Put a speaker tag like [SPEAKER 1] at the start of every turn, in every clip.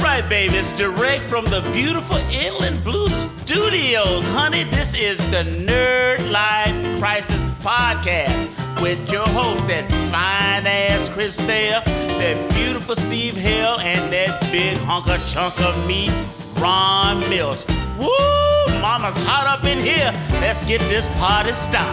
[SPEAKER 1] right, baby. It's direct from the beautiful Inland Blue Studios. Honey, this is the Nerd Life Crisis Podcast with your hosts, that fine ass Chris Thayer, that beautiful Steve Hill, and that big hunker chunk of meat, Ron Mills. Woo! Mama's hot up in here. Let's get this party started.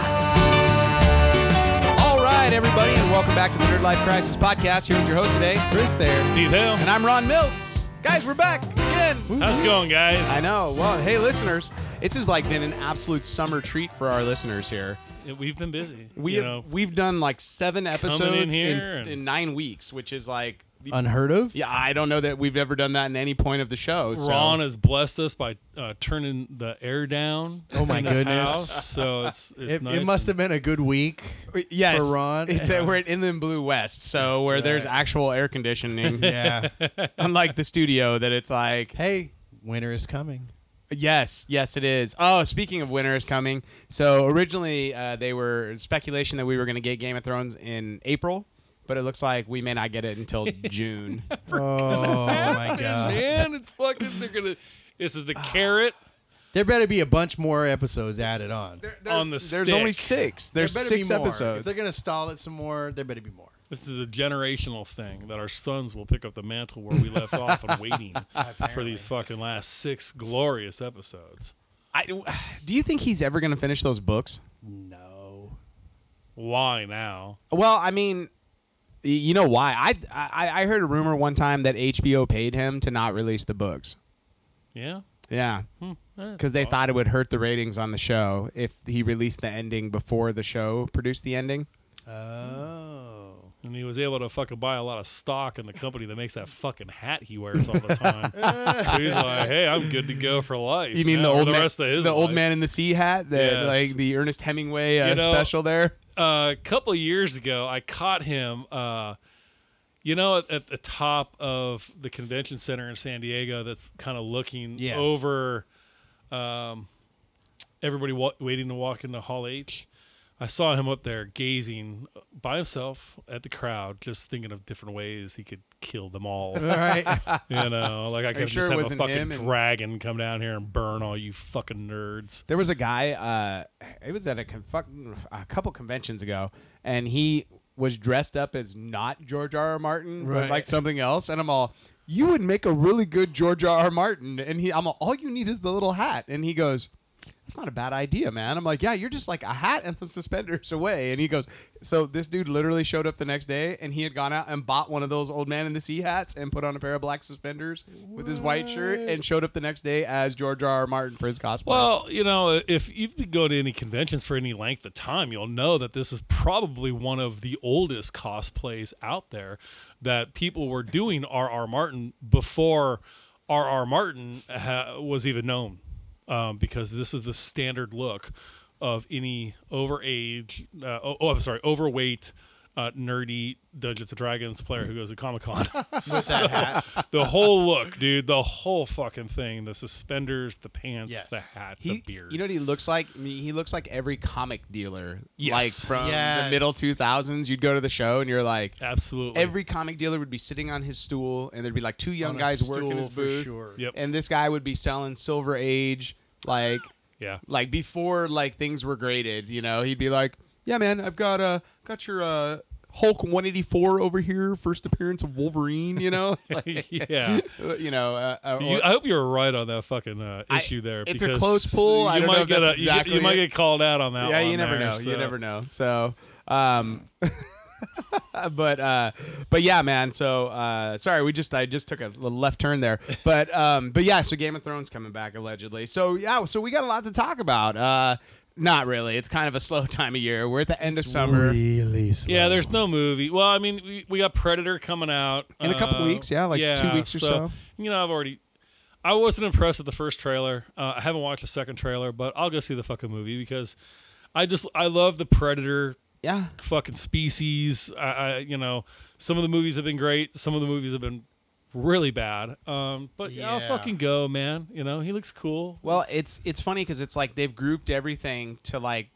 [SPEAKER 2] All right, everybody, and welcome back to the Nerd Life Crisis podcast. Here with your host today, Chris there,
[SPEAKER 3] Steve Hill.
[SPEAKER 2] and I'm Ron Mills. Guys, we're back again.
[SPEAKER 3] How's it going, guys?
[SPEAKER 2] I know. Well, hey, listeners, this has like been an absolute summer treat for our listeners here.
[SPEAKER 3] know. We've been busy.
[SPEAKER 2] We
[SPEAKER 3] you
[SPEAKER 2] have,
[SPEAKER 3] know,
[SPEAKER 2] we've done like seven episodes in,
[SPEAKER 3] here and-
[SPEAKER 2] in nine weeks, which is like,
[SPEAKER 4] unheard of.
[SPEAKER 2] yeah, I don't know that we've ever done that in any point of the show. So.
[SPEAKER 3] Ron has blessed us by uh, turning the air down. Oh
[SPEAKER 4] my
[SPEAKER 3] in this
[SPEAKER 4] goodness.
[SPEAKER 3] House, so it's it's
[SPEAKER 4] It,
[SPEAKER 3] nice.
[SPEAKER 4] it must have been a good week.
[SPEAKER 2] Uh, yes,
[SPEAKER 4] for Ron.
[SPEAKER 2] It's uh, we're in Inland Blue West, so where there's actual air conditioning,
[SPEAKER 4] Yeah.
[SPEAKER 2] unlike the studio that it's like
[SPEAKER 4] hey, winter is coming.
[SPEAKER 2] Yes, yes, it is. Oh, speaking of winter is coming. So originally, uh, they were speculation that we were going to get Game of Thrones in April, but it looks like we may not get it until June.
[SPEAKER 4] Oh my
[SPEAKER 3] And
[SPEAKER 4] god.
[SPEAKER 3] man, it's fucking. They're gonna. This is the carrot.
[SPEAKER 4] There better be a bunch more episodes added on. There,
[SPEAKER 3] On the
[SPEAKER 2] there's
[SPEAKER 3] stick.
[SPEAKER 2] only six. There's
[SPEAKER 4] better
[SPEAKER 2] six
[SPEAKER 4] be more. If
[SPEAKER 2] episodes.
[SPEAKER 4] they're gonna stall it some more, there better be more.
[SPEAKER 3] This is a generational thing that our sons will pick up the mantle where we left off and waiting for these fucking last six glorious episodes.
[SPEAKER 2] I, do you think he's ever going to finish those books?
[SPEAKER 4] No.
[SPEAKER 3] Why now?
[SPEAKER 2] Well, I mean, y- you know why? I I, I heard a rumor one time that HBO paid him to not release the books.
[SPEAKER 3] Yeah,
[SPEAKER 2] Yeah.
[SPEAKER 3] that's
[SPEAKER 2] Because they thought it would hurt the ratings on the show if he released the ending before the show produced the ending.
[SPEAKER 4] Oh.
[SPEAKER 3] and he was able to fucking buy a lot of stock in the company that makes that fucking hat he wears all the time. so he's like, "Hey, I'm good to go for life."
[SPEAKER 2] You mean
[SPEAKER 3] now,
[SPEAKER 2] the
[SPEAKER 3] for
[SPEAKER 2] old
[SPEAKER 3] the
[SPEAKER 2] man,
[SPEAKER 3] rest of his
[SPEAKER 2] the old
[SPEAKER 3] life."
[SPEAKER 2] man in the sea hat, the
[SPEAKER 3] Yes.
[SPEAKER 2] like the Ernest Hemingway uh,
[SPEAKER 3] You know-
[SPEAKER 2] special there.
[SPEAKER 3] a Uh, couple of years ago, I caught him. Uh, you know, at, at the top of the convention center in San Diego, that's kind of looking
[SPEAKER 4] Yeah.
[SPEAKER 3] over um, everybody wa- waiting to walk into Hall H. I saw him up there gazing by himself at the crowd, just thinking of different ways he could kill them all.
[SPEAKER 4] All right.
[SPEAKER 3] you know, like I could
[SPEAKER 2] sure
[SPEAKER 3] just
[SPEAKER 2] it
[SPEAKER 3] have a
[SPEAKER 2] wasn't
[SPEAKER 3] fucking
[SPEAKER 2] him and-
[SPEAKER 3] dragon come down here and burn all you fucking nerds.
[SPEAKER 2] There was a guy. Uh, it was at a, con- fuck- a couple conventions ago, and he was dressed up as not George R. R. Martin, but
[SPEAKER 4] Right.
[SPEAKER 2] like something else. And I'm all, you would make a really good George R. R. Martin. And he, I'm all, all you need is the little hat. And he goes. That's not a bad idea, man. I'm like, yeah, you're just like a hat and some suspenders away. And he goes, so this dude literally showed up the next day, and he had gone out and bought one of those old man in the sea hats and put on a pair of black suspenders with his white shirt, and showed up the next day as George R. R. Martin for his cosplay.
[SPEAKER 3] Well, you know, if you've been going to any conventions for any length of time, you'll know that this is probably one of the oldest cosplays out there that people were doing R.R. Martin before R.R. Martin ha- was even known, um, because this is the standard look of any overage, uh, oh, oh, I'm sorry, overweight. Uh, nerdy Dungeons and Dragons player who goes to Comic Con. the whole look, dude. The whole fucking thing. The suspenders, the pants,
[SPEAKER 4] Yes.
[SPEAKER 3] the hat,
[SPEAKER 2] He,
[SPEAKER 3] the beard.
[SPEAKER 2] you know what he looks like? I mean, he looks like every comic dealer,
[SPEAKER 3] Yes.
[SPEAKER 2] like from the
[SPEAKER 4] Yes.
[SPEAKER 2] middle two thousands. You'd go to the show and you're like,
[SPEAKER 3] Absolutely.
[SPEAKER 2] every comic dealer would be sitting on his stool, and there'd be like two young
[SPEAKER 4] On a
[SPEAKER 2] guys working
[SPEAKER 4] stool
[SPEAKER 2] his
[SPEAKER 4] for
[SPEAKER 2] booth,
[SPEAKER 4] sure.
[SPEAKER 3] Yep.
[SPEAKER 2] and this guy would be selling Silver Age, like,
[SPEAKER 3] yeah.
[SPEAKER 2] like before like things were graded. You know, he'd be like, yeah, man, I've got uh, got your uh. Hulk 184 over here, first appearance of Wolverine. You know, Like,
[SPEAKER 3] yeah.
[SPEAKER 2] you know. Uh, uh,
[SPEAKER 3] You,
[SPEAKER 2] or-
[SPEAKER 3] I hope you were right on that fucking uh,
[SPEAKER 2] I-
[SPEAKER 3] issue there.
[SPEAKER 2] it's a
[SPEAKER 3] because
[SPEAKER 2] close pull.
[SPEAKER 3] You
[SPEAKER 2] I don't
[SPEAKER 3] might
[SPEAKER 2] know if
[SPEAKER 3] get
[SPEAKER 2] that's
[SPEAKER 3] a, you get- you,
[SPEAKER 2] exactly
[SPEAKER 3] might
[SPEAKER 2] it.
[SPEAKER 3] get called out on that.
[SPEAKER 2] yeah,
[SPEAKER 3] one
[SPEAKER 2] you never
[SPEAKER 3] there,
[SPEAKER 2] know.
[SPEAKER 3] so-
[SPEAKER 2] You never know. So, um, but uh, but yeah, man. So uh, sorry, we just I just took a l- left turn there. But um, but yeah, so Game of Thrones coming back allegedly. So yeah, so we got a lot to talk about. Uh, not really. It's kind of a slow time of year. We're at the end of summer.
[SPEAKER 4] Really slow.
[SPEAKER 3] Yeah, there's no movie. Well, I mean, we, we got Predator coming out
[SPEAKER 2] In a couple
[SPEAKER 3] uh,
[SPEAKER 2] weeks, yeah, like two weeks or so.
[SPEAKER 3] You know, I've already. I wasn't impressed with the first trailer. Uh, I haven't watched the second trailer, but I'll go see the fucking movie because I just I love the Predator
[SPEAKER 2] Yeah.
[SPEAKER 3] fucking species. I, I you know, some of the movies have been great. Some of the movies have been really bad. Um, but yeah, I'll
[SPEAKER 4] Yeah.
[SPEAKER 3] fucking go, man. You know, he looks cool.
[SPEAKER 2] Well, it's it's funny because it's like they've grouped everything to like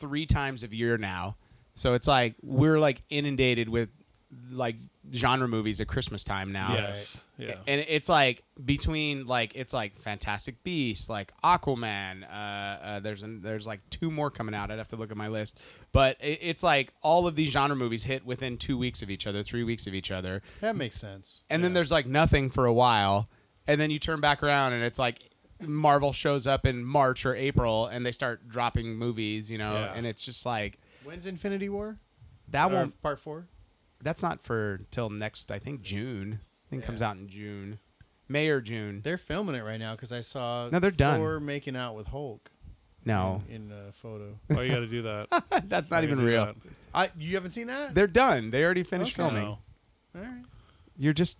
[SPEAKER 2] three times a year now. So it's like we're like inundated with like genre movies at Christmas time now.
[SPEAKER 3] Yes, yes.
[SPEAKER 2] And it's like between like it's like Fantastic Beasts, like Aquaman. Uh, uh, there's an, there's like two more coming out. I'd have to look at my list, but it, it's like all of these genre movies hit within two weeks of each other, three weeks of each other,
[SPEAKER 4] That makes sense.
[SPEAKER 2] and then there's like nothing for a while, and then you turn back around and it's like Marvel shows up in March or April, and they start dropping movies, you know,
[SPEAKER 3] Yeah. Um,
[SPEAKER 2] and it's just like
[SPEAKER 4] When's Infinity War?
[SPEAKER 2] that
[SPEAKER 4] Or
[SPEAKER 2] won't.
[SPEAKER 4] part four.
[SPEAKER 2] That's not for till next. I think June. I think it comes out in June, May or June.
[SPEAKER 4] They're filming it right now because I saw
[SPEAKER 2] No, they're done.
[SPEAKER 4] Thor making out with Hulk
[SPEAKER 2] No,
[SPEAKER 4] in a photo.
[SPEAKER 3] Why you got to do that?
[SPEAKER 2] that's not even
[SPEAKER 3] do
[SPEAKER 2] real.
[SPEAKER 3] that.
[SPEAKER 4] I you haven't seen that?
[SPEAKER 2] They're done. They already finished
[SPEAKER 4] Okay.
[SPEAKER 2] filming.
[SPEAKER 3] No.
[SPEAKER 4] All right.
[SPEAKER 2] You're just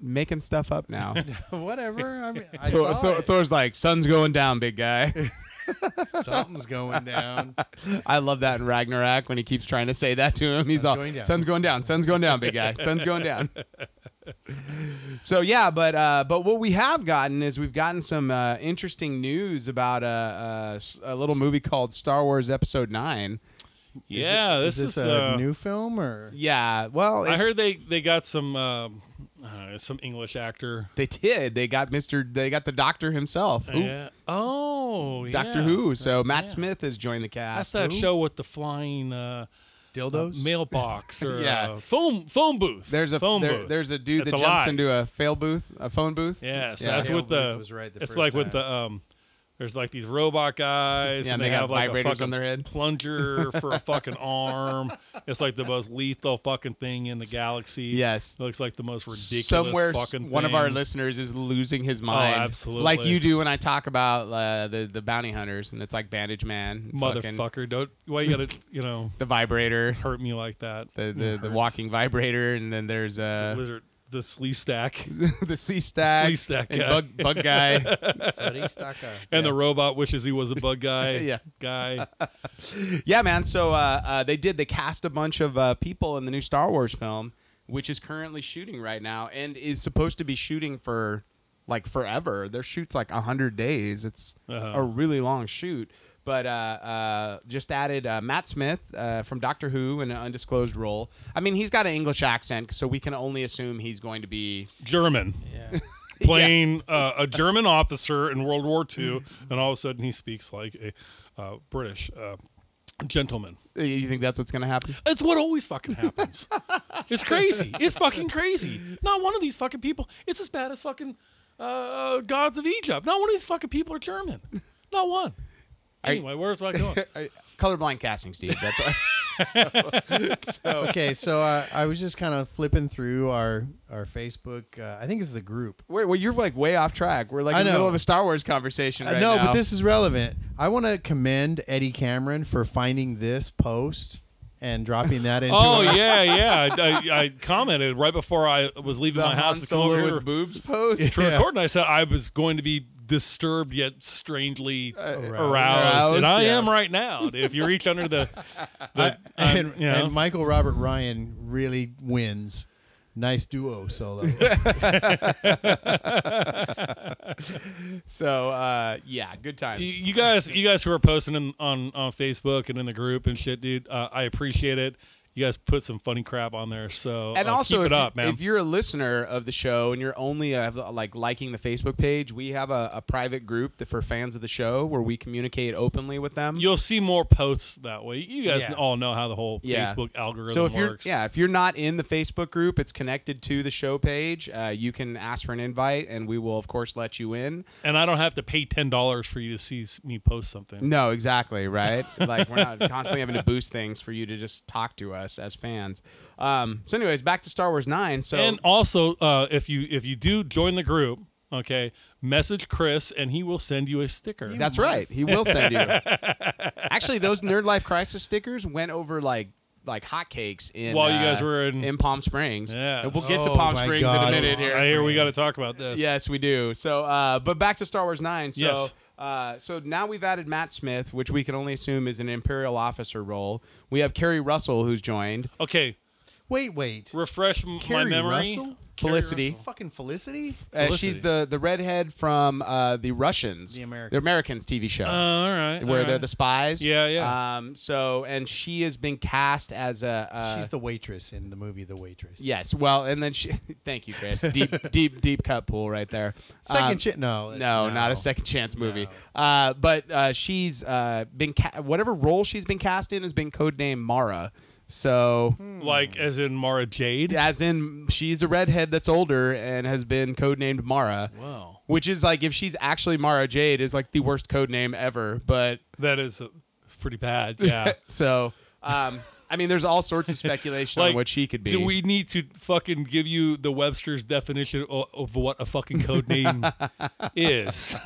[SPEAKER 2] making stuff up now.
[SPEAKER 4] Whatever. I mean, I
[SPEAKER 2] Thor,
[SPEAKER 4] saw
[SPEAKER 2] Thor-
[SPEAKER 4] it.
[SPEAKER 2] Thor's like, sun's going down, big guy.
[SPEAKER 4] Something's going down.
[SPEAKER 2] I love that in Ragnarok when he keeps trying to say that to him. He's
[SPEAKER 4] Sun's
[SPEAKER 2] all,
[SPEAKER 4] going down.
[SPEAKER 2] sun's going down, sun's going down, big guy, sun's going down. so yeah, but uh, but what we have gotten is we've gotten some uh, interesting news about a, a, a little movie called Star Wars Episode Nine.
[SPEAKER 3] Yeah, this
[SPEAKER 4] is
[SPEAKER 3] is,
[SPEAKER 4] this a
[SPEAKER 3] uh,
[SPEAKER 4] new film or?
[SPEAKER 2] Yeah, well,
[SPEAKER 3] I
[SPEAKER 2] it's-
[SPEAKER 3] heard they they got some um, I don't know, some English actor.
[SPEAKER 2] they did. They got Mister. They got the Doctor himself. Who-
[SPEAKER 3] Yeah. Oh,
[SPEAKER 2] Doctor
[SPEAKER 3] yeah.
[SPEAKER 2] Who. So Matt
[SPEAKER 3] yeah.
[SPEAKER 2] Smith has joined the cast.
[SPEAKER 3] That's that show with the flying uh,
[SPEAKER 4] Dildos.
[SPEAKER 3] mailbox or
[SPEAKER 2] Yeah.
[SPEAKER 3] uh, phone phone booth.
[SPEAKER 2] There's a
[SPEAKER 3] phone
[SPEAKER 2] there,
[SPEAKER 3] booth.
[SPEAKER 2] there's a dude
[SPEAKER 3] It's
[SPEAKER 2] that jumps
[SPEAKER 3] alive.
[SPEAKER 2] into a fail booth, a phone booth.
[SPEAKER 3] Yeah, so
[SPEAKER 2] Yeah.
[SPEAKER 3] that's
[SPEAKER 4] Fail
[SPEAKER 3] with the.
[SPEAKER 4] booth was right the
[SPEAKER 3] it's
[SPEAKER 4] first
[SPEAKER 3] like with
[SPEAKER 4] time.
[SPEAKER 3] the um. There's like these robot guys,
[SPEAKER 2] Yeah, and
[SPEAKER 3] and they,
[SPEAKER 2] they
[SPEAKER 3] have
[SPEAKER 2] got
[SPEAKER 3] like a
[SPEAKER 2] vibrators
[SPEAKER 3] fucking
[SPEAKER 2] on their head.
[SPEAKER 3] plunger for a fucking arm. It's like the most lethal fucking thing in the galaxy.
[SPEAKER 2] Yes.
[SPEAKER 3] it looks like the most ridiculous
[SPEAKER 2] Somewhere, s-
[SPEAKER 3] fucking.
[SPEAKER 2] one of our
[SPEAKER 3] thing. Oh,
[SPEAKER 2] listeners is losing his mind.
[SPEAKER 3] absolutely.
[SPEAKER 2] Like you do when I talk about uh, the the bounty hunters, and it's like Bandage Man, fucking
[SPEAKER 3] motherfucker, don't why you gotta you know
[SPEAKER 2] the vibrator,
[SPEAKER 3] hurt me like that?
[SPEAKER 2] the the, the
[SPEAKER 3] Hurts.
[SPEAKER 2] walking vibrator, and then there's uh,
[SPEAKER 3] lizard, the slee stack, and
[SPEAKER 2] the sea stack,
[SPEAKER 3] Sea stack
[SPEAKER 2] and
[SPEAKER 3] guy.
[SPEAKER 2] bug bug guy.
[SPEAKER 3] the robot wishes he was a bug guy.
[SPEAKER 2] Yeah.
[SPEAKER 3] guy.
[SPEAKER 2] Yeah, man. So uh, uh, they did. They cast a bunch of uh, people in the new Star Wars film, which is currently shooting right now and is supposed to be shooting for like forever. Their shoot's like hundred days. It's
[SPEAKER 4] Uh-huh.
[SPEAKER 2] a really long shoot. But uh, uh, just added uh, Matt Smith uh, from Doctor Who in an undisclosed role. I mean, he's got an English accent, so we can only assume he's going to be
[SPEAKER 3] German. Playing uh, a German officer in World War II, and all of a sudden he speaks like a uh, British uh, gentleman.
[SPEAKER 2] uh, You think that's what's going to happen?
[SPEAKER 3] It's what always fucking happens. it's crazy. It's fucking crazy. Not one of these fucking people. It's as bad as fucking uh, gods of Egypt. Not one of these fucking people are German. Not one. Anyway, where's my going?
[SPEAKER 2] Colorblind casting, Steve. That's what.
[SPEAKER 4] okay, so uh, I was just kind of flipping through our our Facebook. Uh, I think this is a group.
[SPEAKER 2] Wait, well, you're like way off track. We're like
[SPEAKER 4] I
[SPEAKER 2] in the middle
[SPEAKER 4] know.
[SPEAKER 2] of a Star Wars conversation
[SPEAKER 4] Uh,
[SPEAKER 2] right
[SPEAKER 4] no,
[SPEAKER 2] now.
[SPEAKER 4] but this is relevant. I want to commend Eddie Cameron for finding this post and dropping that into.
[SPEAKER 3] Oh
[SPEAKER 4] our-
[SPEAKER 3] yeah, yeah. I, I, I commented right before I was leaving my house to come over here
[SPEAKER 2] with boobs pose.
[SPEAKER 3] to
[SPEAKER 4] Yeah.
[SPEAKER 3] record, and I said I was going to be disturbed yet strangely aroused,
[SPEAKER 2] Uh, aroused,
[SPEAKER 3] and I
[SPEAKER 2] yeah.
[SPEAKER 3] am right now. If you reach under the,
[SPEAKER 4] I-
[SPEAKER 3] the I'm-
[SPEAKER 4] and,
[SPEAKER 3] you know.
[SPEAKER 4] and Michael Robert Ryan really wins. Nice duo solo.
[SPEAKER 2] So uh, yeah, good times.
[SPEAKER 3] you- you guys, you guys who are posting in, on on Facebook and in the group and shit, dude, uh, I appreciate it. You guys put some funny crap on there, so
[SPEAKER 2] and
[SPEAKER 3] uh,
[SPEAKER 2] also,
[SPEAKER 3] keep
[SPEAKER 2] if,
[SPEAKER 3] it up, man.
[SPEAKER 2] if you're a listener of the show and you're only uh, like liking the Facebook page, we have a, a private group that for fans of the show where we communicate openly with them.
[SPEAKER 3] You'll see more posts that way. You guys
[SPEAKER 4] Yeah.
[SPEAKER 3] all know how the whole
[SPEAKER 2] Yeah.
[SPEAKER 3] Facebook algorithm
[SPEAKER 2] so if you're
[SPEAKER 3] works.
[SPEAKER 2] yeah, if you're not in the Facebook group, it's connected to the show page. Uh, you can ask for an invite, and we will of course let you in.
[SPEAKER 3] and I don't have to pay ten dollars for you to see s- me post something.
[SPEAKER 2] No, exactly, right? like we're not constantly having to boost things for you to just talk to us as fans. Um, so anyways, back to Star Wars 9. So
[SPEAKER 3] And also, uh, if you if you do join the group, okay, message Chris and he will send you a sticker.
[SPEAKER 2] that's right. He will send you. Actually, those Nerd Life Crisis stickers went over like like hotcakes in
[SPEAKER 3] While you
[SPEAKER 2] uh,
[SPEAKER 3] guys were in-
[SPEAKER 2] Palm Springs.
[SPEAKER 3] Yes.
[SPEAKER 2] And we'll get to
[SPEAKER 4] Oh
[SPEAKER 2] Palm
[SPEAKER 4] my
[SPEAKER 2] Springs
[SPEAKER 4] God.
[SPEAKER 2] in a minute here.
[SPEAKER 3] I hear we got to talk about this.
[SPEAKER 2] Yes, we do. So, uh, but back to Star Wars Nine. So,
[SPEAKER 3] Yes.
[SPEAKER 2] uh, so now we've added Matt Smith, which we can only assume is an Imperial officer role. We have Kerry Russell, who's joined.
[SPEAKER 3] Okay.
[SPEAKER 4] Wait, wait.
[SPEAKER 3] Refresh m- my
[SPEAKER 4] Carrie
[SPEAKER 3] memory.
[SPEAKER 4] Russell?
[SPEAKER 3] Carrie
[SPEAKER 2] Felicity.
[SPEAKER 3] Russell.
[SPEAKER 4] Fucking Felicity?
[SPEAKER 2] Uh,
[SPEAKER 3] Felicity.
[SPEAKER 2] she's the the redhead from uh, the Russians,
[SPEAKER 4] The Americans.
[SPEAKER 2] TV show,
[SPEAKER 3] Uh, all right.
[SPEAKER 2] where
[SPEAKER 3] all
[SPEAKER 2] they're
[SPEAKER 3] right.
[SPEAKER 2] the spies.
[SPEAKER 3] Yeah, yeah.
[SPEAKER 2] Um, so and she has been cast as a. Uh,
[SPEAKER 4] She's the waitress in the movie The Waitress.
[SPEAKER 2] yes. Well, and then she. thank you, Chris. Deep, deep, deep cut pool right there.
[SPEAKER 4] Second
[SPEAKER 2] Um,
[SPEAKER 4] chance. No. that's-
[SPEAKER 2] no, not a second chance movie. Uh, but uh, she's uh, been ca- whatever role she's been cast in has been codenamed Mara. So,
[SPEAKER 4] Hmm.
[SPEAKER 3] like as in Mara Jade.
[SPEAKER 2] as in, she's a redhead that's older and has been codenamed Mara.
[SPEAKER 3] Wow.
[SPEAKER 2] Which is like if she's actually Mara Jade is like the worst code name ever. But
[SPEAKER 3] That is uh, it's pretty bad. Yeah.
[SPEAKER 2] so, um, I mean, there's all sorts of speculation on what she could be.
[SPEAKER 3] Do we need to fucking give you the Webster's definition of, of what a fucking code name is?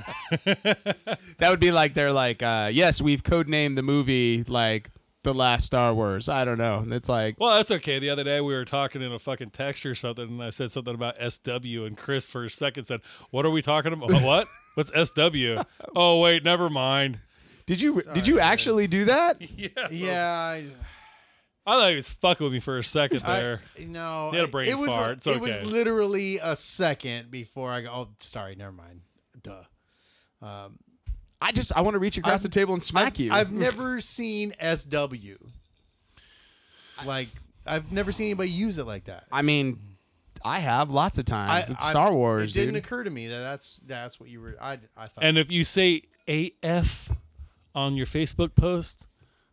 [SPEAKER 2] that would be like they're like, uh, yes, we've codenamed the movie like the last Star Wars. I don't know. And It's like.
[SPEAKER 3] Well, that's okay. The other day we were talking in a fucking text or something, and I said something about SW, and Chris for a second said, "What are we talking about? What? What's SW? oh wait, never mind."
[SPEAKER 2] Did you did you actually do that?
[SPEAKER 3] Yeah. so I was-
[SPEAKER 4] Yeah. I-
[SPEAKER 3] I thought he was fucking with me for a second
[SPEAKER 4] I-
[SPEAKER 3] there.
[SPEAKER 4] no,
[SPEAKER 3] He had a
[SPEAKER 4] I-
[SPEAKER 3] brain
[SPEAKER 4] it was,
[SPEAKER 3] fart. It's
[SPEAKER 4] It was
[SPEAKER 3] okay.
[SPEAKER 4] literally a second before I go. Oh, sorry, never mind. Duh.
[SPEAKER 2] I just I want to reach across
[SPEAKER 4] I've-
[SPEAKER 2] the table and smack
[SPEAKER 4] I've,
[SPEAKER 2] you.
[SPEAKER 4] I've never seen SW. Like I've never seen anybody use it like that.
[SPEAKER 2] I mean, I have lots of times. it's
[SPEAKER 4] I-
[SPEAKER 2] Star Wars,
[SPEAKER 4] It didn't
[SPEAKER 2] dude.
[SPEAKER 4] occur to me that that's that's what you were. I, I thought.
[SPEAKER 3] And if you say AF on your Facebook post,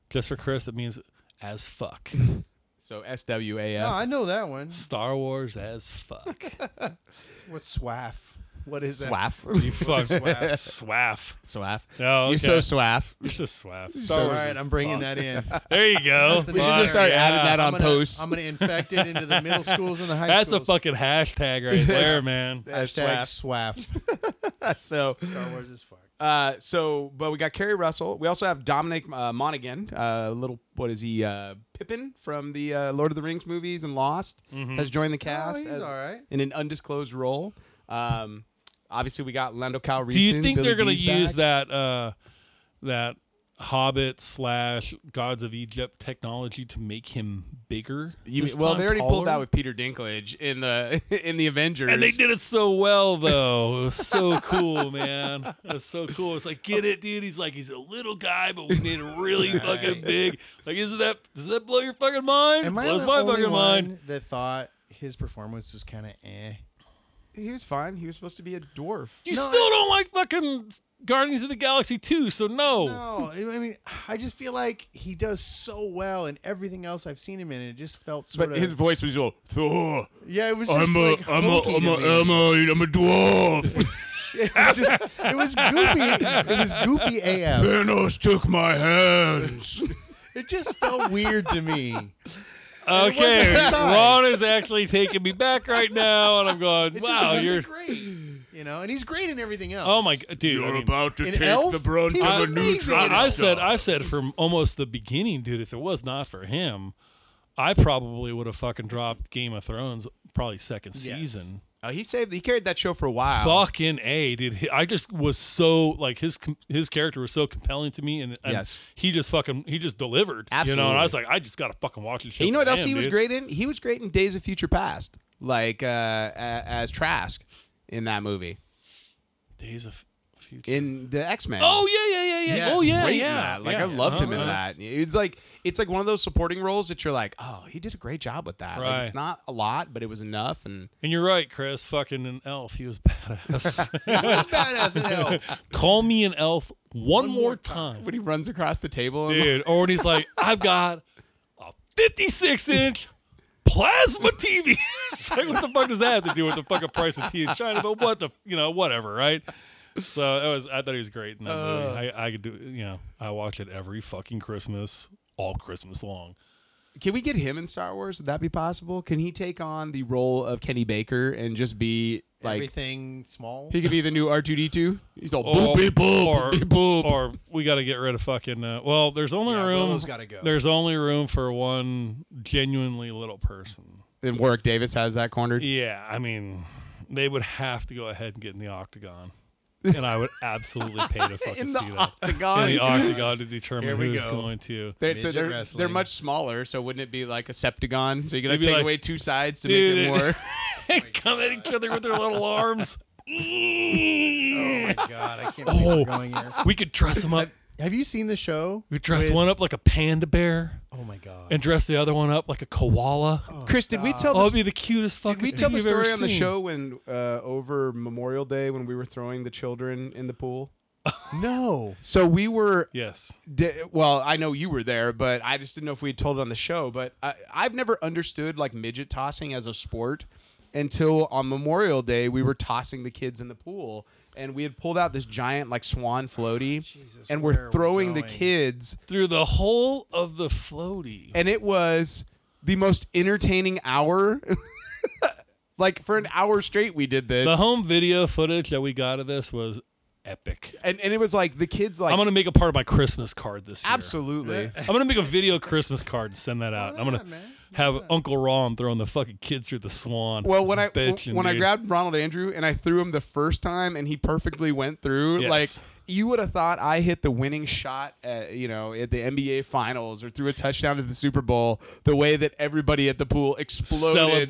[SPEAKER 3] just for Chris, that means as fuck.
[SPEAKER 2] So SWAF.
[SPEAKER 4] no, Oh, I know that one.
[SPEAKER 3] Star Wars as fuck.
[SPEAKER 4] What's SWAF? What is that?
[SPEAKER 2] Swaff.
[SPEAKER 3] You fuck.
[SPEAKER 4] Swaff.
[SPEAKER 3] Swaff.
[SPEAKER 2] swaff.
[SPEAKER 3] Oh,
[SPEAKER 2] You're so
[SPEAKER 3] okay.
[SPEAKER 2] swaff.
[SPEAKER 3] It's just swaff.
[SPEAKER 4] All
[SPEAKER 3] Star Wars
[SPEAKER 4] right,
[SPEAKER 3] is
[SPEAKER 4] I'm bringing
[SPEAKER 3] fuck.
[SPEAKER 4] that in.
[SPEAKER 3] There you go.
[SPEAKER 4] We should just
[SPEAKER 3] Fuck
[SPEAKER 2] start
[SPEAKER 3] yeah.
[SPEAKER 2] adding that
[SPEAKER 4] I'm
[SPEAKER 2] on
[SPEAKER 4] gonna,
[SPEAKER 2] posts.
[SPEAKER 4] I'm gonna infect it into the middle schools and the high
[SPEAKER 3] That's a
[SPEAKER 4] schools.
[SPEAKER 3] fucking hashtag right there, man.
[SPEAKER 4] hashtag SWAF.
[SPEAKER 2] so,
[SPEAKER 4] Star Wars is fuck.
[SPEAKER 2] uh, so, but we got Kerry Russell. We also have Dominic uh, Monaghan, uh, little what is he? Uh, Pippin from the uh, Lord of the Rings movies and Lost
[SPEAKER 3] Mm-hmm.
[SPEAKER 2] has joined the
[SPEAKER 3] Oh,
[SPEAKER 2] cast
[SPEAKER 4] he's
[SPEAKER 2] as-
[SPEAKER 4] all right.
[SPEAKER 2] in an undisclosed role. Um, obviously, we got Lando Calrissian.
[SPEAKER 3] Do you think
[SPEAKER 2] Billy
[SPEAKER 3] they're gonna
[SPEAKER 2] Dee's
[SPEAKER 3] use
[SPEAKER 2] back.
[SPEAKER 3] that uh that Hobbit slash Gods of Egypt technology to make him bigger?
[SPEAKER 2] You
[SPEAKER 3] this
[SPEAKER 2] mean- well,
[SPEAKER 3] time?
[SPEAKER 2] they already pulled
[SPEAKER 3] Taller?
[SPEAKER 2] that with Peter Dinklage in the in the Avengers.
[SPEAKER 3] And they did it so well, though. It was so cool, man. It was so cool. It's like, get it, dude. He's like, he's a little guy, but we made him really fucking big. Like, isn't that does that blow your fucking mind?
[SPEAKER 4] Am I
[SPEAKER 3] Blows
[SPEAKER 4] the
[SPEAKER 3] my
[SPEAKER 4] only
[SPEAKER 3] fucking
[SPEAKER 4] one
[SPEAKER 3] mind.
[SPEAKER 4] that thought his performance was kind of eh?
[SPEAKER 2] He was fine. He was supposed to be a dwarf.
[SPEAKER 3] You still don't like fucking Guardians of the Galaxy 2, so no.
[SPEAKER 4] No, I mean, I just feel like he does so well in everything else I've seen him in. It just felt sort
[SPEAKER 2] But
[SPEAKER 4] of
[SPEAKER 2] his voice was all Thor.
[SPEAKER 4] yeah. It was just like hokey to me.
[SPEAKER 2] I'm a dwarf.
[SPEAKER 4] It was just it was goofy. It was goofy AF.
[SPEAKER 2] Thanos took my hands.
[SPEAKER 4] It just felt weird to me.
[SPEAKER 3] Okay,
[SPEAKER 4] his size.
[SPEAKER 3] Ron is actually taking me back right now, and I'm going,
[SPEAKER 4] It just
[SPEAKER 3] wow,
[SPEAKER 4] wasn't
[SPEAKER 3] you're.
[SPEAKER 4] great. You know, and he's great in everything else.
[SPEAKER 3] Oh my god, dude! I mean-
[SPEAKER 2] to
[SPEAKER 4] In Elf, he was
[SPEAKER 3] of a
[SPEAKER 4] amazing in
[SPEAKER 3] I,
[SPEAKER 4] it.
[SPEAKER 3] I've said I've said from almost the beginning, dude. If it was not for him, I probably would have fucking dropped Game of Thrones probably second season.
[SPEAKER 2] Oh, he saved. He carried that show for a while.
[SPEAKER 3] Fucking a, dude. He- I just was so like his com- his character was so compelling to me, and, and
[SPEAKER 2] Yes.
[SPEAKER 3] he just fucking he just delivered. You know, and I was like, I just gotta fucking watch this shit.
[SPEAKER 2] And you know
[SPEAKER 3] for
[SPEAKER 2] what else
[SPEAKER 3] him,
[SPEAKER 2] he was
[SPEAKER 3] dude.
[SPEAKER 2] great in? He was great in Days of Future Past, like uh, a- as Trask in that movie
[SPEAKER 3] Days of Future.
[SPEAKER 2] in the X Men.
[SPEAKER 3] Oh yeah, yeah, yeah, yeah.
[SPEAKER 4] Yeah,
[SPEAKER 3] Oh yeah,
[SPEAKER 2] great in
[SPEAKER 3] yeah.
[SPEAKER 2] that. Like
[SPEAKER 3] yeah.
[SPEAKER 2] I loved him in
[SPEAKER 3] Uh-huh.
[SPEAKER 2] that. It's like it's like one of those supporting roles that you're like, oh, he did a great job with that. Like,
[SPEAKER 3] Right.
[SPEAKER 2] it's not a lot, but it was enough. And
[SPEAKER 3] And you're right, Chris. Fucking an elf. He was badass.
[SPEAKER 4] He was badass in hell.
[SPEAKER 3] Call me an elf one, more, time.
[SPEAKER 2] when he runs across the table, and
[SPEAKER 3] dude. Or when he's like, I've got a 56 inch plasma TV. it's like, what the fuck does that have to do with the fucking price of tea in China? But what the, you know, whatever, right? So it was. I thought he was great in that
[SPEAKER 2] Uh.
[SPEAKER 3] movie. I, I could do, you know, I watch it every fucking Christmas, all Christmas long.
[SPEAKER 2] Can we get him in Star Wars? Would that be possible? Can he take on the role of Kenny Baker and just be like
[SPEAKER 4] everything small.
[SPEAKER 2] he could be the new R two D two? He's all
[SPEAKER 3] Or-
[SPEAKER 2] boopy boop,
[SPEAKER 3] Oh, or,
[SPEAKER 2] boopy boop.
[SPEAKER 3] or we got to get rid of fucking. Uh, well, there's only
[SPEAKER 4] Yeah,
[SPEAKER 3] room.
[SPEAKER 4] Willow's gotta go.
[SPEAKER 3] There's only room for one genuinely little person.
[SPEAKER 2] and Warwick Davis has that cornered.
[SPEAKER 3] Yeah, I mean, they would have to go ahead and get in the octagon. and I would absolutely pay to fucking
[SPEAKER 2] In the
[SPEAKER 3] see that
[SPEAKER 2] octagon.
[SPEAKER 3] in the octagon to determine
[SPEAKER 1] Here we
[SPEAKER 3] who's
[SPEAKER 1] go.
[SPEAKER 3] going to.
[SPEAKER 2] They, so
[SPEAKER 4] Midget
[SPEAKER 2] they're, they're
[SPEAKER 4] wrestling.
[SPEAKER 2] much smaller, so wouldn't it be like a septagon? So you gotta
[SPEAKER 3] Maybe
[SPEAKER 2] take
[SPEAKER 3] like-
[SPEAKER 2] away two sides to
[SPEAKER 3] Dude,
[SPEAKER 2] make it more.
[SPEAKER 3] Come at each other with their little arms. we
[SPEAKER 4] Oh God, I can't believe
[SPEAKER 3] Oh.
[SPEAKER 4] we're going here.
[SPEAKER 3] could dress them up.
[SPEAKER 4] Have you seen the show?
[SPEAKER 3] We could dress
[SPEAKER 4] with-
[SPEAKER 3] one up like a panda bear
[SPEAKER 4] Oh my god.
[SPEAKER 3] and dress the other one up like a koala. Oh,
[SPEAKER 2] Chris, did we tell
[SPEAKER 3] it'd be the cutest fucking
[SPEAKER 2] Did we
[SPEAKER 3] thing
[SPEAKER 2] tell the
[SPEAKER 3] you've ever
[SPEAKER 2] story on the
[SPEAKER 3] seen.
[SPEAKER 2] show when uh, over Memorial Day when we were throwing the children in the pool?
[SPEAKER 4] no.
[SPEAKER 2] So we were.
[SPEAKER 3] Yes.
[SPEAKER 2] di- well, I know you were there, but I just didn't know if we had told it on the show. But I, I've never understood like midget tossing as a sport until on Memorial Day we were tossing the kids in the pool, and we had pulled out this giant like swan floaty, and
[SPEAKER 4] Oh, where are
[SPEAKER 2] we're
[SPEAKER 4] we
[SPEAKER 2] throwing the
[SPEAKER 4] going?
[SPEAKER 2] kids
[SPEAKER 3] Through the whole of the floaty.
[SPEAKER 2] and it was the most entertaining hour. like for an hour straight, we did this,
[SPEAKER 3] The home video footage that we got of this was epic.
[SPEAKER 2] and and it was like the kids like
[SPEAKER 3] I'm gonna make a part of my Christmas card this year.
[SPEAKER 2] absolutely.
[SPEAKER 3] I'm gonna make a video Christmas card and send
[SPEAKER 2] Oh,
[SPEAKER 3] that out. I'm gonna have Uncle Ron throwing the fucking kids through the swan.
[SPEAKER 2] Well,
[SPEAKER 3] It's
[SPEAKER 2] when I
[SPEAKER 3] bitchin',
[SPEAKER 2] when I
[SPEAKER 3] dude.
[SPEAKER 2] grabbed Ronald Andrew and I threw him the first time, and he perfectly went through.
[SPEAKER 3] Yes.
[SPEAKER 2] Like you would have thought I hit the winning shot, at, you know, at the NBA Finals or threw a touchdown at the Super Bowl. The way that everybody at the pool exploded.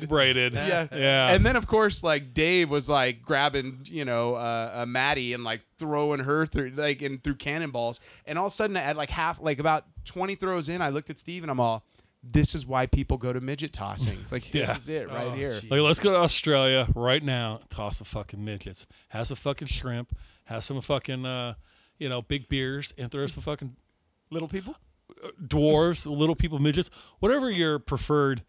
[SPEAKER 3] celebrated,
[SPEAKER 2] Yeah.
[SPEAKER 3] yeah,
[SPEAKER 2] And then, of course, like Dave was like grabbing, you know, uh, uh, Maddie and like throwing her through, like, and through cannonballs. And all of a sudden, at like half, like about 20 throws in, I looked at Steve and I'm all, this is why people go to midget tossing. Like, this
[SPEAKER 3] Yeah. Oh,
[SPEAKER 2] is it right here.
[SPEAKER 3] like let's go to Australia right now. Toss the fucking midgets. Have some fucking shrimp. Have some fucking uh, you know big beers and throw some fucking uh,
[SPEAKER 2] Little people?
[SPEAKER 3] dwarves, little people, midgets, whatever your preferred.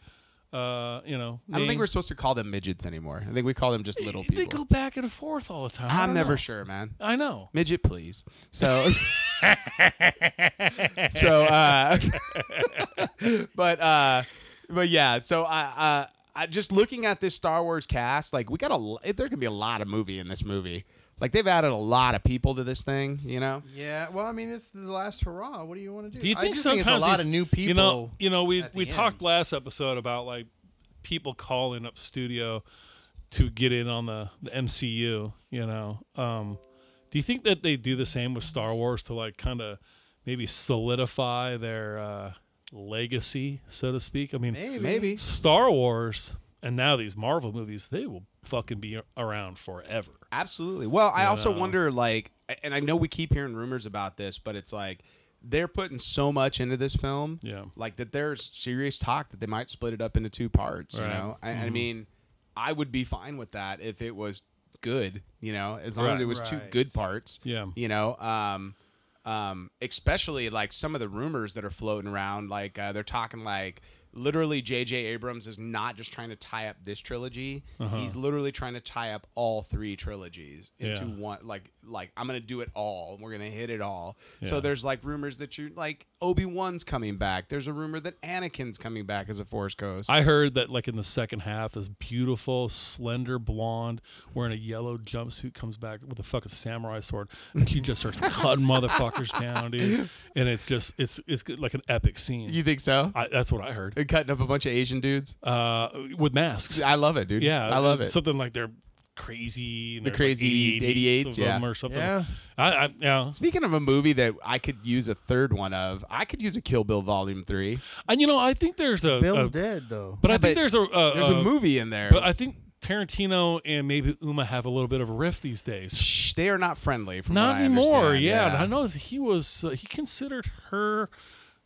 [SPEAKER 3] Uh, you know,
[SPEAKER 2] I don't
[SPEAKER 3] name.
[SPEAKER 2] think we're supposed to call them midgets anymore. I think we call them just little
[SPEAKER 3] They
[SPEAKER 2] people.
[SPEAKER 3] go back and forth all the time. I
[SPEAKER 2] I'm
[SPEAKER 3] don't
[SPEAKER 2] never
[SPEAKER 3] know.
[SPEAKER 2] sure, man.
[SPEAKER 3] I know.
[SPEAKER 2] Midget, please. So, so, uh, but, uh, but yeah. So I, uh, I just looking at this Star Wars cast, like we got a, l- there can be a lot of movie in this movie. Like they've added a lot of people to this thing, you know.
[SPEAKER 4] Yeah. Well, I mean, it's the last hurrah. What do you want to do?
[SPEAKER 3] Do you
[SPEAKER 4] I
[SPEAKER 3] think
[SPEAKER 4] just
[SPEAKER 3] sometimes
[SPEAKER 4] think it's a lot
[SPEAKER 3] these-
[SPEAKER 4] of new people?
[SPEAKER 3] You know, you know, we
[SPEAKER 4] at the
[SPEAKER 3] we
[SPEAKER 4] end.
[SPEAKER 3] talked last episode about like people calling up studio to get in on the, the MCU. You know, um, do you think that they do the same with Star Wars to like kind of maybe solidify their uh, legacy, so to speak? I mean,
[SPEAKER 4] maybe.
[SPEAKER 2] Maybe.
[SPEAKER 3] Star Wars and now these Marvel movies, they will fucking be around forever.
[SPEAKER 2] Absolutely. Well, I also
[SPEAKER 3] know?
[SPEAKER 2] wonder, like, and I know we keep hearing rumors about this, but it's like they're putting so much into this film,
[SPEAKER 3] Yeah.
[SPEAKER 2] Like that, there's serious talk that they might split it up into two parts. You
[SPEAKER 3] Right. Mm-hmm.
[SPEAKER 2] know, I, I mean, I would be fine with that if it was good. You know, as long as
[SPEAKER 3] Right.
[SPEAKER 2] it was two
[SPEAKER 4] Right.
[SPEAKER 2] good parts.
[SPEAKER 3] Yeah.
[SPEAKER 2] You know, um, um, especially like some of the rumors that are floating around, like uh, they're talking like literally J.J. Abrams is not just trying to tie up this trilogy;
[SPEAKER 3] Uh-huh.
[SPEAKER 2] he's literally trying to tie up all three trilogies into
[SPEAKER 3] Yeah.
[SPEAKER 2] one. Like, like I'm gonna do it all. We're gonna hit it all.
[SPEAKER 3] Yeah.
[SPEAKER 2] So there's like rumors that you like Obi Wan's coming back. There's a rumor that Anakin's coming back as a Force Ghost.
[SPEAKER 3] I heard that like in the second half, this beautiful, slender blonde wearing a yellow jumpsuit comes back with a fucking samurai sword, and she just starts cutting motherfuckers down, dude. And it's just it's it's like an epic scene.
[SPEAKER 2] you think so?
[SPEAKER 3] I, that's what I heard.
[SPEAKER 2] And cutting up a bunch of Asian dudes.
[SPEAKER 3] Uh, with masks.
[SPEAKER 2] I love it, dude.
[SPEAKER 3] Yeah,
[SPEAKER 2] I love it.
[SPEAKER 3] Something like they're crazy. And
[SPEAKER 2] The
[SPEAKER 3] there's,
[SPEAKER 2] crazy
[SPEAKER 3] like 88s, of
[SPEAKER 2] 88s, yeah.
[SPEAKER 3] them or something.
[SPEAKER 4] Yeah.
[SPEAKER 3] I, I yeah.
[SPEAKER 2] Speaking of a movie that I could use a third one of, I could use a Kill Bill Volume Three.
[SPEAKER 3] And you know, I think there's a,
[SPEAKER 4] Bill's
[SPEAKER 3] a-
[SPEAKER 4] dead though.
[SPEAKER 3] but I
[SPEAKER 2] but
[SPEAKER 3] think there's a, a
[SPEAKER 2] There's a movie in there.
[SPEAKER 3] Uh, But I think Tarantino and maybe Uma have a little bit of a rift these days.
[SPEAKER 2] Shh, they are not friendly. From
[SPEAKER 3] Not
[SPEAKER 2] what I
[SPEAKER 3] anymore.
[SPEAKER 2] understand.
[SPEAKER 3] Yeah, I know that he was. Uh, he considered her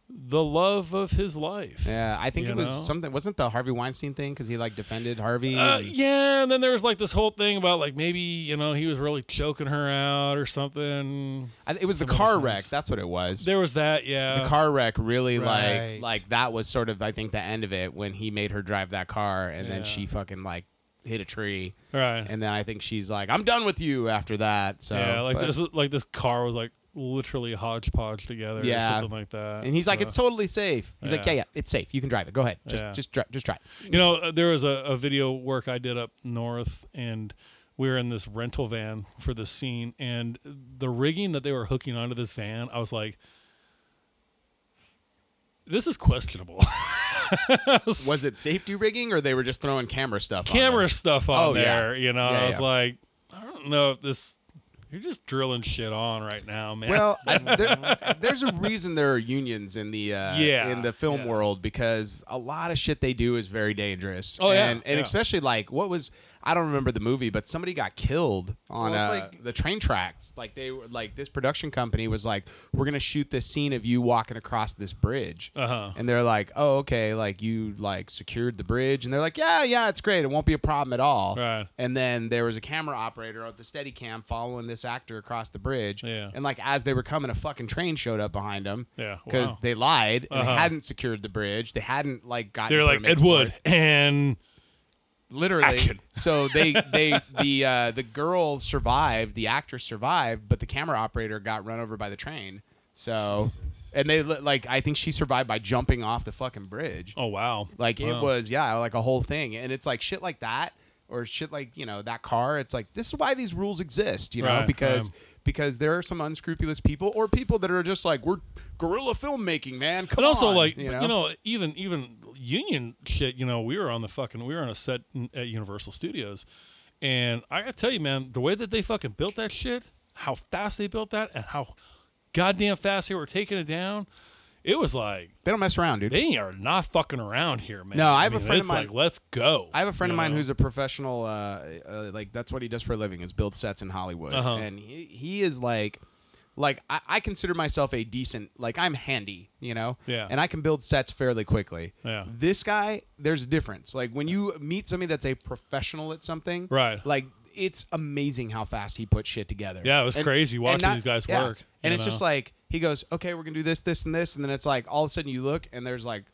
[SPEAKER 3] the love of his life.
[SPEAKER 2] Yeah, I think
[SPEAKER 3] You
[SPEAKER 2] it was
[SPEAKER 3] know?
[SPEAKER 2] something. Wasn't the Harvey Weinstein thing because he like defended Harvey?
[SPEAKER 3] Uh,
[SPEAKER 2] and-
[SPEAKER 3] yeah, and then there was like this whole thing about like maybe you know he was really choking her out or something.
[SPEAKER 2] I- it was the
[SPEAKER 3] some other
[SPEAKER 2] car wreck.
[SPEAKER 3] things.
[SPEAKER 2] That's what it was.
[SPEAKER 3] There uh, was that, yeah.
[SPEAKER 2] the car wreck really
[SPEAKER 4] Right.
[SPEAKER 2] like like that was sort of I think the end of it when he made her drive that car and
[SPEAKER 3] Yeah.
[SPEAKER 2] then she fucking like hit a tree
[SPEAKER 3] right?
[SPEAKER 2] and then I think she's like I'm done with you after that. So
[SPEAKER 3] yeah, like
[SPEAKER 2] but-
[SPEAKER 3] this, like this car was like literally hodgepodge together, or
[SPEAKER 2] Yeah.
[SPEAKER 3] something like that.
[SPEAKER 2] And he's like,
[SPEAKER 3] so-
[SPEAKER 2] it's totally safe. He's like,
[SPEAKER 3] Yeah.
[SPEAKER 2] yeah, yeah, it's safe. You can drive it. Go ahead. Just,
[SPEAKER 3] Yeah.
[SPEAKER 2] just, dri- just try. it."
[SPEAKER 3] You know, uh, there was a, a video work I did up north, and we were in this rental van for this scene, and the rigging that they were hooking onto this van, I was like, this is questionable.
[SPEAKER 2] Was it safety rigging, or they were just throwing camera stuff? on
[SPEAKER 3] camera
[SPEAKER 2] there?
[SPEAKER 3] stuff on
[SPEAKER 2] Oh, yeah.
[SPEAKER 3] there? You know,
[SPEAKER 2] Yeah,
[SPEAKER 3] I was
[SPEAKER 2] yeah.
[SPEAKER 3] like, I don't know if this. You're just drilling shit on right now, man.
[SPEAKER 2] Well, I, there, there's a reason there are unions in the uh,
[SPEAKER 3] Yeah,
[SPEAKER 2] in the film
[SPEAKER 3] yeah.
[SPEAKER 2] world because a lot of shit they do is very dangerous.
[SPEAKER 3] Oh, yeah,
[SPEAKER 2] and, and
[SPEAKER 3] yeah.
[SPEAKER 2] especially like what was I don't remember the movie, but somebody got killed on
[SPEAKER 4] Well,
[SPEAKER 2] uh,
[SPEAKER 4] it's like-
[SPEAKER 2] the train tracks. Like they were like this production company was like, we're gonna shoot this scene of you walking across this bridge,
[SPEAKER 3] Uh-huh.
[SPEAKER 2] and they're like, oh okay, like you like secured the bridge, and they're like, yeah yeah, it's great, it won't be a problem at all.
[SPEAKER 3] Right.
[SPEAKER 2] And then there was a camera operator at the steady cam following this actor across the bridge.
[SPEAKER 3] Yeah.
[SPEAKER 2] And like as they were coming, a fucking train showed up behind them.
[SPEAKER 3] Yeah,
[SPEAKER 2] Because
[SPEAKER 3] wow.
[SPEAKER 2] they lied and
[SPEAKER 3] Uh-huh.
[SPEAKER 2] they hadn't secured the bridge. They hadn't like gotten.
[SPEAKER 3] They're like
[SPEAKER 2] permits
[SPEAKER 3] Ed
[SPEAKER 2] for
[SPEAKER 3] Wood
[SPEAKER 2] it."
[SPEAKER 3] and
[SPEAKER 2] literally.
[SPEAKER 3] Action.
[SPEAKER 2] So they they the uh, the girl survived. The actress survived, but the camera operator got run over by the train. So and they li- like I think she survived by jumping off the fucking bridge.
[SPEAKER 3] oh wow,
[SPEAKER 2] Like
[SPEAKER 3] Wow.
[SPEAKER 2] it was, yeah, like a whole thing. And it's like shit like that or shit like, you know, that car. It's like this is why these rules exist, you know,
[SPEAKER 3] Right,
[SPEAKER 2] because
[SPEAKER 3] right.
[SPEAKER 2] because there are some unscrupulous people or people that are just like, We're guerrilla filmmaking, man. Come
[SPEAKER 3] But also,
[SPEAKER 2] on,"
[SPEAKER 3] like you know? even even union shit. You know, we were on the fucking we were on a set in, at Universal Studios, and I gotta tell you, man, the way that they fucking built that shit, how fast they built that, and how goddamn fast they were taking it down, it was like
[SPEAKER 2] they don't mess around, dude.
[SPEAKER 3] they are not fucking around here, man.
[SPEAKER 2] No, I have a friend of
[SPEAKER 3] it's
[SPEAKER 2] mine-
[SPEAKER 3] Like, let's go.
[SPEAKER 2] I have a friend of
[SPEAKER 3] you
[SPEAKER 2] mine
[SPEAKER 3] know?
[SPEAKER 2] who's a professional. Uh, uh, like that's what he does for a living is build sets in Hollywood,
[SPEAKER 3] Uh-huh.
[SPEAKER 2] and he he is like, like I, I consider myself a decent. Like I'm handy, you know.
[SPEAKER 3] Yeah.
[SPEAKER 2] And I can build sets fairly quickly.
[SPEAKER 3] Yeah.
[SPEAKER 2] This guy, there's a difference. Like when you meet somebody that's a professional at something,
[SPEAKER 3] Right.
[SPEAKER 2] Like it's amazing how fast he puts shit together.
[SPEAKER 3] Yeah, it was crazy watching these guys work,
[SPEAKER 2] And
[SPEAKER 3] you
[SPEAKER 2] it's just
[SPEAKER 3] know?
[SPEAKER 2] like he goes, okay, we're gonna do this, this, and this, and then it's like all of a sudden you look and there's like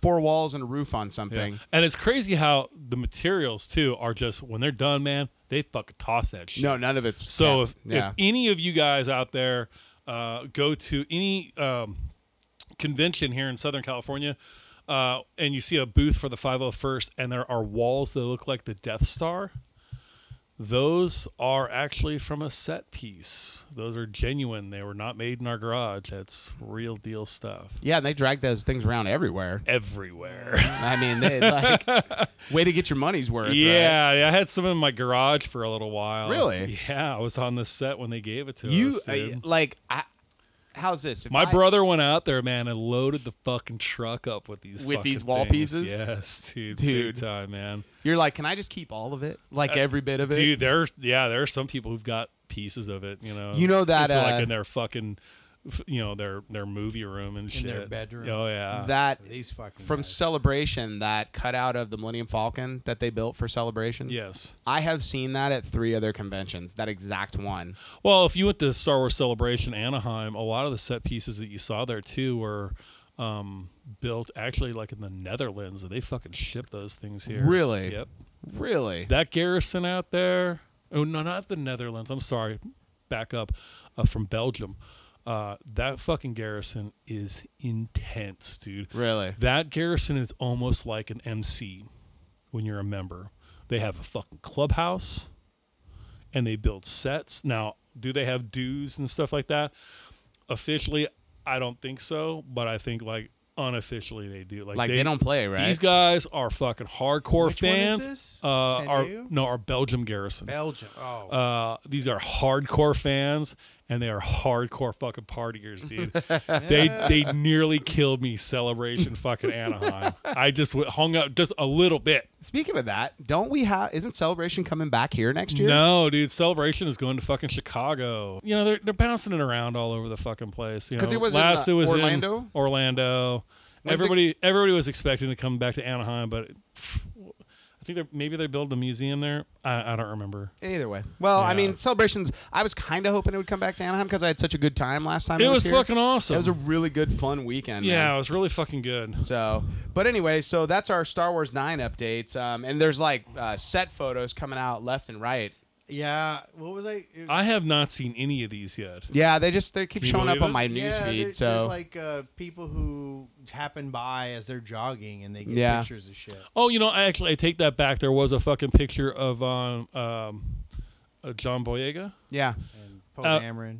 [SPEAKER 2] four walls and a roof on
[SPEAKER 3] Yeah.
[SPEAKER 2] something.
[SPEAKER 3] and it's crazy how the materials too are just when they're done, man. They fucking toss that shit.
[SPEAKER 2] No, none of it's
[SPEAKER 3] So
[SPEAKER 2] kept.
[SPEAKER 3] if, e- if any of you guys out there uh, go to any um, convention here in Southern California uh, and you see a booth for the 501st and there are walls that look like the Death Star, those are actually from a set piece. Those are genuine. They were not made in our garage. That's real deal stuff.
[SPEAKER 2] Yeah, and they drag those things around everywhere.
[SPEAKER 3] Everywhere.
[SPEAKER 2] I mean, they, like, way to get your money's worth. right?
[SPEAKER 3] yeah, yeah, I had some in my garage for a little while.
[SPEAKER 2] Really?
[SPEAKER 3] Yeah, I was on the set when they gave it to
[SPEAKER 2] you
[SPEAKER 3] us. dude.
[SPEAKER 2] uh, like, I, how's this? If
[SPEAKER 3] My
[SPEAKER 2] I-
[SPEAKER 3] brother went out there, man, and loaded the fucking truck up with these
[SPEAKER 2] With these
[SPEAKER 3] fucking
[SPEAKER 2] wall
[SPEAKER 3] things.
[SPEAKER 2] pieces?
[SPEAKER 3] Yes, dude,
[SPEAKER 2] Dude.
[SPEAKER 3] big time, man.
[SPEAKER 2] you're like, can I just keep all of it, like every bit of it?
[SPEAKER 3] Uh, Dude, there, yeah, there are some people who've got pieces of it. You know,
[SPEAKER 2] You know that,
[SPEAKER 3] It's like
[SPEAKER 2] uh,
[SPEAKER 3] in their fucking, f- you know, their their movie room and shit,
[SPEAKER 4] their bedroom.
[SPEAKER 3] Oh yeah,
[SPEAKER 2] that
[SPEAKER 4] These fucking
[SPEAKER 2] from
[SPEAKER 4] guys.
[SPEAKER 2] Celebration, that cutout of the Millennium Falcon that they built for Celebration.
[SPEAKER 3] yes.
[SPEAKER 2] I have seen that at three other conventions. That exact one.
[SPEAKER 3] Well, if you went to Star Wars Celebration Anaheim, a lot of the set pieces that you saw there too were um, built actually like in the Netherlands, and they fucking ship those things here.
[SPEAKER 2] Really?
[SPEAKER 3] Yep.
[SPEAKER 2] Really?
[SPEAKER 3] that garrison out there. Oh no, not the Netherlands. I'm sorry. Back up uh, from Belgium. Uh, that fucking garrison is intense, dude.
[SPEAKER 2] really?
[SPEAKER 3] That garrison is almost like an MC when you're a member. They have a fucking clubhouse and they build sets. Now, do they have dues and stuff like that? Officially, I don't think so, but I think like unofficially they do. Like,
[SPEAKER 2] Like they, don't play, right?
[SPEAKER 3] these guys are fucking hardcore
[SPEAKER 4] Which one is
[SPEAKER 3] fans.
[SPEAKER 4] this?
[SPEAKER 3] Uh,
[SPEAKER 4] San
[SPEAKER 3] our
[SPEAKER 4] Diego?
[SPEAKER 3] no, our Belgium garrison.
[SPEAKER 4] Belgium. Oh,
[SPEAKER 3] Uh, these are hardcore fans, and they are hardcore fucking partiers, dude. they they nearly killed me celebration fucking Anaheim. I just w- hung up just a little bit.
[SPEAKER 2] Speaking of that, don't we have? Isn't Celebration coming back here next year?
[SPEAKER 3] No, dude, celebration is going to fucking Chicago. You know they're they're bouncing it around all over the fucking place. Because
[SPEAKER 2] 'Cause it was in,
[SPEAKER 3] last
[SPEAKER 2] uh,
[SPEAKER 3] it was
[SPEAKER 2] Orlando?
[SPEAKER 3] in Orlando.
[SPEAKER 2] When's it-
[SPEAKER 3] everybody everybody was expecting to come back to Anaheim, but. pff, I think they're, maybe they're building a museum there. I, I don't remember.
[SPEAKER 2] Either way. Well, I
[SPEAKER 3] Yeah.
[SPEAKER 2] mean, celebrations. I was kind of hoping it would come back to Anaheim because I had such a good time last time.
[SPEAKER 3] It
[SPEAKER 2] I
[SPEAKER 3] was
[SPEAKER 2] was, here.
[SPEAKER 3] fucking awesome.
[SPEAKER 2] It was a really good, fun weekend.
[SPEAKER 3] yeah,
[SPEAKER 2] man.
[SPEAKER 3] it was really fucking good.
[SPEAKER 2] So, but anyway, so that's our Star Wars Nine updates. Um, and there's like uh, set photos coming out left and right.
[SPEAKER 4] yeah. What was I? it-
[SPEAKER 3] I have not seen any of these yet.
[SPEAKER 2] Yeah, they just they keep
[SPEAKER 3] you
[SPEAKER 2] showing up
[SPEAKER 3] believe
[SPEAKER 2] on
[SPEAKER 3] it?
[SPEAKER 2] my
[SPEAKER 4] yeah,
[SPEAKER 2] news
[SPEAKER 4] there-
[SPEAKER 2] feed.
[SPEAKER 4] there's
[SPEAKER 2] So
[SPEAKER 4] like uh, people who happen by as they're jogging and they get
[SPEAKER 2] Yeah.
[SPEAKER 4] pictures of shit.
[SPEAKER 3] Oh, you know, I actually I take that back. There was a fucking picture of um, um uh, John Boyega.
[SPEAKER 2] yeah,
[SPEAKER 4] And Poe
[SPEAKER 3] Uh,
[SPEAKER 4] Dameron.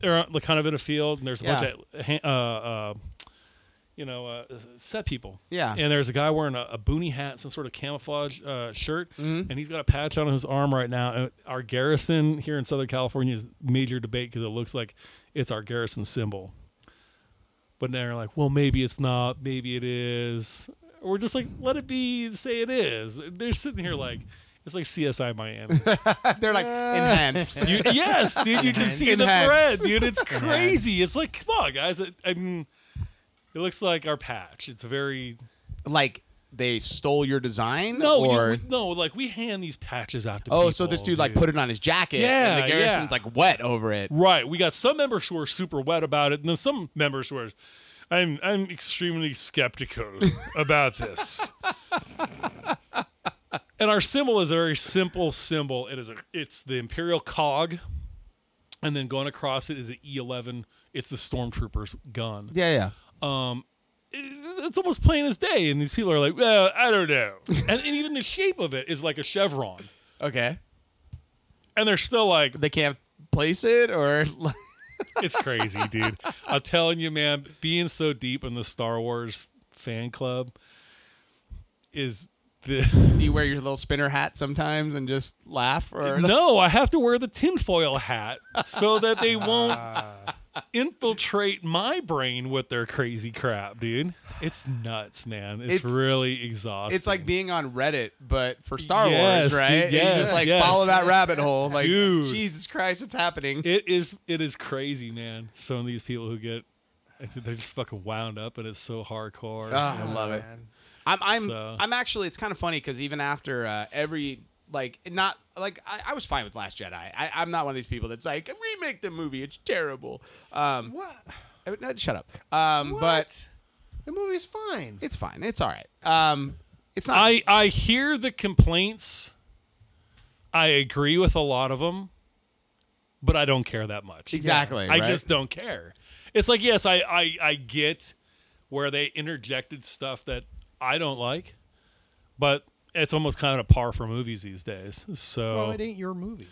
[SPEAKER 3] They're uh, like, kind of in a field, and there's a bunch of uh, ha- uh, uh, you know, uh, set people.
[SPEAKER 2] Yeah.
[SPEAKER 3] And there's a guy wearing a, a boonie hat, some sort of camouflage uh, shirt, and he's got a patch on his arm right now. And our garrison here in Southern California is major debate because it looks like it's our garrison symbol. But they're like, well, maybe it's not. Maybe it is. We're just like, let it be. Say it is. They're sitting here like, it's like CSI Miami.
[SPEAKER 2] They're like enhanced.
[SPEAKER 3] You, yes, dude, you can see the
[SPEAKER 2] Enhance.
[SPEAKER 3] thread, dude. It's crazy. It's like, come on, guys. I, I mean, it looks like our patch. It's very
[SPEAKER 2] like they stole your design?
[SPEAKER 3] no, you-
[SPEAKER 2] or
[SPEAKER 3] we- no. Like we hand these patches out to.
[SPEAKER 2] oh, so this dude like put it on his jacket, and
[SPEAKER 3] Yeah,
[SPEAKER 2] the garrison's
[SPEAKER 3] yeah.
[SPEAKER 2] like wet over it.
[SPEAKER 3] Right, we got some members who are super wet about it, and then some members who are. I'm I'm extremely skeptical about this. and our symbol is a very simple symbol. It is a it's the imperial cog, and then going across it is the E11. It's the stormtrooper's gun.
[SPEAKER 2] Yeah, yeah.
[SPEAKER 3] it's almost plain as day. And these people are like, well, I don't know. and, and even the shape of it is like a chevron.
[SPEAKER 2] Okay,
[SPEAKER 3] And they're still like,
[SPEAKER 2] they can't place it, or
[SPEAKER 3] it's crazy, dude. I'm telling you, man, being so deep in the Star Wars fan club is the.
[SPEAKER 2] do you wear your little spinner hat sometimes and just laugh? Or
[SPEAKER 3] No, I have to wear the tinfoil hat so that they won't
[SPEAKER 2] Ah.
[SPEAKER 3] infiltrate my brain with their crazy crap, dude. It's nuts, man. It's,
[SPEAKER 2] It's-
[SPEAKER 3] really exhausting.
[SPEAKER 2] it's like being on Reddit, but for Star
[SPEAKER 3] Yes,
[SPEAKER 2] Wars,
[SPEAKER 3] dude,
[SPEAKER 2] right? And you
[SPEAKER 3] yes,
[SPEAKER 2] just like
[SPEAKER 3] yes.
[SPEAKER 2] follow that rabbit hole. Like,
[SPEAKER 3] Dude.
[SPEAKER 2] Jesus Christ, it's happening.
[SPEAKER 3] It is it is crazy, man. Some of these people who get I think they're just fucking wound up and it's so hardcore.
[SPEAKER 2] Ah, I love it. I'm I'm
[SPEAKER 3] So-
[SPEAKER 2] I'm actually it's kind of funny because even after uh, every like not like I, I was fine with Last Jedi. I, I'm not one of these people that's like remake the movie. It's terrible. Um,
[SPEAKER 4] What?
[SPEAKER 2] I mean, no, shut up. Um, but
[SPEAKER 4] The movie's fine.
[SPEAKER 2] it's fine. It's all right. Um, it's not.
[SPEAKER 3] I I hear the complaints. I agree with a lot of them, but I don't care that much.
[SPEAKER 2] Exactly,
[SPEAKER 3] I
[SPEAKER 2] right?
[SPEAKER 3] just don't care. It's like yes, I I I get where they interjected stuff that I don't like, but it's almost kind of par for movies these days. So
[SPEAKER 4] Well, it ain't your movie.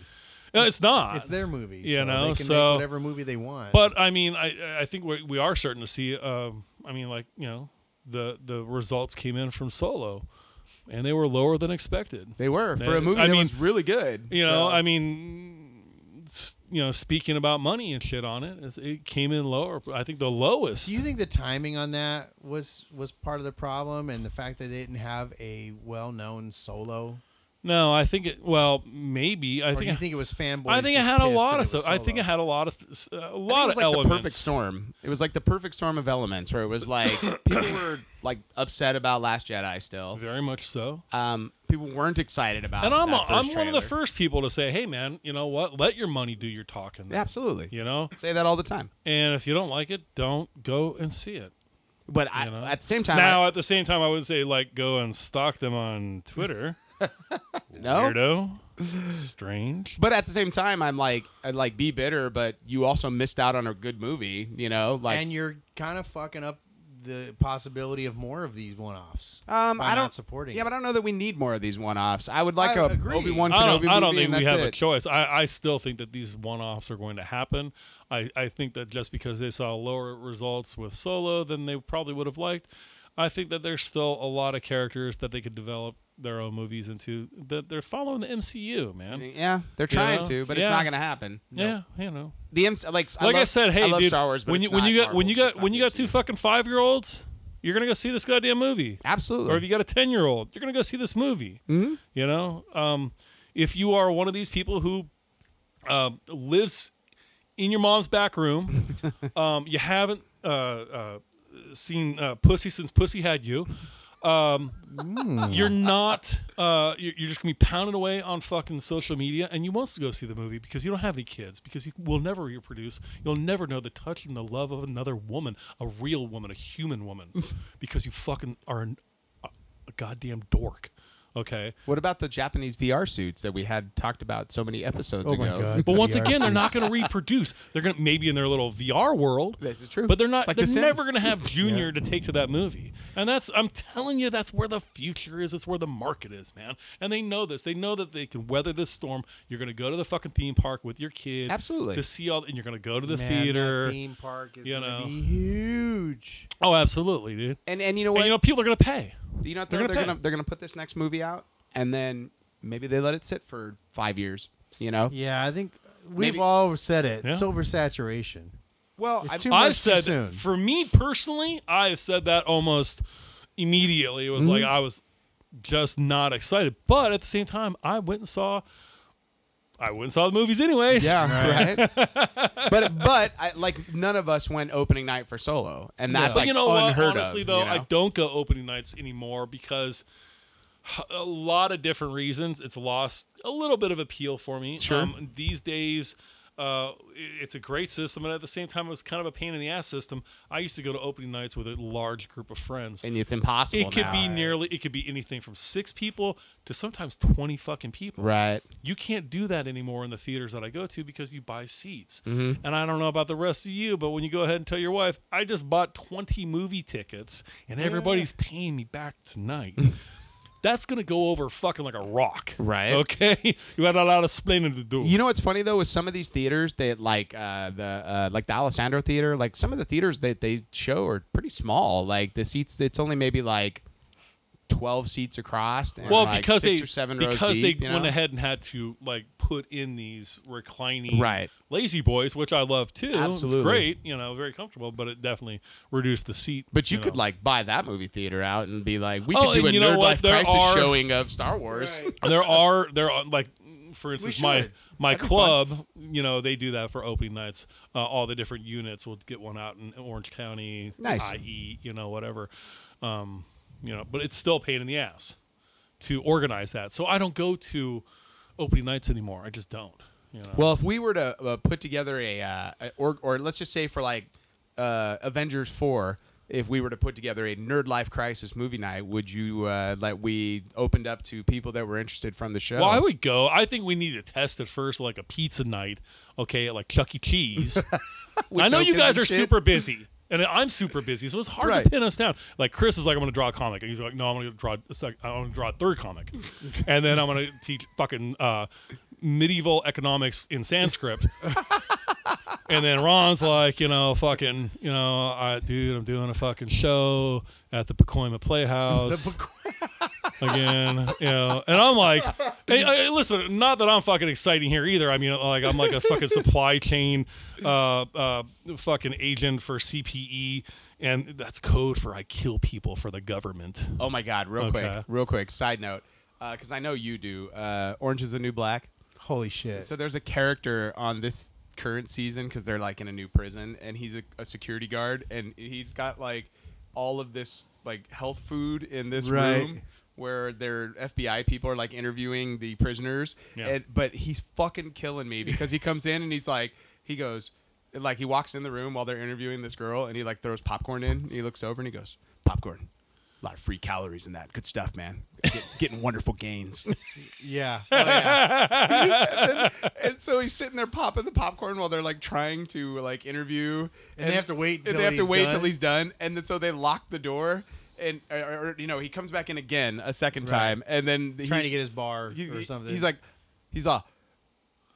[SPEAKER 3] No, it's not.
[SPEAKER 4] It's their movie.
[SPEAKER 3] You
[SPEAKER 4] so
[SPEAKER 3] know,
[SPEAKER 4] they can
[SPEAKER 3] so-
[SPEAKER 4] make whatever movie they want.
[SPEAKER 3] But I mean, I I think we we are starting to see. Um, I mean, like you know, the the results came in from Solo, and they were lower than expected.
[SPEAKER 2] they were for a
[SPEAKER 3] I
[SPEAKER 2] movie that
[SPEAKER 3] mean,
[SPEAKER 2] was really good.
[SPEAKER 3] You
[SPEAKER 2] so-
[SPEAKER 3] know, I mean, s- you know, speaking about money and shit on it, it's- it came in lower. I think the lowest.
[SPEAKER 4] Do you think the timing on that was was part of the problem, and the fact that they didn't have a well known solo?
[SPEAKER 3] no, I think it. Well, maybe I
[SPEAKER 4] Or do you
[SPEAKER 3] think.
[SPEAKER 4] think it was fanboy?
[SPEAKER 3] I think I had a lot of stuff. I think I had a lot of th- a
[SPEAKER 2] I think
[SPEAKER 3] lot
[SPEAKER 2] it was
[SPEAKER 3] of
[SPEAKER 2] like
[SPEAKER 3] elements.
[SPEAKER 2] the perfect storm. It was like the perfect storm of elements, where it was like people were like upset about Last Jedi still.
[SPEAKER 3] Very much so.
[SPEAKER 2] Um, people weren't excited about.
[SPEAKER 3] And I'm
[SPEAKER 2] that
[SPEAKER 3] I'm
[SPEAKER 2] first
[SPEAKER 3] one of
[SPEAKER 2] trailer.
[SPEAKER 3] the first people to say, hey man, you know what? Let your money do your talking. then."
[SPEAKER 2] Absolutely.
[SPEAKER 3] You know,
[SPEAKER 2] Say that all the time.
[SPEAKER 3] And if you don't like it, don't go and see it.
[SPEAKER 2] But I,
[SPEAKER 3] You know?
[SPEAKER 2] at the same time,
[SPEAKER 3] now, at the same time, I would say like go and stalk them on Twitter.
[SPEAKER 2] I, no.
[SPEAKER 3] Weirdo, strange.
[SPEAKER 2] But at the same time, I'm like, I'd like be bitter, but you also missed out on a good movie. You know, like
[SPEAKER 4] and you're kind of fucking up the possibility of more of these one offs.
[SPEAKER 2] Um,
[SPEAKER 4] by
[SPEAKER 2] I
[SPEAKER 4] not
[SPEAKER 2] don't
[SPEAKER 4] supporting.
[SPEAKER 2] Yeah,
[SPEAKER 4] it.
[SPEAKER 2] but I don't know that we need more of these one-offs. I would like
[SPEAKER 4] I
[SPEAKER 2] a
[SPEAKER 4] agree.
[SPEAKER 2] Obi Wan
[SPEAKER 3] I
[SPEAKER 2] Kenobi
[SPEAKER 3] don't.
[SPEAKER 2] movie.
[SPEAKER 3] I don't
[SPEAKER 2] and
[SPEAKER 3] think we
[SPEAKER 2] that's
[SPEAKER 3] have a
[SPEAKER 2] it.
[SPEAKER 3] choice. I, I still think that these one-offs are going to happen. I, I think that just because they saw lower results with Solo than they probably would have liked, I think that there's still a lot of characters that they could develop their own movies into. That they're following the MCU, man.
[SPEAKER 2] Yeah, they're trying
[SPEAKER 3] know?
[SPEAKER 2] to, but
[SPEAKER 3] Yeah.
[SPEAKER 2] it's not going to happen.
[SPEAKER 3] Yeah, you know.
[SPEAKER 2] The MC, like, I,
[SPEAKER 3] like I,
[SPEAKER 2] love-
[SPEAKER 3] said, hey,
[SPEAKER 2] I love
[SPEAKER 3] dude,
[SPEAKER 2] Star Wars, but
[SPEAKER 3] when you
[SPEAKER 2] it's
[SPEAKER 3] when
[SPEAKER 2] not
[SPEAKER 3] you got
[SPEAKER 2] Marvel,
[SPEAKER 3] when you
[SPEAKER 2] it's
[SPEAKER 3] got
[SPEAKER 2] not
[SPEAKER 3] when you got
[SPEAKER 2] MCU.
[SPEAKER 3] two fucking five year olds, you're gonna go see this goddamn movie.
[SPEAKER 2] absolutely,
[SPEAKER 3] Or if you got a ten year old, you're gonna go see this movie. Mm-hmm. You know, um, if you are one of these people who um, lives in your mom's back room, um, you haven't uh, uh, seen uh, Pussy since Pussy had you. Um, you're not. Uh, you're, you're just gonna be pounding away on fucking social media, and you want to go see the movie because you don't have any kids, because you will never reproduce. You'll never know the touch and the love of another woman, a real woman, a human woman, because you fucking are an, a, a goddamn dork. Okay.
[SPEAKER 2] What about the Japanese VR suits that we had talked about so many episodes
[SPEAKER 4] Oh
[SPEAKER 2] ago?
[SPEAKER 4] my God.
[SPEAKER 3] But once
[SPEAKER 4] VR
[SPEAKER 3] again, they're
[SPEAKER 4] suits.
[SPEAKER 3] not going to reproduce. They're going to maybe in their little VR world.
[SPEAKER 2] This is true.
[SPEAKER 3] But they're
[SPEAKER 2] It's
[SPEAKER 3] not.
[SPEAKER 2] like The
[SPEAKER 3] they're
[SPEAKER 2] Sims.
[SPEAKER 3] never going to have Junior to take to that movie. And that's. I'm telling you, that's where the future is. That's where the market is, man. And they know this. They know that they can weather this storm. You're going to go to the fucking theme park with your kid.
[SPEAKER 2] Absolutely.
[SPEAKER 3] To see all. And you're going to go to the
[SPEAKER 4] Man, that
[SPEAKER 3] theater.
[SPEAKER 4] theme park is
[SPEAKER 3] you
[SPEAKER 4] gonna
[SPEAKER 3] know.
[SPEAKER 4] be huge.
[SPEAKER 3] Oh, absolutely, dude.
[SPEAKER 2] And and you know
[SPEAKER 3] And
[SPEAKER 2] what?
[SPEAKER 3] you know, people are going to pay.
[SPEAKER 2] You know what
[SPEAKER 3] They're
[SPEAKER 2] they're,
[SPEAKER 3] gonna
[SPEAKER 2] they're
[SPEAKER 3] pay.
[SPEAKER 2] gonna they're gonna put this next movie out, and then maybe they let it sit for five years. You know?
[SPEAKER 4] Yeah, I think we've
[SPEAKER 2] Maybe-
[SPEAKER 4] all said it.
[SPEAKER 3] Yeah.
[SPEAKER 4] It's oversaturation.
[SPEAKER 2] Well,
[SPEAKER 4] It's
[SPEAKER 2] I-
[SPEAKER 4] too much
[SPEAKER 3] I've
[SPEAKER 4] too
[SPEAKER 3] said
[SPEAKER 4] soon.
[SPEAKER 3] for me personally, I've said that almost immediately. It was
[SPEAKER 2] Mm-hmm.
[SPEAKER 3] like I was just not excited, but at the same time, I went and saw. I went and saw the movies anyways.
[SPEAKER 2] yeah, right. but but I, like none of us went opening night for Solo, and that's
[SPEAKER 3] But
[SPEAKER 2] like
[SPEAKER 3] you know what?
[SPEAKER 2] unheard
[SPEAKER 3] Honestly,
[SPEAKER 2] of,
[SPEAKER 3] though,
[SPEAKER 2] you know?
[SPEAKER 3] I don't go opening nights anymore because a lot of different reasons. It's lost a little bit of appeal for me.
[SPEAKER 2] Sure.
[SPEAKER 3] Um, these days, uh, i- it's a great system, and at the same time, it was kind of a pain in the ass system. I used to go to opening nights with a large group of friends.
[SPEAKER 2] and it's impossible.
[SPEAKER 3] It could
[SPEAKER 2] now.
[SPEAKER 3] be nearly. It could be anything from six people to sometimes twenty fucking people.
[SPEAKER 2] right.
[SPEAKER 3] You can't do that anymore in the theaters that I go to because you buy seats.
[SPEAKER 2] Mm-hmm.
[SPEAKER 3] And I don't know about the rest of you, but when you go ahead and tell your wife, I just bought twenty movie tickets and everybody's paying me back tonight. That's gonna go over fucking like a rock,
[SPEAKER 2] Right.
[SPEAKER 3] Okay, you had a lot of explaining to do.
[SPEAKER 2] You know what's funny though with some of these theaters that like uh, the uh, like the Alessandro Theater, like some of the theaters that they show are pretty small. Like the seats, it's only maybe like twelve seats across. And
[SPEAKER 3] well,
[SPEAKER 2] like,
[SPEAKER 3] because
[SPEAKER 2] six
[SPEAKER 3] they
[SPEAKER 2] or seven rows
[SPEAKER 3] because
[SPEAKER 2] deep,
[SPEAKER 3] they
[SPEAKER 2] you know?
[SPEAKER 3] went ahead and had to like put in these reclining
[SPEAKER 2] Right.
[SPEAKER 3] lazy boys, which I love too.
[SPEAKER 2] Absolutely.
[SPEAKER 3] it's great, you know, very comfortable, but it definitely reduced the seat.
[SPEAKER 2] But you, could
[SPEAKER 3] know.
[SPEAKER 2] like buy that movie theater out and be like, we could
[SPEAKER 3] Oh,
[SPEAKER 2] do
[SPEAKER 3] and
[SPEAKER 2] a
[SPEAKER 3] you know
[SPEAKER 2] Nerd
[SPEAKER 3] what?
[SPEAKER 2] Life
[SPEAKER 3] There
[SPEAKER 2] Crisis
[SPEAKER 3] are-
[SPEAKER 2] showing of Star Wars.
[SPEAKER 3] there are there are like for instance my
[SPEAKER 4] should.
[SPEAKER 3] my club you know they do that for opening nights uh, all the different units will get one out in orange county
[SPEAKER 2] Nice.
[SPEAKER 3] ie you know whatever um you know but it's still a pain in the ass to organize that so i don't go to opening nights anymore i just don't you know
[SPEAKER 2] Well, if we were to uh, put together a, uh, a- or or let's just say for like uh, Avengers four, if we were to put together a Nerd Life Crisis movie night, would you uh, like we opened up to people that were interested from the show?
[SPEAKER 3] Well, I would go. I think we need to test it first, like a pizza night, okay, at like Chuck E. Cheese. I know you
[SPEAKER 2] tokens
[SPEAKER 3] guys
[SPEAKER 2] and
[SPEAKER 3] are
[SPEAKER 2] shit.
[SPEAKER 3] super busy, and I'm super busy, so it's hard
[SPEAKER 2] Right.
[SPEAKER 3] to pin us down. Like Chris is like, I'm going to draw a comic, and he's like, No, I'm going to draw. A sec- I'm going to draw a third comic, and then I'm going to teach fucking uh, medieval economics in Sanskrit. And then Ron's like, you know, fucking, you know, I, dude, I'm doing a fucking show at the Pacoima Playhouse again. You know, and I'm like, hey, I, I- listen, not that I'm fucking exciting here either. I mean, like I'm like a fucking supply chain, uh, uh, fucking agent for CPE, and that's code for I kill people for the government.
[SPEAKER 2] oh my god! Real
[SPEAKER 3] Okay.
[SPEAKER 2] quick, real quick. Side note, because I know you do. Uh, Orange is the New Black.
[SPEAKER 4] Holy shit!
[SPEAKER 2] So there's a character on this current season because they're like in a new prison, and he's a, a security guard, and he's got like all of this like health food in this
[SPEAKER 4] Right.
[SPEAKER 2] room where their FBI people are like interviewing the prisoners,
[SPEAKER 3] Yeah.
[SPEAKER 2] and but he's fucking killing me because he comes in and he's like he goes. Like he walks in the room while they're interviewing this girl, and he like throws popcorn in. And he looks over and he goes, "Popcorn, a lot of free calories in that. Good stuff, man. Get, getting wonderful gains."
[SPEAKER 4] yeah, oh, yeah.
[SPEAKER 2] And so he's sitting there popping the popcorn while they're like trying to like interview, and,
[SPEAKER 4] they have to wait
[SPEAKER 2] and
[SPEAKER 4] till
[SPEAKER 2] they have to
[SPEAKER 4] he's
[SPEAKER 2] wait
[SPEAKER 4] done?
[SPEAKER 2] till he's done, and then so they lock the door, and or, or, you know he comes back in again a second time, and then he-
[SPEAKER 4] trying to get his bar
[SPEAKER 2] he-
[SPEAKER 4] or something.
[SPEAKER 2] He's like, he's all.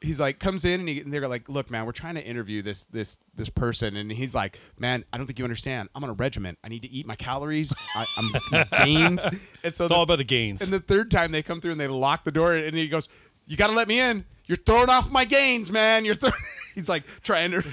[SPEAKER 2] He's like comes in and, he, and they're like, "Look, man, we're trying to interview this this this person," and he's like, "Man, I don't think you understand. I'm on a regiment. I need to eat my calories. I, I'm my gains." And so
[SPEAKER 3] It's all about the gains.
[SPEAKER 2] and the third time they come through and they lock the door and he goes, "You got to let me in. You're throwing off my gains, man. You're throwing." He's like trying to.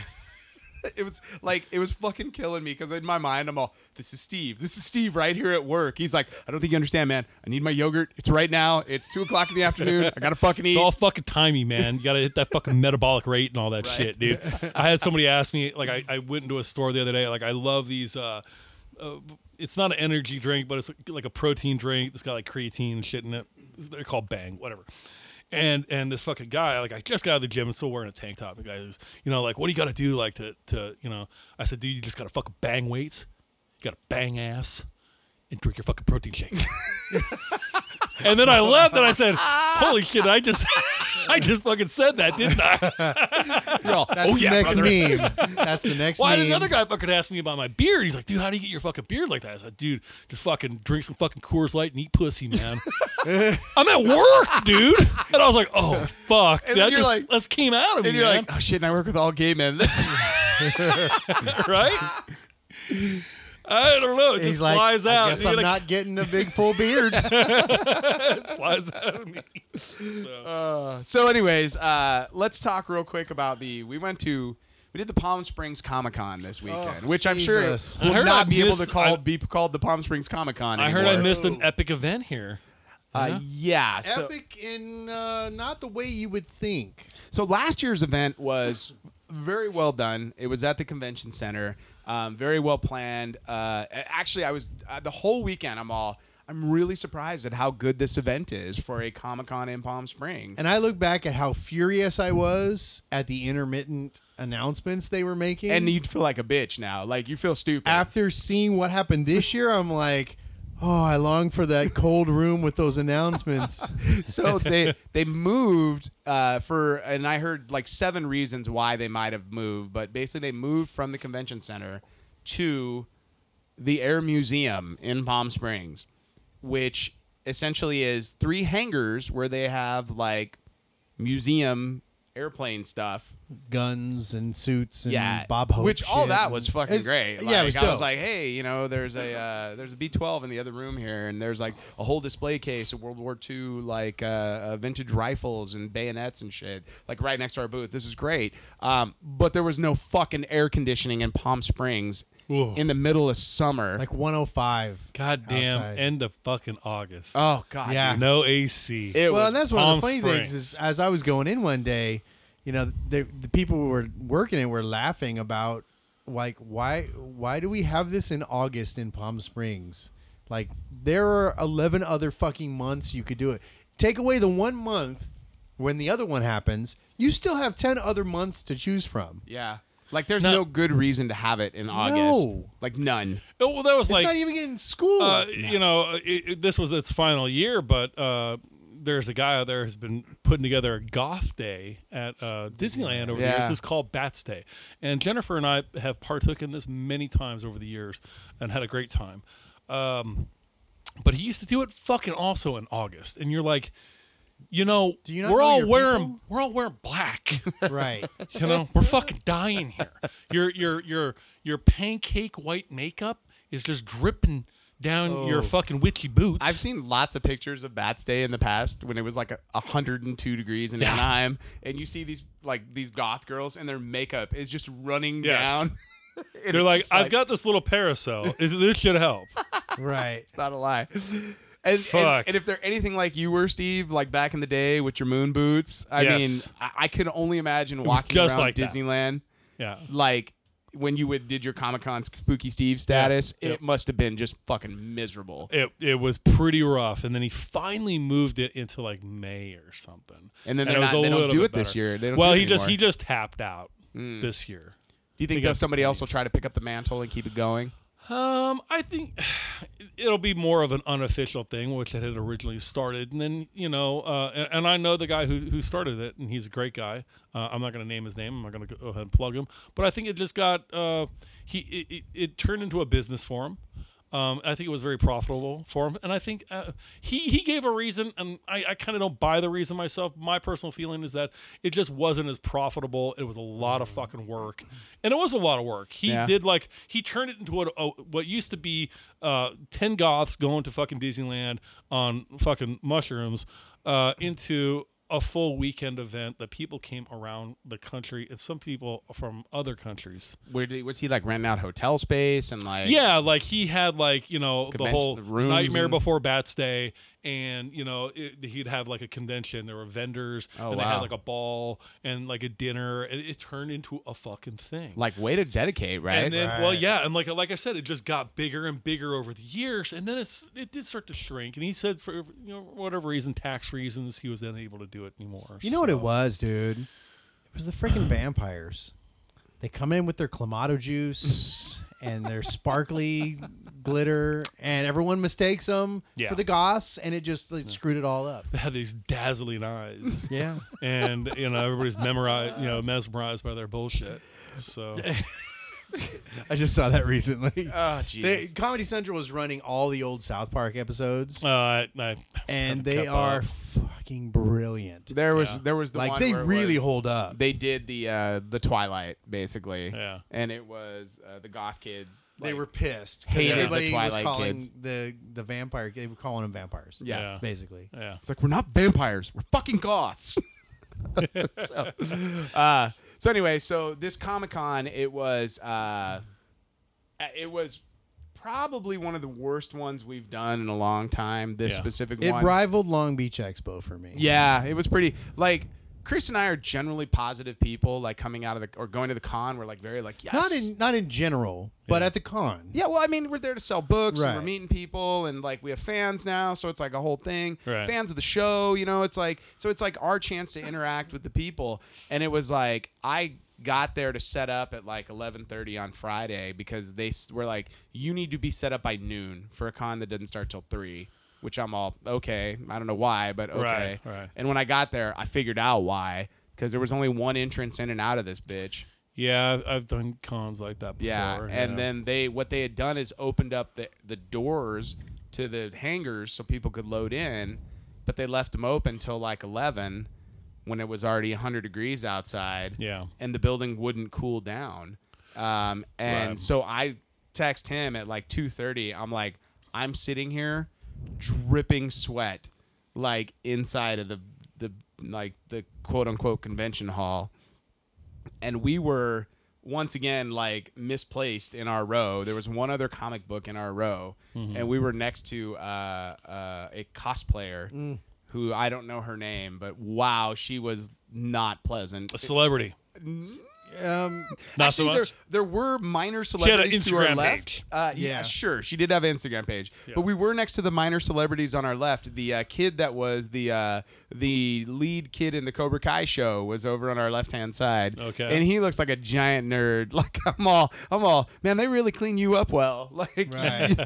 [SPEAKER 2] It was like it was fucking killing me because in my mind I'm all, "This is Steve. This is Steve right here at work." He's like, "I don't think you understand, man. I need my yogurt. It's right now. It's two o'clock in the afternoon. I gotta fucking eat."
[SPEAKER 3] It's all fucking timey, man. You gotta hit that fucking metabolic rate and all that shit, dude. I had somebody ask me, like, I, I went into a store the other day, like, I love these. Uh, uh, it's not an energy drink, but it's like a protein drink that's got like creatine and shit in it. They're called Bang, whatever. And and this fucking guy, like, I just got out of the gym and still wearing a tank top. The guy is, you know, like, what do you gotta do, like, to to, you know? I said, dude, you just gotta fucking bang weights, you gotta bang ass, and drink your fucking protein shake. And then I left and I said, "Holy shit! I just, I just fucking said that, didn't I?"
[SPEAKER 4] That's
[SPEAKER 3] Oh,
[SPEAKER 4] the
[SPEAKER 3] yeah,
[SPEAKER 4] next
[SPEAKER 3] brother.
[SPEAKER 4] meme. That's the next
[SPEAKER 3] Why
[SPEAKER 4] meme.
[SPEAKER 3] did another guy fucking ask me about my beard? He's like, "Dude, how do you get your fucking beard like that?" I said, "Dude, just fucking drink some fucking Coors Light and eat pussy, man." I'm at work, dude, and I was like, "Oh fuck!"
[SPEAKER 2] And then
[SPEAKER 3] that
[SPEAKER 2] you're
[SPEAKER 3] just
[SPEAKER 2] like-
[SPEAKER 3] that's came out of
[SPEAKER 2] And
[SPEAKER 3] me,
[SPEAKER 2] you're
[SPEAKER 3] man.
[SPEAKER 2] like, oh shit, and I work with all gay men. This
[SPEAKER 3] right? I don't know. It
[SPEAKER 4] He's
[SPEAKER 3] just
[SPEAKER 4] like,
[SPEAKER 3] flies
[SPEAKER 4] I
[SPEAKER 3] out.
[SPEAKER 4] guess
[SPEAKER 3] and you're
[SPEAKER 4] I'm
[SPEAKER 3] like,
[SPEAKER 4] not getting the big full beard.
[SPEAKER 3] it just flies out of me. So,
[SPEAKER 2] So, anyways, uh, let's talk real quick about the. We went to. We did the Palm Springs Comic Con this weekend, which I'm
[SPEAKER 4] Oh, Jesus.
[SPEAKER 2] sure
[SPEAKER 3] I
[SPEAKER 2] will
[SPEAKER 3] heard
[SPEAKER 2] not
[SPEAKER 3] I
[SPEAKER 2] be able
[SPEAKER 3] missed-
[SPEAKER 2] to call
[SPEAKER 3] I-
[SPEAKER 2] be called the Palm Springs Comic Con.
[SPEAKER 3] I heard I missed an epic event here.
[SPEAKER 2] Uh, yeah. So,
[SPEAKER 4] Epic in uh, not the way you would think.
[SPEAKER 2] so last year's event was very well done. It was at the convention center, um, very well planned. Uh, a- actually, I was uh, the whole weekend. I'm all. I'm really surprised at how good this event is for a Comic Con in Palm Springs.
[SPEAKER 4] And I look back at how furious I was at the intermittent announcements they were making.
[SPEAKER 2] And you'd feel like a bitch now. Like you feel stupid.
[SPEAKER 4] after seeing what happened this year, I'm like, oh, I long for that cold room with those announcements.
[SPEAKER 2] so they they moved uh, for and I heard like seven reasons why they might have moved, but basically they moved from the convention center to the Air Museum in Palm Springs, which essentially is three hangars where they have like museum airplane stuff.
[SPEAKER 4] Guns and suits and
[SPEAKER 2] Yeah,
[SPEAKER 4] Bob Hope.
[SPEAKER 2] which all
[SPEAKER 4] shit
[SPEAKER 2] that
[SPEAKER 4] and-
[SPEAKER 2] was fucking
[SPEAKER 4] It's-
[SPEAKER 2] great. Like,
[SPEAKER 4] yeah, it was
[SPEAKER 2] I was
[SPEAKER 4] dope.
[SPEAKER 2] like, hey, you know, there's a uh, there's a B12 in the other room here, and there's like a whole display case of World War II like uh, uh, vintage rifles and bayonets and shit, like right next to our booth. This is great. Um, but there was no fucking air conditioning in Palm Springs
[SPEAKER 3] Whoa.
[SPEAKER 2] in the middle of summer.
[SPEAKER 4] like 105.
[SPEAKER 3] God damn,
[SPEAKER 4] outside.
[SPEAKER 3] end of fucking August.
[SPEAKER 2] oh god,
[SPEAKER 4] Yeah.
[SPEAKER 2] dude.
[SPEAKER 3] no AC.
[SPEAKER 2] It
[SPEAKER 4] well,
[SPEAKER 2] was
[SPEAKER 4] and that's one
[SPEAKER 3] Palm
[SPEAKER 4] of the funny things
[SPEAKER 3] Springs.
[SPEAKER 4] is as I was going in one day, you know, the, the people who were working it were laughing about like why why do we have this in August in Palm Springs? Like there are eleven other fucking months you could do it. Take away the one month when the other one happens, you still have ten other months to choose from.
[SPEAKER 2] yeah. Like there's
[SPEAKER 3] No.
[SPEAKER 2] no, good reason to have it in August.
[SPEAKER 4] No.
[SPEAKER 2] Like none.
[SPEAKER 3] Oh, well, that was
[SPEAKER 4] It's
[SPEAKER 3] like
[SPEAKER 4] not even in school.
[SPEAKER 3] uh, you know, it, it- this was its final year, but uh, there's a guy out there who's been putting together a goth day at uh, Disneyland over the years.
[SPEAKER 2] Yeah.
[SPEAKER 3] It's called Bats Day, and Jennifer and I have partook in this many times over the years and had a great time. Um, but he used to do it fucking also in August, and you're like, you know,
[SPEAKER 4] you not
[SPEAKER 3] we're
[SPEAKER 4] know
[SPEAKER 3] all
[SPEAKER 4] your
[SPEAKER 3] wearing
[SPEAKER 4] people?
[SPEAKER 3] we're all wearing black.
[SPEAKER 4] right.
[SPEAKER 3] You know, we're fucking dying here. Your your your your pancake white makeup is just dripping down your fucking witchy boots.
[SPEAKER 2] Oh. I've seen lots of pictures of Bats Day in the past when it was like a 102 degrees in Anaheim, and you see these like these goth girls and their makeup is just running
[SPEAKER 3] Yes.
[SPEAKER 2] down. And
[SPEAKER 3] They're
[SPEAKER 2] it's
[SPEAKER 3] like,
[SPEAKER 2] just
[SPEAKER 3] I've got this little parasol. It- this should help.
[SPEAKER 4] Right.
[SPEAKER 2] not a lie. And, and,
[SPEAKER 3] Fuck.
[SPEAKER 2] and if they're anything like you were, Steve, like back in the day with your moon boots, I
[SPEAKER 3] Yes.
[SPEAKER 2] mean, I, I can only imagine
[SPEAKER 3] was
[SPEAKER 2] walking
[SPEAKER 3] just
[SPEAKER 2] around
[SPEAKER 3] like that.
[SPEAKER 2] Disneyland,
[SPEAKER 3] Yeah.
[SPEAKER 2] like when you would did your Comic Con Spooky Steve status.
[SPEAKER 3] Yeah.
[SPEAKER 2] It must have been just fucking miserable.
[SPEAKER 3] It it was pretty rough, and then he finally moved it into like May or something.
[SPEAKER 2] And then
[SPEAKER 3] it
[SPEAKER 2] they're
[SPEAKER 3] was
[SPEAKER 2] not-
[SPEAKER 3] a
[SPEAKER 2] they don't
[SPEAKER 3] little
[SPEAKER 2] do
[SPEAKER 3] bit
[SPEAKER 2] it this
[SPEAKER 3] better.
[SPEAKER 2] year. They don't
[SPEAKER 3] well,
[SPEAKER 2] do it
[SPEAKER 3] he just
[SPEAKER 2] anymore. Hmm.
[SPEAKER 3] he just tapped out this year.
[SPEAKER 2] Do you think
[SPEAKER 3] got
[SPEAKER 2] that somebody
[SPEAKER 3] some
[SPEAKER 2] else will try to pick up the mantle and keep it going?
[SPEAKER 3] Um, I think it'll be more of an unofficial thing, which it had originally started, and then you know, uh, and, and I know the guy who who started it, and he's a great guy. Uh, I'm not going to name his name. I'm not going to go ahead and plug him, but I think it just got uh, he it, it, it turned into a business for him. Um, I think it was very profitable for him, and I think uh, he he gave a reason, and I, I kind of don't buy the reason myself. My personal feeling is that it just wasn't as profitable. It was a lot of fucking work, and it was a lot of work. He
[SPEAKER 2] Yeah.
[SPEAKER 3] did did, like he turned it into what uh, what used to be uh, ten goths going to fucking Disneyland on fucking mushrooms uh, into a full weekend event that people came around the country and some people from other countries.
[SPEAKER 2] Where did, was he like renting out hotel space and like
[SPEAKER 3] Yeah, like he had like you know the
[SPEAKER 2] Convention-
[SPEAKER 3] whole
[SPEAKER 2] rooms
[SPEAKER 3] Nightmare
[SPEAKER 2] and-
[SPEAKER 3] Before Bats Day, and you know it, he'd have like a convention. There were vendors,
[SPEAKER 2] Oh,
[SPEAKER 3] and they had
[SPEAKER 2] wow.
[SPEAKER 3] like a ball and like a dinner, and it turned into a fucking thing.
[SPEAKER 2] like way to dedicate right
[SPEAKER 3] And then, well, yeah, and like like I said, it just got bigger and bigger over the years, and then it's it did start to shrink. And he said, for you know whatever reason, tax reasons, he was unable to do it anymore.
[SPEAKER 4] You know what
[SPEAKER 3] So-
[SPEAKER 4] it was, dude? It was the freaking vampires. They come in with their clamato juice and they're sparkly glitter, and everyone mistakes them
[SPEAKER 3] Yeah.
[SPEAKER 4] for the goss, and it just like, screwed it all up.
[SPEAKER 3] They have these dazzling eyes.
[SPEAKER 4] Yeah.
[SPEAKER 3] And you know everybody's memorized, you know, mesmerized by their bullshit. So
[SPEAKER 4] I just saw that recently.
[SPEAKER 1] Oh,
[SPEAKER 4] They,
[SPEAKER 1] jeez.
[SPEAKER 4] Comedy Central was running all the old South Park episodes,
[SPEAKER 3] uh, I, I
[SPEAKER 4] and
[SPEAKER 3] haven't
[SPEAKER 4] they
[SPEAKER 3] kept
[SPEAKER 4] are
[SPEAKER 3] up.
[SPEAKER 4] fucking brilliant.
[SPEAKER 2] There was there was the
[SPEAKER 4] Like
[SPEAKER 2] one
[SPEAKER 4] they
[SPEAKER 2] where it
[SPEAKER 4] really
[SPEAKER 2] was-
[SPEAKER 4] hold up.
[SPEAKER 2] They did the uh, the Twilight basically.
[SPEAKER 3] Yeah.
[SPEAKER 2] And it was uh, the goth kids.
[SPEAKER 4] they
[SPEAKER 2] like-
[SPEAKER 4] were pissed
[SPEAKER 2] hated the
[SPEAKER 4] everybody was
[SPEAKER 2] Twilight
[SPEAKER 4] calling
[SPEAKER 2] kids.
[SPEAKER 4] the the vampire. They were calling them vampires.
[SPEAKER 2] yeah.
[SPEAKER 3] Yeah.
[SPEAKER 4] basically.
[SPEAKER 3] yeah.
[SPEAKER 2] It's like we're not vampires. We're fucking goths. so, uh, so anyway, so this Comic Con, it was uh, it was probably one of the worst ones we've done in a long time. This
[SPEAKER 3] Yeah.
[SPEAKER 2] specific
[SPEAKER 4] It
[SPEAKER 2] one.
[SPEAKER 4] rivaled Long Beach Expo for me.
[SPEAKER 2] Yeah, it was pretty like Chris and I are generally positive people. Like coming out of the or going to the con, we're like very like yes.
[SPEAKER 4] not in not in general, but at the con.
[SPEAKER 2] yeah, well, I mean, we're there to sell books and we're
[SPEAKER 4] Right.
[SPEAKER 2] meeting people and like we have fans now, so it's like a whole thing.
[SPEAKER 3] Right.
[SPEAKER 2] Fans of the show, you know, it's like so it's like our chance to interact with the people. And it was like I got there to set up at like 11:30 on Friday because they s- were like you need to be set up by noon for a con that doesn't start till 3, which I'm all okay. I don't know why, but okay.
[SPEAKER 3] Right, right.
[SPEAKER 2] And when I got there, I figured out why because there was only one entrance in and out of this bitch.
[SPEAKER 3] Yeah, I've- I've done cons like that before.
[SPEAKER 2] Yeah, and
[SPEAKER 3] yeah.
[SPEAKER 2] then they what they had done is opened up the the doors to the hangars so people could load in, but they left them open till like eleven, when it was already hundred degrees outside.
[SPEAKER 3] Yeah.
[SPEAKER 2] and the building wouldn't cool down. Um, and
[SPEAKER 3] Right.
[SPEAKER 2] so I text him at like two thirty. I'm like, I'm sitting here, dripping sweat, like inside of the the like the quote unquote convention hall and we were once again like misplaced in our row. There was one other comic book in our row, and we were next to uh, uh, a cosplayer who I don't know her name, but wow, she was not pleasant.
[SPEAKER 3] a celebrity.
[SPEAKER 4] Um,
[SPEAKER 3] Not
[SPEAKER 2] Actually,
[SPEAKER 3] so much.
[SPEAKER 2] there, there were minor
[SPEAKER 3] had an
[SPEAKER 2] celebrities to our
[SPEAKER 3] Instagram
[SPEAKER 2] left.
[SPEAKER 3] page.
[SPEAKER 2] Uh, yeah.
[SPEAKER 4] Yeah.
[SPEAKER 2] sure. She did have an Instagram page, but we were next to the minor celebrities on our left. The uh, kid that was the uh, the lead kid in the Cobra Kai show was over on our left hand side.
[SPEAKER 3] Okay.
[SPEAKER 2] and he looks like a giant nerd. Like I'm all, I'm all, man. They really clean you up well. Like
[SPEAKER 4] Right.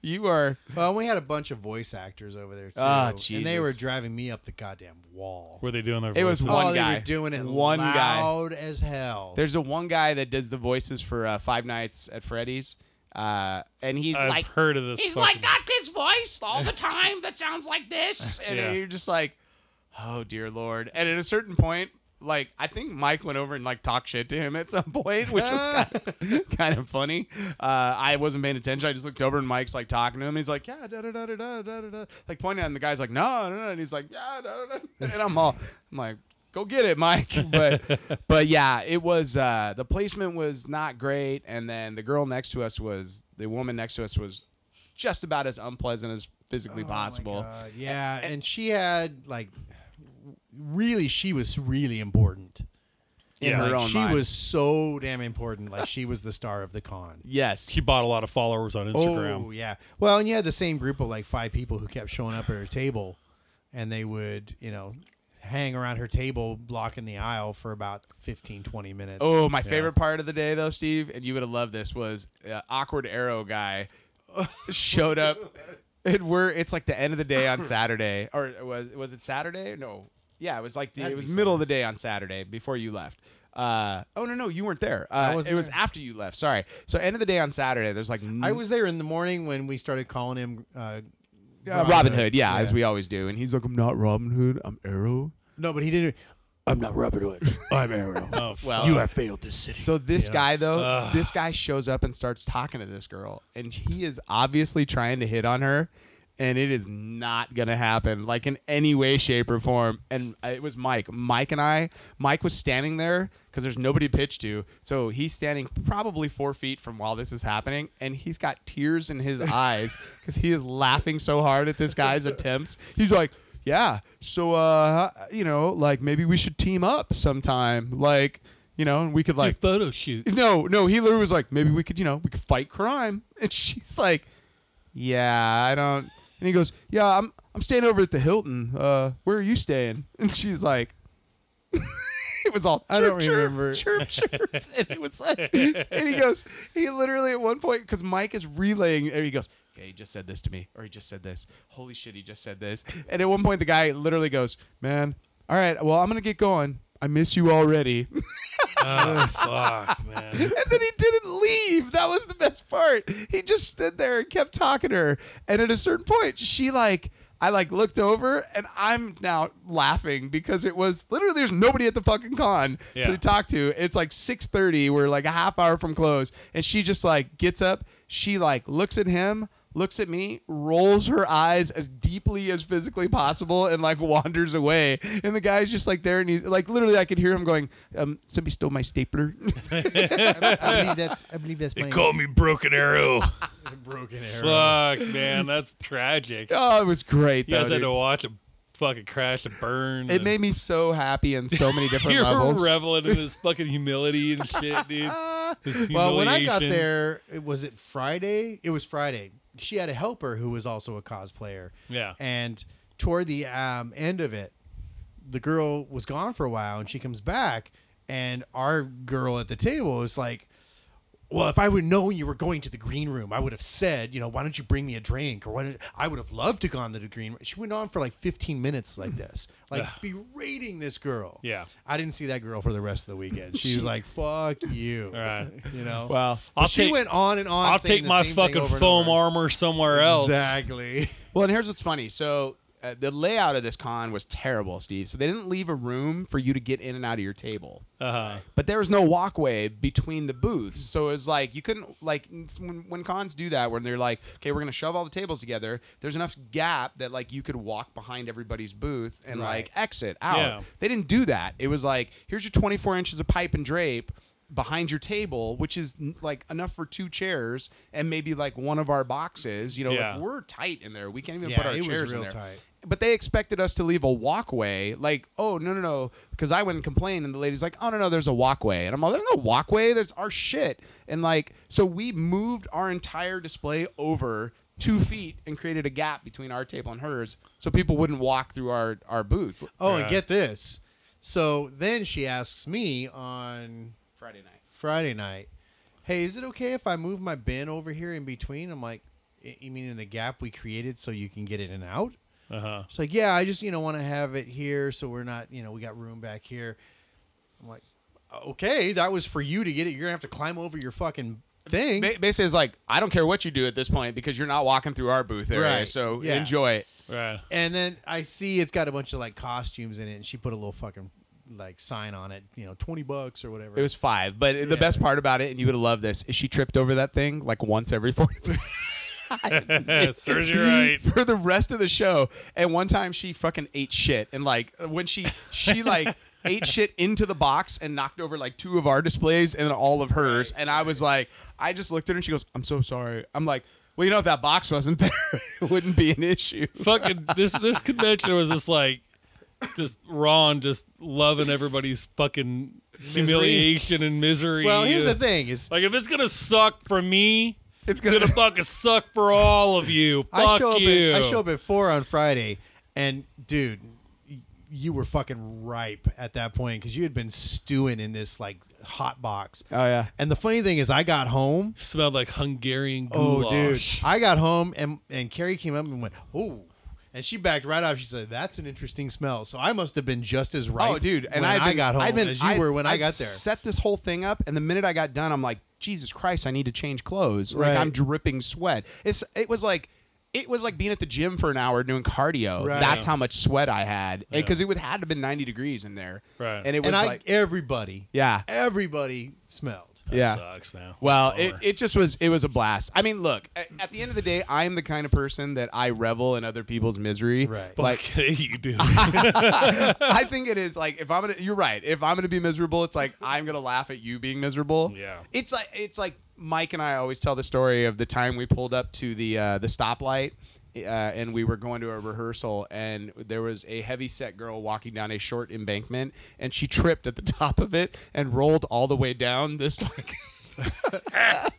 [SPEAKER 2] you are.
[SPEAKER 4] well, we had a bunch of voice actors over there too,
[SPEAKER 2] Ah,
[SPEAKER 4] and they were
[SPEAKER 2] Jesus.
[SPEAKER 4] driving me up the goddamn wall.
[SPEAKER 3] Were they doing their
[SPEAKER 2] It was
[SPEAKER 3] voices?
[SPEAKER 2] one
[SPEAKER 4] oh, they
[SPEAKER 2] guy.
[SPEAKER 4] were doing it
[SPEAKER 2] One guy.
[SPEAKER 4] loud as hell.
[SPEAKER 2] There's the one guy that does the voices for uh, Five Nights at Freddy's, uh, and he's
[SPEAKER 3] I've
[SPEAKER 2] like
[SPEAKER 3] heard of this.
[SPEAKER 2] He's
[SPEAKER 3] fucking-
[SPEAKER 2] like got this voice all the time that sounds like this, and
[SPEAKER 3] Yeah.
[SPEAKER 2] you're just like, oh dear lord. And at a certain point, like I think Mike went over and like talked shit to him at some point, which was kind of, kind of funny. Uh, I wasn't paying attention. I just looked over and Mike's like talking to him. He's like, yeah, da da da da da da da, da," like pointing at him. The guy's like, no, no, no, and he's like, yeah, da da da, and I'm all, I'm like. Go get it, Mike. But but yeah, it was uh, the placement was not great, and then the girl next to us was the woman next to us was just about as unpleasant as physically possible.
[SPEAKER 4] Uh, yeah, and, she had like really, she was really important.
[SPEAKER 2] In
[SPEAKER 4] Like,
[SPEAKER 2] her own
[SPEAKER 4] she
[SPEAKER 2] mind.
[SPEAKER 4] was so damn important. Like she was the star of the con.
[SPEAKER 2] yes.
[SPEAKER 3] She bought a lot of followers on Instagram.
[SPEAKER 4] Oh yeah. Well, and you had the same group of like five people who kept showing up at her table, and they would you know hang around her table blocking the aisle for about 15 20 minutes
[SPEAKER 2] Oh, my favorite part of the day though, Steve, and you would have loved this was uh, awkward arrow guy showed up. And we're it's like the end of the day on Saturday, or was was it Saturday? No, yeah, it was like the it
[SPEAKER 4] That'd
[SPEAKER 2] was
[SPEAKER 4] be
[SPEAKER 2] middle of the day on Saturday before you left. Uh, oh no, no, you weren't there. Uh,
[SPEAKER 4] wasn't
[SPEAKER 2] it was
[SPEAKER 4] there.
[SPEAKER 2] after you left. Sorry. So end of the day on Saturday. There's like
[SPEAKER 4] i was there in the morning when we started calling him uh,
[SPEAKER 2] uh, Robin Hood, yeah, as we always do, and he's like, I'm not Robin Hood, I'm Arrow.
[SPEAKER 4] no but he didn't i'm not robert hood i'm arrow
[SPEAKER 3] Oh, f-
[SPEAKER 2] Well,
[SPEAKER 4] you have failed this city
[SPEAKER 2] So this guy though, this guy shows up and starts talking to this girl, and he is obviously trying to hit on her, and it is not gonna happen, like in any way, shape, or form. And uh, it was Mike. Mike and I. Mike was standing there because there's nobody to pitch to, so he's standing probably four feet from while this is happening, and he's got tears in his eyes because he is laughing so hard at this guy's attempts. He's like. Yeah. So uh you know, like maybe we should team up sometime. Like, you know, and we could like
[SPEAKER 3] like photo shoot.
[SPEAKER 2] no, no, he literally was like, maybe we could, you know, we could fight crime. And she's like, yeah, I don't. And he goes, yeah, I'm, I'm staying over at the Hilton. Uh, where are you staying? And she's like, It was all.
[SPEAKER 4] I
[SPEAKER 2] chirp,
[SPEAKER 4] don't
[SPEAKER 2] chirp,
[SPEAKER 4] remember.
[SPEAKER 2] Chirp, chirp. and he was like, and he goes, he literally at one point because Mike is relaying, and he goes, "Okay, he just said this to me, or he just said this. Holy shit, he just said this." And at one point, the guy literally goes, "Man, all right, well, I'm gonna get going. I miss you already."
[SPEAKER 3] Oh, fuck, man.
[SPEAKER 2] and then he didn't leave. That was the best part. He just stood there and kept talking to her. And at a certain point, she like I like looked over and I'm now laughing because it was literally there's nobody at the fucking con
[SPEAKER 3] Yeah.
[SPEAKER 2] to talk to. It's like 6:30, we're like a half hour from close and she just like gets up, she like looks at him looks at me rolls her eyes as deeply as physically possible and like wanders away and the guy's just like there and he's like literally i could hear him going um somebody stole my stapler
[SPEAKER 4] I believe that's. I believe that's my
[SPEAKER 3] Call me Broken Arrow.
[SPEAKER 4] broken
[SPEAKER 3] Fuck, man, that's tragic. You
[SPEAKER 2] Oh, it was great. Though,
[SPEAKER 3] guys had
[SPEAKER 2] dude.
[SPEAKER 3] to watch a fucking crash and burn.
[SPEAKER 2] it made me so happy in so many different
[SPEAKER 3] You're
[SPEAKER 2] levels.
[SPEAKER 3] reveling in his fucking humility and shit, dude. His
[SPEAKER 4] Well, when I got
[SPEAKER 3] humiliation.
[SPEAKER 4] there, it- was it Friday? It was Friday. She had a helper who was also a cosplayer.
[SPEAKER 3] Yeah.
[SPEAKER 4] And toward the um, end of it, the girl was gone for a while, and she comes back, and our girl at the table is like, "Well, if I would have known you were going to the green room, I would have said, you know, why don't you bring me a drink?" Or why don't I would have loved to gone to the green room. She went on for like 15 minutes like this, like berating this girl.
[SPEAKER 3] Yeah.
[SPEAKER 4] I didn't see that girl for the rest of the weekend. She was like, "Fuck you."
[SPEAKER 3] All right.
[SPEAKER 4] You know.
[SPEAKER 2] Well,
[SPEAKER 4] But
[SPEAKER 3] I'll
[SPEAKER 4] she
[SPEAKER 3] take-
[SPEAKER 4] went on and on.
[SPEAKER 3] I'll
[SPEAKER 4] saying
[SPEAKER 3] take
[SPEAKER 4] the
[SPEAKER 3] my
[SPEAKER 4] same thing
[SPEAKER 3] fucking
[SPEAKER 4] over and
[SPEAKER 3] foam
[SPEAKER 4] over.
[SPEAKER 3] armor somewhere else.
[SPEAKER 4] Exactly.
[SPEAKER 2] Well, and here's what's funny. So uh, the layout of this con was terrible, Steve. So they didn't leave a room for you to get in and out of your table.
[SPEAKER 3] Uh-huh.
[SPEAKER 2] but there was no walkway between the booths. So it was like you couldn't like when, when cons do that when they're like, okay, we're gonna shove all the tables together. There's enough gap that like you could walk behind everybody's booth and like exit out.
[SPEAKER 3] Yeah.
[SPEAKER 2] They didn't do that. It was like here's your 24 inches of pipe and drape behind your table which is n- like enough for two chairs and maybe like one of our boxes you know
[SPEAKER 3] Yeah.
[SPEAKER 2] like we're tight in there we can't even
[SPEAKER 4] Yeah,
[SPEAKER 2] put our
[SPEAKER 4] it was
[SPEAKER 2] chairs in
[SPEAKER 4] real
[SPEAKER 2] there
[SPEAKER 4] tight.
[SPEAKER 2] but they expected us to leave a walkway. Like, oh no no no, because I went and complained, and the lady's like, oh no no, there's a walkway, and I'm like, there's no walkway, there's our shit, and like, so we moved our entire display over two feet and created a gap between our table and hers, so people wouldn't walk through our our booth.
[SPEAKER 4] Oh, and
[SPEAKER 3] Right.
[SPEAKER 4] get this. So then she asks me on
[SPEAKER 2] Friday night.
[SPEAKER 4] Friday night, "Hey, is it okay if I move my bin over here in between?" I'm like, "Y- "You mean in the gap we created so you can get in and out?"
[SPEAKER 3] Uh-huh.
[SPEAKER 4] She's like, "Yeah, I just you know want to have it here so we're not you know we got room back here." I'm like, "Okay, that was for you to get it. You're gonna have to climb over your fucking thing."
[SPEAKER 2] Ba- basically, it's like I don't care what you do at this point because you're not walking through our booth area,
[SPEAKER 4] Right.
[SPEAKER 2] so
[SPEAKER 4] Yeah.
[SPEAKER 2] enjoy it.
[SPEAKER 3] Right.
[SPEAKER 4] And then I see it's got a bunch of like costumes in it, and she put a little fucking like sign on it, you know, twenty bucks or whatever.
[SPEAKER 2] It was five, but the
[SPEAKER 4] Yeah.
[SPEAKER 2] best part about it, and you would have loved this, is she tripped over that thing like once every forty.
[SPEAKER 3] Serves you right.
[SPEAKER 2] for the rest of the show. And one time she fucking ate shit and like when she she like ate shit into the box and knocked over like two of our displays and then all of hers. and I was like, I just looked at her and she goes, "I'm so sorry." I'm like, "Well, you know, if that box wasn't there, it wouldn't be an issue."
[SPEAKER 3] fucking this this convention was just like just Ron just loving everybody's fucking humiliation and misery.
[SPEAKER 4] well, here's the thing: is
[SPEAKER 3] Like if it's gonna suck for me,
[SPEAKER 2] It's
[SPEAKER 3] it's
[SPEAKER 2] gonna-
[SPEAKER 3] gonna, fucking suck for all of you. Fuck
[SPEAKER 4] I show
[SPEAKER 3] you.
[SPEAKER 4] up at I show up at four on Friday, and dude, y- you were fucking ripe at that point because you had been stewing in this like hot box.
[SPEAKER 2] Oh, yeah.
[SPEAKER 4] And the funny thing is, I got home.
[SPEAKER 3] Smelled like Hungarian
[SPEAKER 4] Oh,
[SPEAKER 3] goulash.
[SPEAKER 4] dude, I got home and and Carrie came up and went, oh. And she backed right off. She said, "That's an interesting smell." So I must have been just as ripe.
[SPEAKER 2] Oh, dude! And
[SPEAKER 4] when
[SPEAKER 2] I'd been-
[SPEAKER 4] I got home
[SPEAKER 2] I'd been,
[SPEAKER 4] as you
[SPEAKER 2] I'd-
[SPEAKER 4] were when i
[SPEAKER 2] I'd
[SPEAKER 4] got there.
[SPEAKER 2] Set this whole thing up, and the minute I got done, I'm like, Jesus Christ! I need to change clothes.
[SPEAKER 4] Right.
[SPEAKER 2] Like I'm dripping sweat. It's it was like. It was like being at the gym for an hour doing cardio.
[SPEAKER 4] Right.
[SPEAKER 2] That's how much sweat I had because it would had to been ninety degrees in there.
[SPEAKER 3] Right.
[SPEAKER 2] and it was
[SPEAKER 4] and I
[SPEAKER 2] like
[SPEAKER 4] everybody,
[SPEAKER 2] Yeah.
[SPEAKER 4] everybody smelled.
[SPEAKER 3] That
[SPEAKER 2] yeah.
[SPEAKER 3] sucks, man.
[SPEAKER 2] Well,
[SPEAKER 3] Bummer.
[SPEAKER 2] it, it just was it was a blast. I mean, look, a- at the end of the day, I am the kind of person that I revel in other people's misery.
[SPEAKER 4] Right.
[SPEAKER 2] Like
[SPEAKER 3] Fuck you do.
[SPEAKER 2] I think it is like if I'm gonna. You're right. If I'm gonna be miserable, it's like I'm gonna laugh at you being miserable.
[SPEAKER 3] Yeah.
[SPEAKER 2] It's like it's like Mike and I always tell the story of the time we pulled up to the uh, the stoplight. Uh, and we were going to a rehearsal, and there was a heavy set girl walking down a short embankment, and she tripped at the top of it and rolled all the way down this like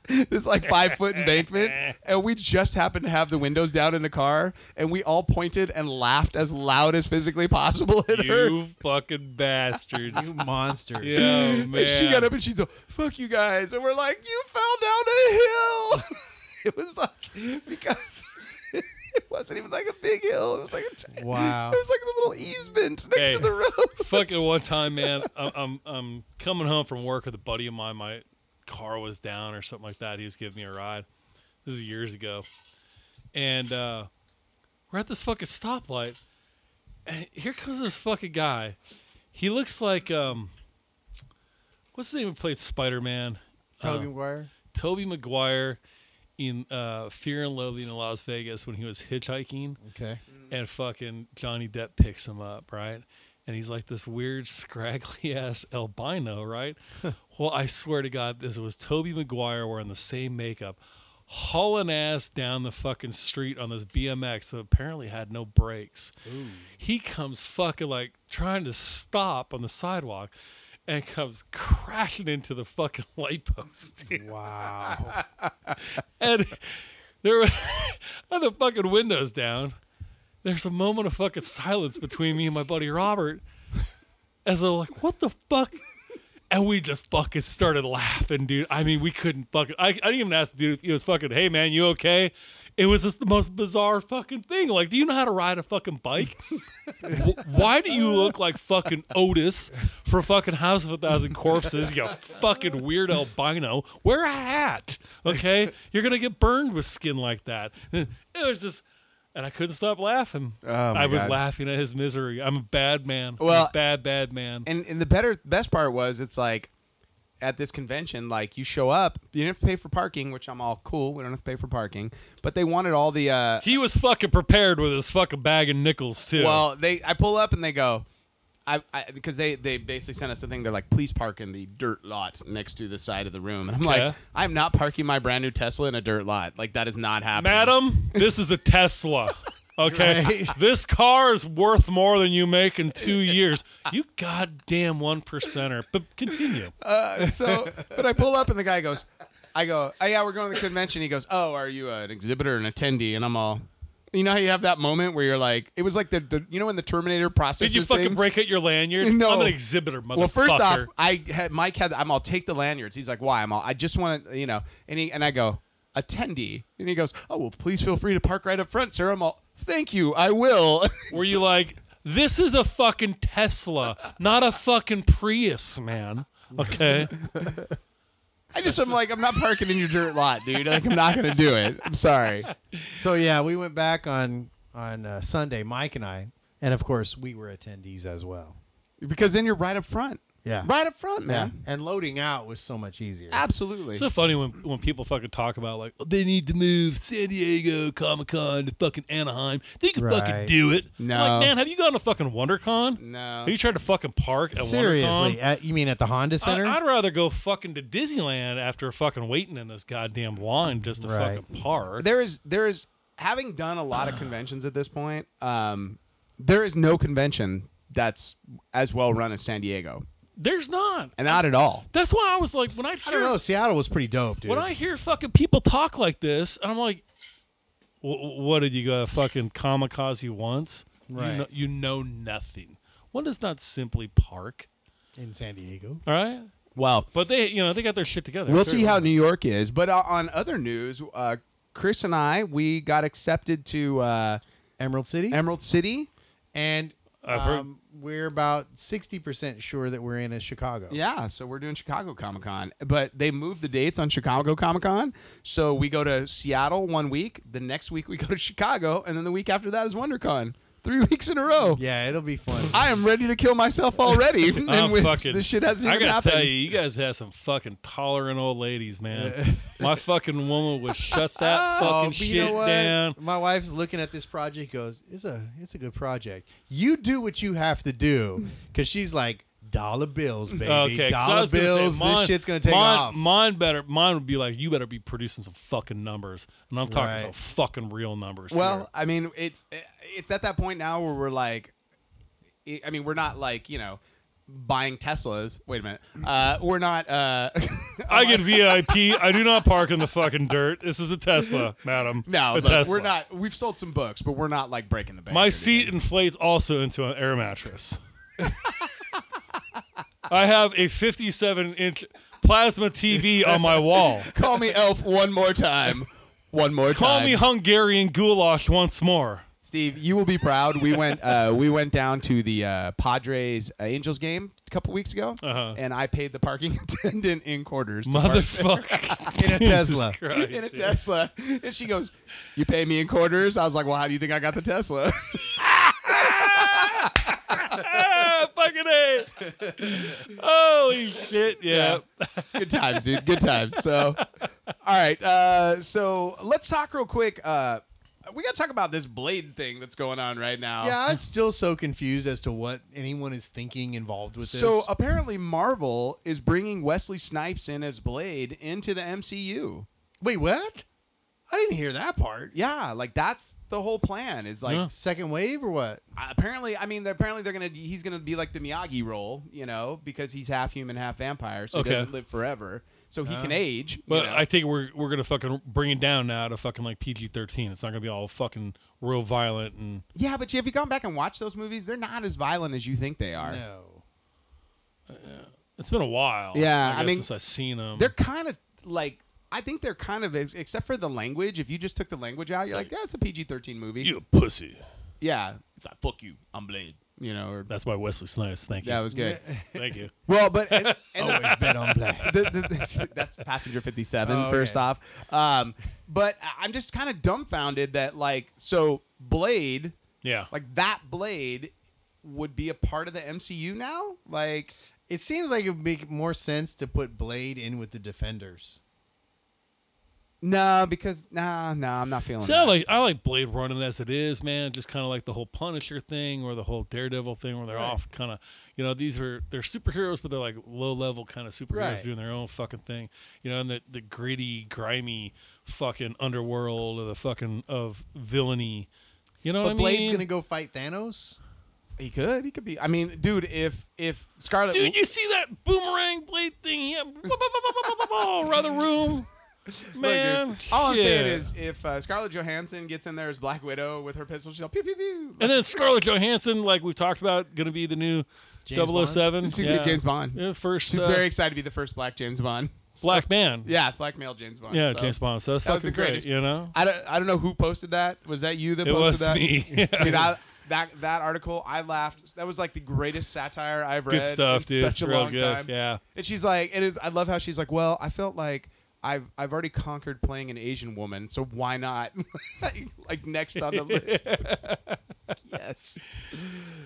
[SPEAKER 2] this like five foot embankment, and we just happened to have the windows down in the car, and we all pointed and laughed as loud as physically possible at her.
[SPEAKER 3] You fucking bastards.
[SPEAKER 4] You monsters.
[SPEAKER 3] Yeah, man.
[SPEAKER 2] And she got up and she's like, "Fuck you guys," and we're like, "You fell down a hill." it was like because. It wasn't even like a big hill. It was like a t-
[SPEAKER 4] Wow.
[SPEAKER 2] It was like a little easement next
[SPEAKER 3] Hey.
[SPEAKER 2] to the road.
[SPEAKER 3] fucking one time, man. I'm, I'm I'm coming home from work with a buddy of mine. My car was down or something like that. He was giving me a ride. This is years ago, and uh, we're at this fucking stoplight. And here comes this fucking guy. He looks like um, what's the name who played Spider Man?
[SPEAKER 4] Toby McGuire.
[SPEAKER 3] Toby Maguire in uh, Fear and Loathing in Las Vegas when he was hitchhiking
[SPEAKER 4] Okay.
[SPEAKER 3] and fucking Johnny Depp picks him up, right? And he's like this weird scraggly ass albino, right? well, I swear to God, this was Toby Maguire wearing the same makeup, hauling ass down the fucking street on this BMX that apparently had no brakes. He comes fucking like trying to stop on the sidewalk and comes crashing into the fucking light post. dude.
[SPEAKER 4] Wow.
[SPEAKER 3] And there were and the fucking windows down. There's a moment of fucking silence between me and my buddy Robert. As I'm like, what the fuck? And we just fucking started laughing, dude. I mean, we couldn't fucking. I, I didn't even ask the dude if he was fucking, hey, man, you okay? It was just the most bizarre fucking thing. Like, do you know how to ride a fucking bike? W- Why do you look like fucking Otis for fucking House of a Thousand Corpses, you fucking weird albino? Wear a hat, okay? You're gonna get burned with skin like that. It was just, and I couldn't stop laughing. I
[SPEAKER 2] Oh
[SPEAKER 3] was
[SPEAKER 2] God.
[SPEAKER 3] laughing at his misery. I'm a bad man. I'm a
[SPEAKER 2] Well,
[SPEAKER 3] bad, bad man.
[SPEAKER 2] and and the better best part was it's like at this convention like you show up you didn't have to pay for parking which i'm all cool we don't have to pay for parking but they wanted all the uh
[SPEAKER 3] he was fucking prepared with his fucking bag of nickels too.
[SPEAKER 2] well they i pull up and they go i because they they basically sent us a thing they're like please park in the dirt lot next to the side of the room and i'm like
[SPEAKER 3] Okay.
[SPEAKER 2] i'm not parking my brand new tesla in a dirt lot like that is not happening
[SPEAKER 3] Madam, this is a Tesla. Okay,
[SPEAKER 4] Right.
[SPEAKER 3] this car is worth more than you make in two years. You goddamn one percenter. But continue.
[SPEAKER 2] so but I pull up and the guy goes, I go, oh yeah, we're going to the convention. He goes, oh, are you an exhibitor, an attendee? And I'm all, you know how you have that moment where you're like, it was like the, the you know when the Terminator process.
[SPEAKER 3] Did you fucking
[SPEAKER 2] things?
[SPEAKER 3] break out your lanyard?
[SPEAKER 2] No.
[SPEAKER 3] I'm an exhibitor, motherfucker.
[SPEAKER 2] Well, first off, I had Mike had I'm all take the lanyards. He's like, why? I'm all I just want to, you know. And he and I go attendee, and he goes, oh well, please feel free to park right up front, sir. I'm all thank you, I will.
[SPEAKER 3] were you like, this is a fucking Tesla, not a fucking Prius, man? Okay.
[SPEAKER 2] I just I'm like I'm not parking in your dirt lot, dude. Like I'm not gonna do it. I'm sorry.
[SPEAKER 4] So yeah, we went back on on uh, Sunday, Mike and I, and of course we were attendees as well.
[SPEAKER 2] Because then you're right up front.
[SPEAKER 4] Yeah.
[SPEAKER 2] Right up front, man.
[SPEAKER 4] And loading out was so much easier.
[SPEAKER 2] Absolutely.
[SPEAKER 3] It's so funny when, when people fucking talk about like "Oh, they need to move San Diego Comic Con to fucking Anaheim. They can fucking
[SPEAKER 4] Right.
[SPEAKER 3] do it.
[SPEAKER 2] No.
[SPEAKER 3] I'm like man, have you gone to fucking WonderCon?
[SPEAKER 2] No.
[SPEAKER 3] Have you tried to fucking park at WonderCon?
[SPEAKER 4] Seriously, at, you mean at the Honda Center?
[SPEAKER 3] I, would rather go fucking to Disneyland after fucking waiting in this goddamn line just to
[SPEAKER 4] Right.
[SPEAKER 3] fucking park.
[SPEAKER 2] there is there is having done a lot of conventions at this point, um, there is no convention that's as well run as San Diego,
[SPEAKER 3] There's not.
[SPEAKER 2] and not at all.
[SPEAKER 3] That's why I was like, when I
[SPEAKER 4] I
[SPEAKER 3] hear
[SPEAKER 4] don't know. Seattle was pretty dope, dude.
[SPEAKER 3] when I hear fucking people talk like this, I'm like, "Wh- what did you go to fucking kamikaze once? You
[SPEAKER 4] Right.
[SPEAKER 3] know, you know nothing. One does not simply park.
[SPEAKER 4] in San Diego.
[SPEAKER 3] All right.
[SPEAKER 2] Well,
[SPEAKER 3] But they, you know, they got their shit together.
[SPEAKER 2] we'll see
[SPEAKER 3] Certainly.
[SPEAKER 2] how New York is. But uh, on other news, uh, Chris and I we got accepted to uh,
[SPEAKER 4] Emerald City.
[SPEAKER 2] Emerald City.
[SPEAKER 4] and
[SPEAKER 3] I've heard-
[SPEAKER 4] um, we're about 60% sure that we're in a Chicago.
[SPEAKER 2] Yeah, so we're doing Chicago Comic Con, but they moved the dates on Chicago Comic Con. So we go to Seattle one week, the next week we go to Chicago, and then the week after that is WonderCon. Three weeks in a row.
[SPEAKER 4] Yeah, it'll be fun.
[SPEAKER 2] I am ready to kill myself already. and
[SPEAKER 3] I'm
[SPEAKER 2] with-
[SPEAKER 3] fucking.
[SPEAKER 2] this shit hasn't
[SPEAKER 3] Oh, I
[SPEAKER 2] even
[SPEAKER 3] gotta
[SPEAKER 2] happened.
[SPEAKER 3] tell you, you guys have some fucking tolerant old ladies, man. My fucking woman would shut that
[SPEAKER 4] Oh,
[SPEAKER 3] fucking
[SPEAKER 4] but
[SPEAKER 3] shit
[SPEAKER 4] you know what?
[SPEAKER 3] down.
[SPEAKER 4] My wife's looking at this project. Goes, it's a it's a good project. You do what you have to do, because she's like dollar bills, baby.
[SPEAKER 3] Hmm. Okay, 'cause I
[SPEAKER 4] dollar
[SPEAKER 3] was gonna say,
[SPEAKER 4] bills.
[SPEAKER 3] mine-
[SPEAKER 4] this shit's gonna take
[SPEAKER 3] mine,
[SPEAKER 4] off.
[SPEAKER 3] Mine better. Mine would be like, you better be producing some fucking numbers, and I'm talking
[SPEAKER 4] Right.
[SPEAKER 3] some fucking real numbers. here.
[SPEAKER 2] Well, I mean, it's it's at that point now where we're like, I I mean, we're not like you know buying Teslas. Wait a minute, uh, we're not. Uh,
[SPEAKER 3] I get VIP. I do not park in the fucking dirt. This is a Tesla, madam.
[SPEAKER 2] No,
[SPEAKER 3] a
[SPEAKER 2] look,
[SPEAKER 3] Tesla.
[SPEAKER 2] we're not. We've sold some books, but we're not like breaking the bank. or
[SPEAKER 3] My
[SPEAKER 2] anything.
[SPEAKER 3] seat inflates also into an air mattress. I have a 57 inch plasma TV on my wall.
[SPEAKER 2] Call me Elf one more time. One more
[SPEAKER 3] Call
[SPEAKER 2] time.
[SPEAKER 3] me Hungarian goulash once more.
[SPEAKER 2] Steve, you will be proud. We went uh, we went down to the uh, Padres uh, Angels game a couple weeks ago,
[SPEAKER 3] Uh-huh.
[SPEAKER 2] and I paid the parking attendant in quarters. to park
[SPEAKER 3] Motherfucker.
[SPEAKER 4] In a
[SPEAKER 3] Jesus
[SPEAKER 4] Tesla.
[SPEAKER 3] Christ,
[SPEAKER 2] in a
[SPEAKER 3] dude.
[SPEAKER 2] Tesla, and she goes, "You pay me in quarters." I was like, "Well, how do you think I got the Tesla?"
[SPEAKER 3] Ah, fucking A. Holy shit. Yeah.
[SPEAKER 2] It's good times, dude. Good times. So, all right. Uh, so let's talk real quick. Uh, we got to talk about this blade thing that's going on right now.
[SPEAKER 4] Yeah, I'm still so confused as to what anyone is thinking involved with this.
[SPEAKER 3] uh,
[SPEAKER 2] So apparently, Marvel is bringing Wesley Snipes in as Blade into the MCU.
[SPEAKER 4] wait, what? I didn't hear that part.
[SPEAKER 2] Yeah, like that's the whole plan. Is like
[SPEAKER 3] Yeah.
[SPEAKER 4] Second wave or what?
[SPEAKER 2] I- apparently, I mean, they're- apparently they're gonna he's gonna be like the Miyagi role, you know, because he's half human, half vampire, so
[SPEAKER 3] Okay. Uh,
[SPEAKER 2] he doesn't live forever, so he can age. you
[SPEAKER 3] But
[SPEAKER 2] know.
[SPEAKER 3] I think we're we're gonna fucking bring it down now to fucking like PG thirteen. It's not gonna be all fucking real violent and
[SPEAKER 2] yeah, but if you gone back and watched those movies, they're not as violent as you think they are.
[SPEAKER 4] No.
[SPEAKER 3] it's been a while.
[SPEAKER 2] Yeah, I
[SPEAKER 3] I, guess,
[SPEAKER 2] mean,
[SPEAKER 3] since I've seen them.
[SPEAKER 2] They're kind of like I think they're kind of ex- except for the language. If you just took the language out, you're like,
[SPEAKER 3] like-
[SPEAKER 2] yeah, it's a PG thirteen movie.
[SPEAKER 3] You a pussy.
[SPEAKER 2] yeah,
[SPEAKER 1] It's like, fuck you, I'm Blade.
[SPEAKER 2] you know, or,
[SPEAKER 3] That's why Wesley Snipes. Thank you.
[SPEAKER 2] that was good.
[SPEAKER 3] Thank you.
[SPEAKER 2] Well, but and,
[SPEAKER 3] Oh,
[SPEAKER 2] and
[SPEAKER 4] Always bet on play.
[SPEAKER 2] the, the, the- that's passenger 57
[SPEAKER 4] Oh, okay.
[SPEAKER 2] first off um, but I- i'm just kind of dumbfounded that like so blade
[SPEAKER 3] Yeah.
[SPEAKER 2] like that blade would be a part of the mcu now like
[SPEAKER 4] It seems like it would make more sense to put Blade in with the Defenders.
[SPEAKER 2] no because nah nah i'm not feeling
[SPEAKER 3] See,
[SPEAKER 2] that.
[SPEAKER 3] I like I like Blade running as it is, man. Just kind of like the whole Punisher thing or the whole Daredevil thing, where they're off kind of, you know, these are they're superheroes, but they're like low level kind of superheroes
[SPEAKER 4] Right.
[SPEAKER 3] doing their own fucking thing, you know, and the, the gritty, grimy, fucking underworld of the fucking of villainy, you know what
[SPEAKER 4] But
[SPEAKER 3] I
[SPEAKER 4] Blade's
[SPEAKER 3] mean?
[SPEAKER 4] gonna go fight Thanos.
[SPEAKER 2] he could he could be i mean dude if if scarlet
[SPEAKER 3] Dude, you see that boomerang blade thing? Yeah, whoop, whoop, whoop, wop, wop, wop, around the room, man.
[SPEAKER 2] all i'm saying
[SPEAKER 3] shit.
[SPEAKER 2] is if uh, scarlett johansson gets in there as black widow with her pistol she's all pew pew pew
[SPEAKER 3] And then Scarlett Johansson, like we've talked about, going to be the new
[SPEAKER 4] James Bond?
[SPEAKER 3] 007.
[SPEAKER 2] She's gonna be James Bond.
[SPEAKER 3] Yeah, first
[SPEAKER 2] she's
[SPEAKER 3] uh,
[SPEAKER 2] very excited to be the first black james bond
[SPEAKER 3] black man.
[SPEAKER 2] yeah black male james bond
[SPEAKER 3] Yeah,
[SPEAKER 2] so.
[SPEAKER 3] James Bond. So that's
[SPEAKER 2] That was
[SPEAKER 3] fucking
[SPEAKER 2] the
[SPEAKER 3] great.
[SPEAKER 2] greatest.
[SPEAKER 3] You know,
[SPEAKER 2] I don't, I don't know who posted that. Was that you that
[SPEAKER 3] it
[SPEAKER 2] posted
[SPEAKER 3] was
[SPEAKER 2] that?
[SPEAKER 3] me.
[SPEAKER 2] Dude, I, um, that that article, I laughed. That was like the greatest satire I've read
[SPEAKER 3] good stuff,
[SPEAKER 2] in
[SPEAKER 3] dude.
[SPEAKER 2] such a
[SPEAKER 3] Real
[SPEAKER 2] long
[SPEAKER 3] good.
[SPEAKER 2] time.
[SPEAKER 3] Yeah.
[SPEAKER 2] And she's like, and it's, I love how she's like, well, I felt like I've I've already conquered playing an Asian woman, so why not like next on the list? yes,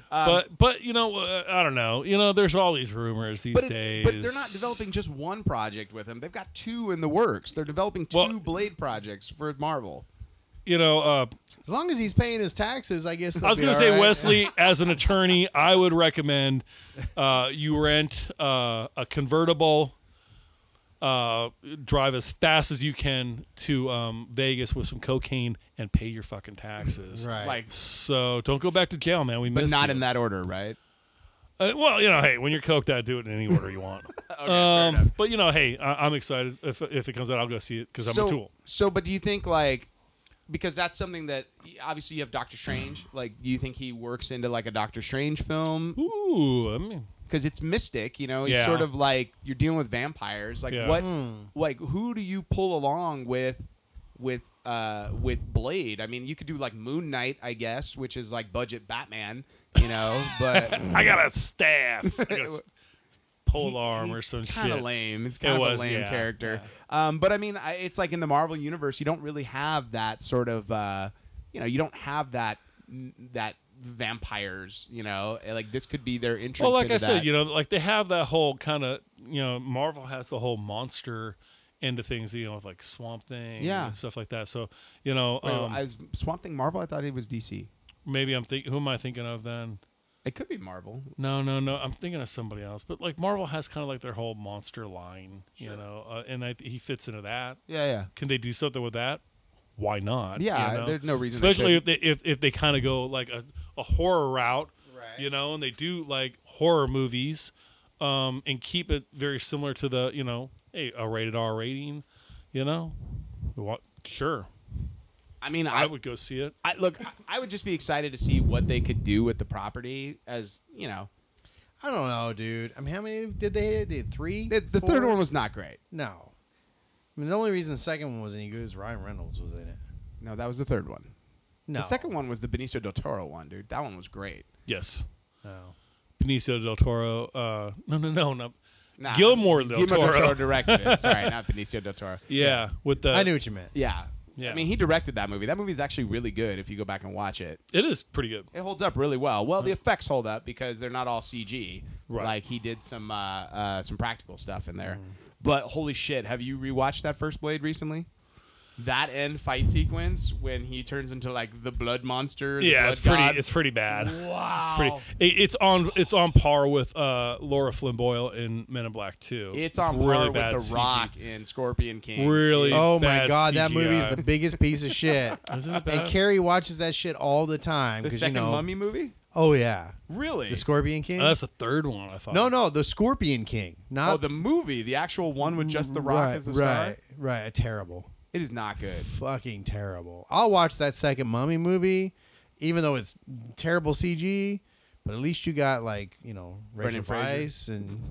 [SPEAKER 3] but but you know, uh, I don't know. You know, there's all these rumors these
[SPEAKER 2] but
[SPEAKER 3] days.
[SPEAKER 2] it's, but they're not developing just one project with him. They've got two in the works. They're developing two
[SPEAKER 3] Well-
[SPEAKER 2] Blade projects for Marvel.
[SPEAKER 3] You know, uh,
[SPEAKER 4] As long as he's paying his taxes, I guess.
[SPEAKER 3] I was
[SPEAKER 4] going
[SPEAKER 3] gonna
[SPEAKER 4] to
[SPEAKER 3] say Wesley, as an attorney, I would recommend uh, you rent uh, a convertible. Uh, drive as fast as you can to um, Vegas with some cocaine and pay your fucking taxes.
[SPEAKER 4] Right.
[SPEAKER 2] Like,
[SPEAKER 3] So don't go back to jail, man. We
[SPEAKER 2] but
[SPEAKER 3] missed
[SPEAKER 2] not
[SPEAKER 3] you.
[SPEAKER 2] in that order, right?
[SPEAKER 3] Uh, well, you know, hey, when you're coked out, do it in any order you want. um, but you know, hey, I- I'm excited. If if it comes out, I'll go see it because I'm
[SPEAKER 2] so,
[SPEAKER 3] a tool.
[SPEAKER 2] So, but do you think like because that's something that obviously you have Doctor Strange. Like, do you think he works into like a Doctor Strange film?
[SPEAKER 3] Ooh, I mean,
[SPEAKER 2] Because it's mystic, you know. He's
[SPEAKER 3] Yeah.
[SPEAKER 2] sort of like you're dealing with vampires. Like
[SPEAKER 3] Yeah.
[SPEAKER 2] what? Like who do you pull along with? With uh with Blade, I mean, you could do like Moon Knight, I guess, which is like budget Batman, you know. But
[SPEAKER 3] I got a staff, I got a s- pole arm or some
[SPEAKER 2] kind
[SPEAKER 3] shit.
[SPEAKER 2] of lame. It's kind
[SPEAKER 3] It
[SPEAKER 2] of
[SPEAKER 3] was,
[SPEAKER 2] a lame
[SPEAKER 3] yeah,
[SPEAKER 2] character. Um, but I mean, I, it's like in the Marvel universe, you don't really have that sort of, uh, you know, you don't have that that vampires. You know, Eh, like this could be their entrance.
[SPEAKER 3] Well, like
[SPEAKER 2] into
[SPEAKER 3] I said,
[SPEAKER 2] that.
[SPEAKER 3] you know, like they have that whole kind of you know, Marvel has the whole monster end of things, you know, like Swamp Thing,
[SPEAKER 2] Yeah.
[SPEAKER 3] and stuff like that. So you know,
[SPEAKER 2] Wait,
[SPEAKER 3] um,
[SPEAKER 2] Oh, as Swamp Thing Marvel, I thought it was DC.
[SPEAKER 3] maybe I'm thinking, who am I thinking of then?
[SPEAKER 2] It could be Marvel.
[SPEAKER 3] No, no, no. I'm thinking of somebody else. But like Marvel has kind of like their whole monster line, you know, uh, and I, he fits into that.
[SPEAKER 2] Yeah, yeah.
[SPEAKER 3] Can they do something with that? Why not?
[SPEAKER 2] Yeah, there's no reason they
[SPEAKER 3] Especially if they if, if they kind of go like a, a horror route,
[SPEAKER 4] Right.
[SPEAKER 3] you know, and they do like horror movies. um, and keep it very similar to the you know hey a rated R rating, you know, what sure
[SPEAKER 2] I mean,
[SPEAKER 3] I would go see it.
[SPEAKER 2] I look. I- I would just be excited to see what they could do with the property, as you know.
[SPEAKER 4] I don't know, dude. I mean, how many did they? Did three?
[SPEAKER 2] The, the
[SPEAKER 4] Four?
[SPEAKER 2] third one was not great.
[SPEAKER 4] No. I mean, the only reason the second one was any good is Ryan Reynolds was in it.
[SPEAKER 2] No, that was the third one.
[SPEAKER 4] No.
[SPEAKER 2] The second one was the Benicio del Toro one, dude. That one was great.
[SPEAKER 3] Yes,
[SPEAKER 4] No.
[SPEAKER 3] Benicio del Toro. Uh, no, no, no, no.
[SPEAKER 2] Nah,
[SPEAKER 3] Gilmore del
[SPEAKER 2] Guillermo
[SPEAKER 3] Toro.
[SPEAKER 2] directed it. Sorry, not Benicio del Toro.
[SPEAKER 3] Yeah, with the
[SPEAKER 4] I knew what you meant.
[SPEAKER 2] Yeah.
[SPEAKER 3] Yeah.
[SPEAKER 2] I mean, he directed that movie. That movie's actually really good if you go back and watch it.
[SPEAKER 3] it is pretty good.
[SPEAKER 2] It holds up really well. Well, the effects hold up because they're not all CG.
[SPEAKER 3] Right. Mm.
[SPEAKER 2] Like he did some uh, uh, some practical stuff in there. But holy shit, have you rewatched that first Blade recently? That end fight sequence when he turns into like the blood monster. the
[SPEAKER 3] Yeah,
[SPEAKER 2] blood
[SPEAKER 3] it's pretty.
[SPEAKER 2] god.
[SPEAKER 3] It's pretty bad. It's
[SPEAKER 2] wow.
[SPEAKER 3] pretty. It, it's on. It's on par with uh, Laura Flynn Boyle in Men in Black Two.
[SPEAKER 2] It's on par
[SPEAKER 3] really
[SPEAKER 2] with
[SPEAKER 3] bad
[SPEAKER 2] The
[SPEAKER 3] CG.
[SPEAKER 2] Rock in Scorpion King.
[SPEAKER 3] Really.
[SPEAKER 4] Oh my
[SPEAKER 3] bad
[SPEAKER 4] god, that
[SPEAKER 3] CGI.
[SPEAKER 4] movie's the biggest piece of shit.
[SPEAKER 3] Isn't it
[SPEAKER 4] and
[SPEAKER 3] bad?
[SPEAKER 4] Carrie watches that shit all the time.
[SPEAKER 2] the
[SPEAKER 4] 'cause,
[SPEAKER 2] second
[SPEAKER 4] you know,
[SPEAKER 2] Mummy movie?
[SPEAKER 4] Oh yeah,
[SPEAKER 2] Really?
[SPEAKER 4] the Scorpion King.
[SPEAKER 3] Oh, that's the third one. I thought.
[SPEAKER 4] no, no, the Scorpion King. Not
[SPEAKER 2] oh, the movie, the actual one with just The Rock
[SPEAKER 4] Uh, right,
[SPEAKER 2] as the star.
[SPEAKER 4] right, right. Terrible,
[SPEAKER 2] It is not good.
[SPEAKER 4] fucking terrible. I'll watch that second Mummy movie, even though it's terrible CG. But at least you got like you know
[SPEAKER 2] Brendan
[SPEAKER 4] Rachel
[SPEAKER 2] Fraser.
[SPEAKER 4] Weisz and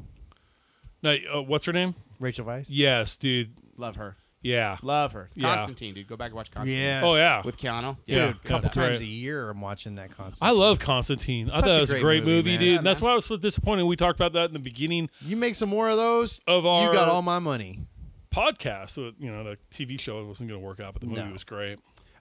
[SPEAKER 3] No. Uh, what's her name?
[SPEAKER 4] Rachel Weisz.
[SPEAKER 3] Yes, dude.
[SPEAKER 2] Love her.
[SPEAKER 3] Yeah.
[SPEAKER 2] Love her.
[SPEAKER 3] Yeah.
[SPEAKER 2] Constantine, dude. Go back and watch Constantine.
[SPEAKER 4] Yes.
[SPEAKER 3] Oh yeah.
[SPEAKER 2] With Keanu.
[SPEAKER 3] Yeah.
[SPEAKER 4] a couple
[SPEAKER 3] That's
[SPEAKER 4] times
[SPEAKER 3] right.
[SPEAKER 4] a year I'm watching that constantly.
[SPEAKER 3] I love Constantine. I
[SPEAKER 4] Such
[SPEAKER 3] thought
[SPEAKER 4] a
[SPEAKER 3] it was a
[SPEAKER 4] great
[SPEAKER 3] great
[SPEAKER 4] movie,
[SPEAKER 3] movie,
[SPEAKER 4] man.
[SPEAKER 3] dude.
[SPEAKER 4] Yeah,
[SPEAKER 3] and that's
[SPEAKER 2] man.
[SPEAKER 3] why I was so disappointed. We talked about that in the beginning
[SPEAKER 4] You make some more of those,
[SPEAKER 3] of our
[SPEAKER 4] you got all my money.
[SPEAKER 3] podcast. So, you know, the TV show wasn't going to work out, but the movie was great.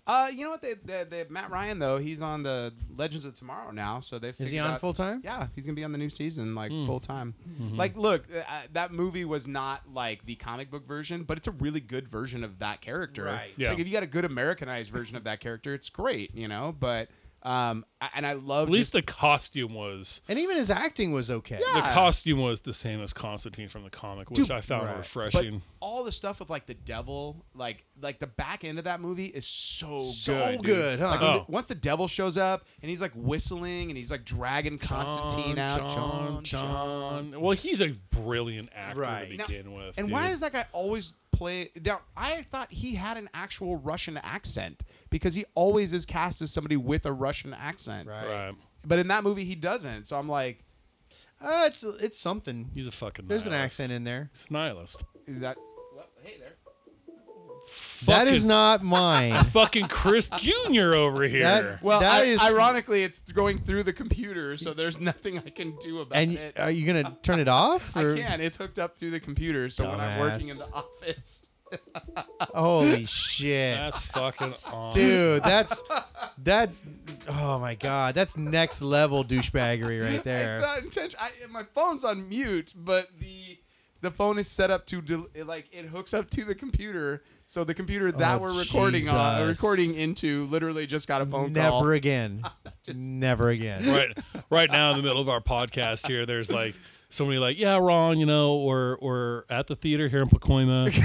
[SPEAKER 2] Uh, you know what? They, they, they, Matt Ryan though, he's on the Legends of Tomorrow now, so they
[SPEAKER 4] Is he on full time?
[SPEAKER 2] Yeah, he's gonna be on the new season like full time. Like, look, uh, uh, that movie was not like the comic book version, but it's a really good version of that character.
[SPEAKER 4] Right.
[SPEAKER 2] It's
[SPEAKER 3] Yeah.
[SPEAKER 2] Like if you got a good Americanized version of that character, it's great, you know. But um, I, and I love
[SPEAKER 3] At least the costume was
[SPEAKER 4] And even his acting was okay.
[SPEAKER 2] Yeah.
[SPEAKER 3] the costume was the same as Constantine from the comic, which
[SPEAKER 2] Dude,
[SPEAKER 3] I found
[SPEAKER 4] right.
[SPEAKER 2] But
[SPEAKER 3] refreshing.
[SPEAKER 2] all the stuff with like the devil, like like the back end of that movie is so,
[SPEAKER 4] So
[SPEAKER 2] good, dude.
[SPEAKER 4] good, huh?
[SPEAKER 2] Like, when
[SPEAKER 3] Oh.
[SPEAKER 2] the- once the devil shows up and he's like whistling and he's like dragging Constantine out,
[SPEAKER 3] John, John. Well, he's a brilliant actor
[SPEAKER 4] Right.
[SPEAKER 3] to
[SPEAKER 2] Now-
[SPEAKER 3] begin with.
[SPEAKER 2] and why
[SPEAKER 3] dude.
[SPEAKER 2] does that guy always play? Now I thought he had an actual Russian accent because he always is cast as somebody with a Russian accent,
[SPEAKER 4] Right.
[SPEAKER 3] Right.
[SPEAKER 2] But in that movie, he doesn't. So I'm like,
[SPEAKER 4] Uh, it's it's something.
[SPEAKER 3] He's a fucking.
[SPEAKER 4] There's an
[SPEAKER 3] nihilist.
[SPEAKER 4] accent in there.
[SPEAKER 3] He's a nihilist.
[SPEAKER 2] is that? Well, hey there.
[SPEAKER 4] That is
[SPEAKER 3] Fucking-
[SPEAKER 4] not mine.
[SPEAKER 3] Fucking Chris Jr. over here.
[SPEAKER 4] That-
[SPEAKER 2] Well,
[SPEAKER 4] That
[SPEAKER 2] I-
[SPEAKER 4] is-
[SPEAKER 2] ironically, it's going through the computer, so there's nothing I can do about
[SPEAKER 4] and
[SPEAKER 2] it.
[SPEAKER 4] are you gonna turn it off?
[SPEAKER 2] I
[SPEAKER 4] Or?
[SPEAKER 2] can. It's hooked up through the computer, so when I'm working in
[SPEAKER 4] Dumbass.
[SPEAKER 2] the office,
[SPEAKER 4] Holy shit,
[SPEAKER 3] That's fucking awesome.
[SPEAKER 4] dude! That's that's oh my god, that's next level douchebaggery right there.
[SPEAKER 2] it's not intentional. I, my phone's on mute, but the the phone is set up to del- it, like it hooks up to the computer, so the computer that
[SPEAKER 4] Oh,
[SPEAKER 2] we're recording on, uh,
[SPEAKER 4] Jesus.
[SPEAKER 2] recording into, literally just got a phone
[SPEAKER 4] Never
[SPEAKER 2] call.
[SPEAKER 4] again. Never again.
[SPEAKER 3] right right now in the middle of our podcast here there's like somebody like yeah ron you know we're we're at the theater here in pacoima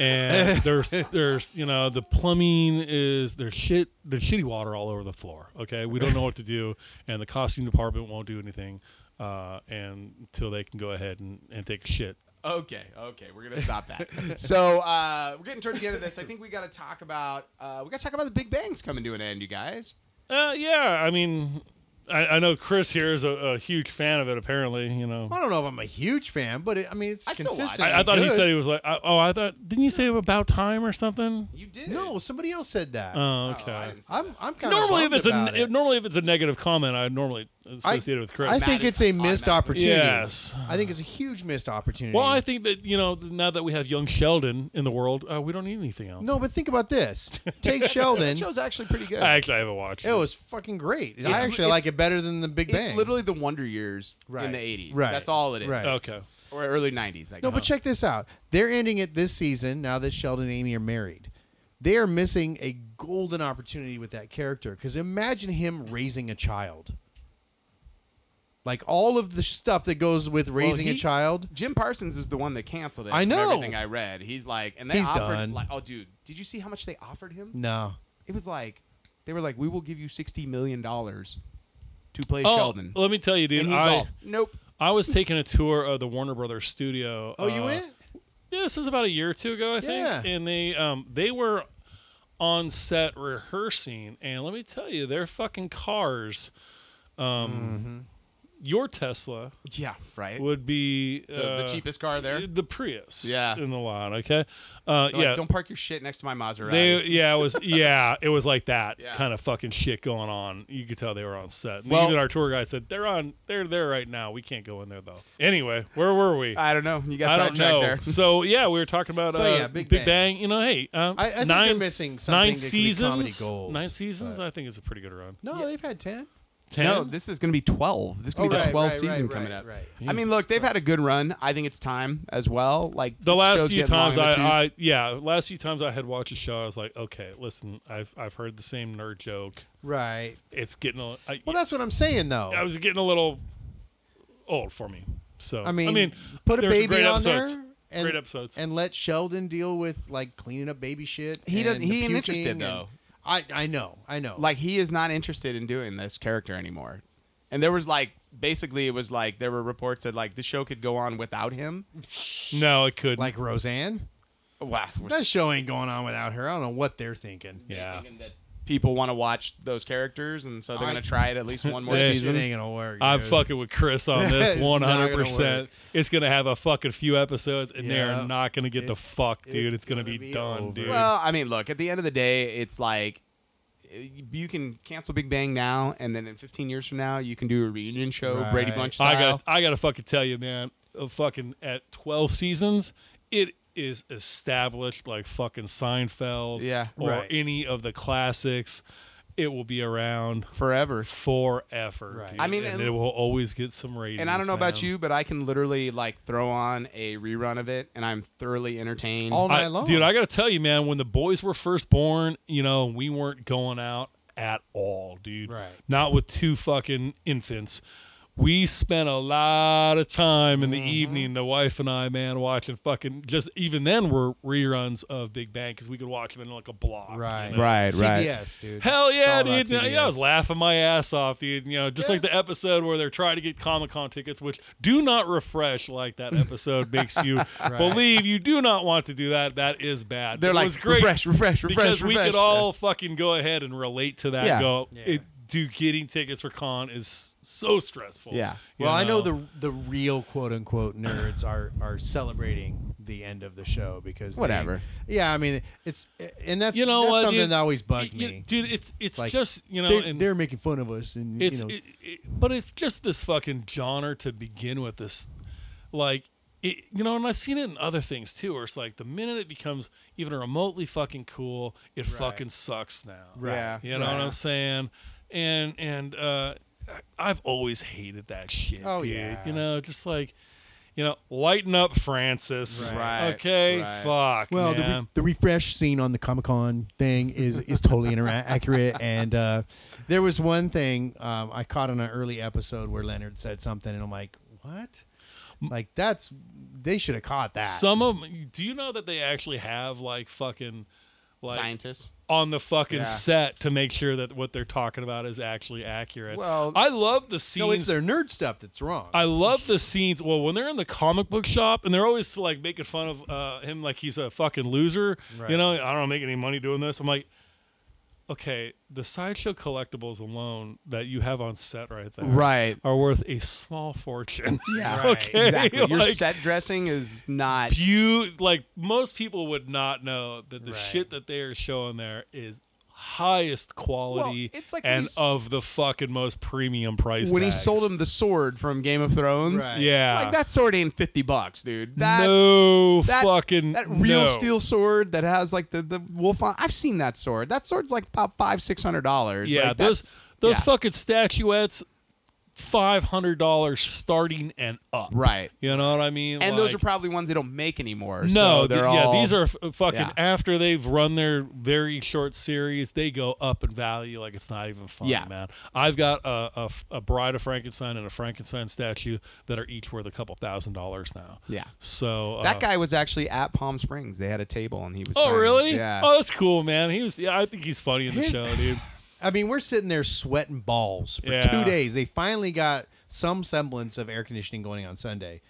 [SPEAKER 3] and there's there's you know the plumbing is there's shit there's shitty water all over the floor okay we don't know what to do and the costume department won't do anything uh, and until they can go ahead and, and take a shit
[SPEAKER 2] Okay, okay, we're gonna stop that. so uh, we're getting towards the end of this. I think we got to talk about uh, we got to talk about the Big Bang's coming to an end, you guys.
[SPEAKER 3] uh, yeah i mean I, I know chris here is a, a huge fan of it apparently you know
[SPEAKER 4] I don't know if I'm a huge fan, but it, I mean it's
[SPEAKER 2] I still watch
[SPEAKER 4] consistent.
[SPEAKER 2] it.
[SPEAKER 3] I, I thought he
[SPEAKER 4] good.
[SPEAKER 3] said he was like, I- oh, I thought, didn't you say about time or something?
[SPEAKER 2] You did
[SPEAKER 4] no. Somebody else said that.
[SPEAKER 3] Oh,
[SPEAKER 2] Oh,
[SPEAKER 3] okay.
[SPEAKER 2] I didn't see
[SPEAKER 4] I'm I'm kind of
[SPEAKER 3] normally if it's a
[SPEAKER 4] it.
[SPEAKER 3] if, normally if it's a negative comment, I normally associate it with
[SPEAKER 4] I
[SPEAKER 3] Chris.
[SPEAKER 4] think it's a missed opportunity.
[SPEAKER 3] yes.
[SPEAKER 4] I think it's a huge missed opportunity.
[SPEAKER 3] Well, I think that you know now that we have young Sheldon in the world, uh, we don't need anything else.
[SPEAKER 4] no, but think about this. Take Sheldon.
[SPEAKER 2] that show's actually pretty good.
[SPEAKER 3] I actually haven't watched.
[SPEAKER 4] It was fucking great. I
[SPEAKER 2] It's-
[SPEAKER 4] actually
[SPEAKER 2] it's-
[SPEAKER 4] like it better than the Big Bang.
[SPEAKER 2] It's literally the Wonder Years in
[SPEAKER 4] Right.
[SPEAKER 2] the '80s.
[SPEAKER 4] Right.
[SPEAKER 2] That's all it is.
[SPEAKER 4] Right.
[SPEAKER 3] Okay.
[SPEAKER 2] Or early '90s. I guess.
[SPEAKER 4] no, but check this out. They're ending it this season now that Sheldon and Amy are married. They are missing a golden opportunity with that character because imagine him raising a child. Like all of the stuff that goes with raising
[SPEAKER 2] he-
[SPEAKER 4] a child.
[SPEAKER 2] Jim Parsons is the one that canceled it.
[SPEAKER 4] I
[SPEAKER 2] from
[SPEAKER 4] know.
[SPEAKER 2] everything I read. He's like, and they
[SPEAKER 4] He's
[SPEAKER 2] offered
[SPEAKER 4] done.
[SPEAKER 2] like, oh, dude, did you see how much they offered him?
[SPEAKER 4] No.
[SPEAKER 2] It was like, they were like, we will give you sixty million dollars to play
[SPEAKER 3] Oh,
[SPEAKER 2] Sheldon.
[SPEAKER 3] let me tell you, dude.
[SPEAKER 2] and he's
[SPEAKER 3] I
[SPEAKER 2] all, nope.
[SPEAKER 3] I was taking a tour of the Warner Brothers studio.
[SPEAKER 4] Oh, you
[SPEAKER 3] uh,
[SPEAKER 4] went?
[SPEAKER 3] Yeah, this was about a year or two ago, I think.
[SPEAKER 4] Yeah.
[SPEAKER 3] And they um they were on set rehearsing, and let me tell you, their fucking cars, um,
[SPEAKER 4] Mm-hmm.
[SPEAKER 3] your Tesla
[SPEAKER 2] Yeah, right.
[SPEAKER 3] would be uh,
[SPEAKER 2] the, the cheapest car there.
[SPEAKER 3] the Prius,
[SPEAKER 2] Yeah.
[SPEAKER 3] in the lot. Okay, uh,
[SPEAKER 2] They're like,
[SPEAKER 3] yeah.
[SPEAKER 2] don't park your shit next to my Maserati.
[SPEAKER 3] they, yeah, it was yeah, it was like that
[SPEAKER 2] Yeah.
[SPEAKER 3] kind of fucking shit going on. You could tell they were on set. And
[SPEAKER 2] Well-
[SPEAKER 3] Even our tour guide said they're on, they're there right now. We can't go in there though. Anyway, where were we?
[SPEAKER 2] I don't know. You got
[SPEAKER 3] I don't know.
[SPEAKER 2] sidetracked there.
[SPEAKER 3] So yeah, we were talking about
[SPEAKER 4] So,
[SPEAKER 3] uh,
[SPEAKER 4] yeah, Big
[SPEAKER 3] Big Bang.
[SPEAKER 4] Bang.
[SPEAKER 3] You know, hey, um,
[SPEAKER 4] I- I think
[SPEAKER 3] nine,
[SPEAKER 4] they're missing something
[SPEAKER 3] nine
[SPEAKER 4] that could be comedy
[SPEAKER 3] seasons.
[SPEAKER 4] gold,
[SPEAKER 3] nine seasons. I think it's a pretty good run.
[SPEAKER 4] No, they've had ten.
[SPEAKER 3] Ten.
[SPEAKER 2] No, this is going to be 12. This could
[SPEAKER 4] Oh,
[SPEAKER 2] be the
[SPEAKER 4] right,
[SPEAKER 2] 12
[SPEAKER 4] right,
[SPEAKER 2] season
[SPEAKER 4] right,
[SPEAKER 2] coming
[SPEAKER 4] right,
[SPEAKER 2] up.
[SPEAKER 4] right.
[SPEAKER 2] I mean,
[SPEAKER 3] Jesus
[SPEAKER 2] look, they've had a good run. I think it's time as well. Like
[SPEAKER 3] the last
[SPEAKER 2] show's
[SPEAKER 3] few
[SPEAKER 2] getting long
[SPEAKER 3] times
[SPEAKER 2] in the
[SPEAKER 3] I, I yeah, last few times I had watched a show, I was like, okay, listen, I've I've heard the same nerd joke.
[SPEAKER 4] Right.
[SPEAKER 3] It's getting a, I,
[SPEAKER 4] Well, that's what I'm saying, though.
[SPEAKER 3] I was getting a little old for me. So
[SPEAKER 4] I mean,
[SPEAKER 3] I mean,
[SPEAKER 4] put a
[SPEAKER 3] there's
[SPEAKER 4] baby
[SPEAKER 3] great
[SPEAKER 4] on
[SPEAKER 3] episodes.
[SPEAKER 4] there. And,
[SPEAKER 3] Great episodes.
[SPEAKER 4] And let Sheldon deal with like cleaning up baby shit.
[SPEAKER 2] He doesn't-
[SPEAKER 4] and the
[SPEAKER 2] he ain't
[SPEAKER 4] puking
[SPEAKER 2] interested,
[SPEAKER 4] and-
[SPEAKER 2] though.
[SPEAKER 4] I I know. I know.
[SPEAKER 2] like he is not interested in doing this character anymore. And there was like basically it was like there were reports that like the show could go on without him.
[SPEAKER 3] no, it could.
[SPEAKER 4] like Roseanne.
[SPEAKER 2] Wow, we're-
[SPEAKER 4] That show ain't going on without her. I don't know what they're thinking.
[SPEAKER 3] yeah,
[SPEAKER 2] people want to watch those characters, and so they're
[SPEAKER 4] I-
[SPEAKER 2] gonna try it at least one more
[SPEAKER 4] That
[SPEAKER 2] season.
[SPEAKER 4] shit ain't gonna work.
[SPEAKER 3] I'm
[SPEAKER 4] dude.
[SPEAKER 3] fucking with Chris on
[SPEAKER 4] It's
[SPEAKER 3] this
[SPEAKER 4] not
[SPEAKER 3] one
[SPEAKER 4] gonna
[SPEAKER 3] hundred percent.
[SPEAKER 4] work.
[SPEAKER 3] It's gonna have a fucking few episodes, and they
[SPEAKER 4] Yeah.
[SPEAKER 3] are not gonna get the fuck, dude.
[SPEAKER 4] it's
[SPEAKER 3] It's gonna,
[SPEAKER 4] gonna
[SPEAKER 3] be,
[SPEAKER 4] be
[SPEAKER 3] done,
[SPEAKER 4] over.
[SPEAKER 3] dude.
[SPEAKER 2] Well, I mean, look, at the end of the day, it's like you can cancel Big Bang now, and then in 15 years from now, you can do a reunion show, Brady
[SPEAKER 4] Right.
[SPEAKER 2] Bunch style.
[SPEAKER 3] I got, I gotta fucking tell you, man. uh, fucking at twelve seasons, it is established like fucking Seinfeld,
[SPEAKER 2] Yeah.
[SPEAKER 3] or
[SPEAKER 4] Right.
[SPEAKER 3] any of the classics. It will be around
[SPEAKER 2] forever.
[SPEAKER 3] forever. Right.
[SPEAKER 2] I mean,
[SPEAKER 3] and,
[SPEAKER 2] and-
[SPEAKER 3] it will always get some ratings.
[SPEAKER 2] And I don't know about
[SPEAKER 3] man.
[SPEAKER 2] you, but I can literally like throw on a rerun of it, and I'm thoroughly entertained.
[SPEAKER 4] all night
[SPEAKER 3] I-
[SPEAKER 4] long,
[SPEAKER 3] dude. I gotta tell you, man. When the boys were first born, you know, we weren't going out at all, dude.
[SPEAKER 4] Right.
[SPEAKER 3] Not with two fucking infants. We spent a lot of time in
[SPEAKER 4] Mm-hmm.
[SPEAKER 3] the evening, the wife and I, man, watching fucking just even then were reruns of Big Bang because we could watch them in like a block. you
[SPEAKER 4] Right.
[SPEAKER 3] know?
[SPEAKER 2] right,
[SPEAKER 4] TBS, dude.
[SPEAKER 3] Hell
[SPEAKER 4] all
[SPEAKER 3] yeah,
[SPEAKER 4] about
[SPEAKER 3] dude! You know, yeah, I was
[SPEAKER 4] TBS.
[SPEAKER 3] laughing my ass off, dude. You know, just like the episode where they're trying to get Comic Con tickets, which do not refresh like that episode makes you believe. You do not want to do that. That is bad.
[SPEAKER 2] They're
[SPEAKER 3] it
[SPEAKER 2] like
[SPEAKER 3] was great
[SPEAKER 2] refresh, refresh, refresh,
[SPEAKER 3] because we
[SPEAKER 2] refresh."
[SPEAKER 3] could all fucking go ahead and relate to that.
[SPEAKER 2] Yeah.
[SPEAKER 3] and Go,
[SPEAKER 4] Yeah.
[SPEAKER 3] It, dude, getting tickets for con is so stressful.
[SPEAKER 2] Yeah.
[SPEAKER 3] you
[SPEAKER 4] Well, I know the the real quote unquote nerds are are celebrating the end of the show because they-
[SPEAKER 2] Whatever.
[SPEAKER 4] yeah, I mean it's and that's
[SPEAKER 3] you know
[SPEAKER 4] that's
[SPEAKER 3] what,
[SPEAKER 4] something
[SPEAKER 3] dude?
[SPEAKER 4] that always bugged
[SPEAKER 3] You-
[SPEAKER 4] me.
[SPEAKER 3] dude. It's it's
[SPEAKER 4] Like,
[SPEAKER 3] just you know
[SPEAKER 4] they're,
[SPEAKER 3] and-
[SPEAKER 4] they're making fun of us, and
[SPEAKER 3] It's
[SPEAKER 4] you know,
[SPEAKER 3] it, it, but it's just this fucking genre to begin with. This, like, it, you know, and I've seen it in other things too. Where it's like the minute it becomes even remotely fucking cool, it fucking sucks now.
[SPEAKER 2] Yeah.
[SPEAKER 3] You know what I'm saying? And and uh, I've always hated that shit.
[SPEAKER 4] Oh,
[SPEAKER 3] dude.
[SPEAKER 4] yeah.
[SPEAKER 3] You know, just like. You know, lighten up, Francis.
[SPEAKER 2] Right. Right,
[SPEAKER 3] Okay.
[SPEAKER 2] right.
[SPEAKER 3] Fuck.
[SPEAKER 4] well, the,
[SPEAKER 3] man.
[SPEAKER 4] re- the refresh scene on the Comic Con thing is is totally intera- accurate. And uh, there was one thing um, I caught on an early episode where Leonard said something, and I'm like, what? Like that's they should have caught that.
[SPEAKER 3] Some of 'em- Do you know that they actually have like fucking like
[SPEAKER 2] Scientists.
[SPEAKER 3] on the fucking
[SPEAKER 2] Yeah.
[SPEAKER 3] set to make sure that what they're talking about is actually accurate.
[SPEAKER 2] Well-
[SPEAKER 3] I love the scenes.
[SPEAKER 4] no, it's their nerd stuff that's wrong.
[SPEAKER 3] I love the scenes. Well, when they're in the comic book shop and they're always like making fun of uh, him, like he's a fucking loser. You
[SPEAKER 4] Right.
[SPEAKER 3] know, I don't make any money doing this. I'm like, okay, the sideshow collectibles alone that you have on set right there,
[SPEAKER 2] Right.
[SPEAKER 3] are worth a small fortune.
[SPEAKER 2] Yeah.
[SPEAKER 4] Right.
[SPEAKER 3] okay,
[SPEAKER 2] Exactly. Your
[SPEAKER 3] Like,
[SPEAKER 2] set dressing is not.
[SPEAKER 3] you like most people would not know that the
[SPEAKER 4] Right.
[SPEAKER 3] shit that they are showing there is highest quality
[SPEAKER 2] Well, it's like when
[SPEAKER 3] and
[SPEAKER 2] he s-
[SPEAKER 3] of the fucking most premium price
[SPEAKER 2] When he
[SPEAKER 3] tags.
[SPEAKER 2] sold him the sword from Game of Thrones,
[SPEAKER 4] Right.
[SPEAKER 3] yeah
[SPEAKER 2] like that sword ain't 50 bucks, dude. That's,
[SPEAKER 3] no
[SPEAKER 2] that,
[SPEAKER 3] fucking
[SPEAKER 2] that real
[SPEAKER 3] no.
[SPEAKER 2] steel sword that has like the the wolf on. I've seen that sword. That sword's like about five six hundred dollars.
[SPEAKER 3] yeah
[SPEAKER 2] like, that's-
[SPEAKER 3] those those
[SPEAKER 2] yeah.
[SPEAKER 3] fucking statuettes five hundred dollars starting and up
[SPEAKER 2] right.
[SPEAKER 3] you know what I mean
[SPEAKER 2] And those
[SPEAKER 3] Like-
[SPEAKER 2] are probably ones they don't make anymore.
[SPEAKER 3] No,
[SPEAKER 2] so
[SPEAKER 3] th-
[SPEAKER 2] they're
[SPEAKER 3] yeah,
[SPEAKER 2] all,
[SPEAKER 3] these are f- uh, fucking
[SPEAKER 2] yeah.
[SPEAKER 3] after they've run their very short series, they go up in value like it's not even funny,
[SPEAKER 2] Yeah.
[SPEAKER 3] man. I've got a, a f- a Bride of Frankenstein and a Frankenstein statue that are each worth a couple thousand dollars now.
[SPEAKER 2] Yeah.
[SPEAKER 3] So uh,
[SPEAKER 2] That guy was actually at Palm Springs. They had a table and he was.
[SPEAKER 3] Oh
[SPEAKER 2] signing.
[SPEAKER 3] really?
[SPEAKER 2] Yeah.
[SPEAKER 3] Oh, that's cool, man. He was. Yeah, I think he's funny in the show, dude.
[SPEAKER 4] I mean, we're sitting there sweating balls for
[SPEAKER 3] Yeah.
[SPEAKER 4] two days. They finally got some semblance of air conditioning going on Sunday.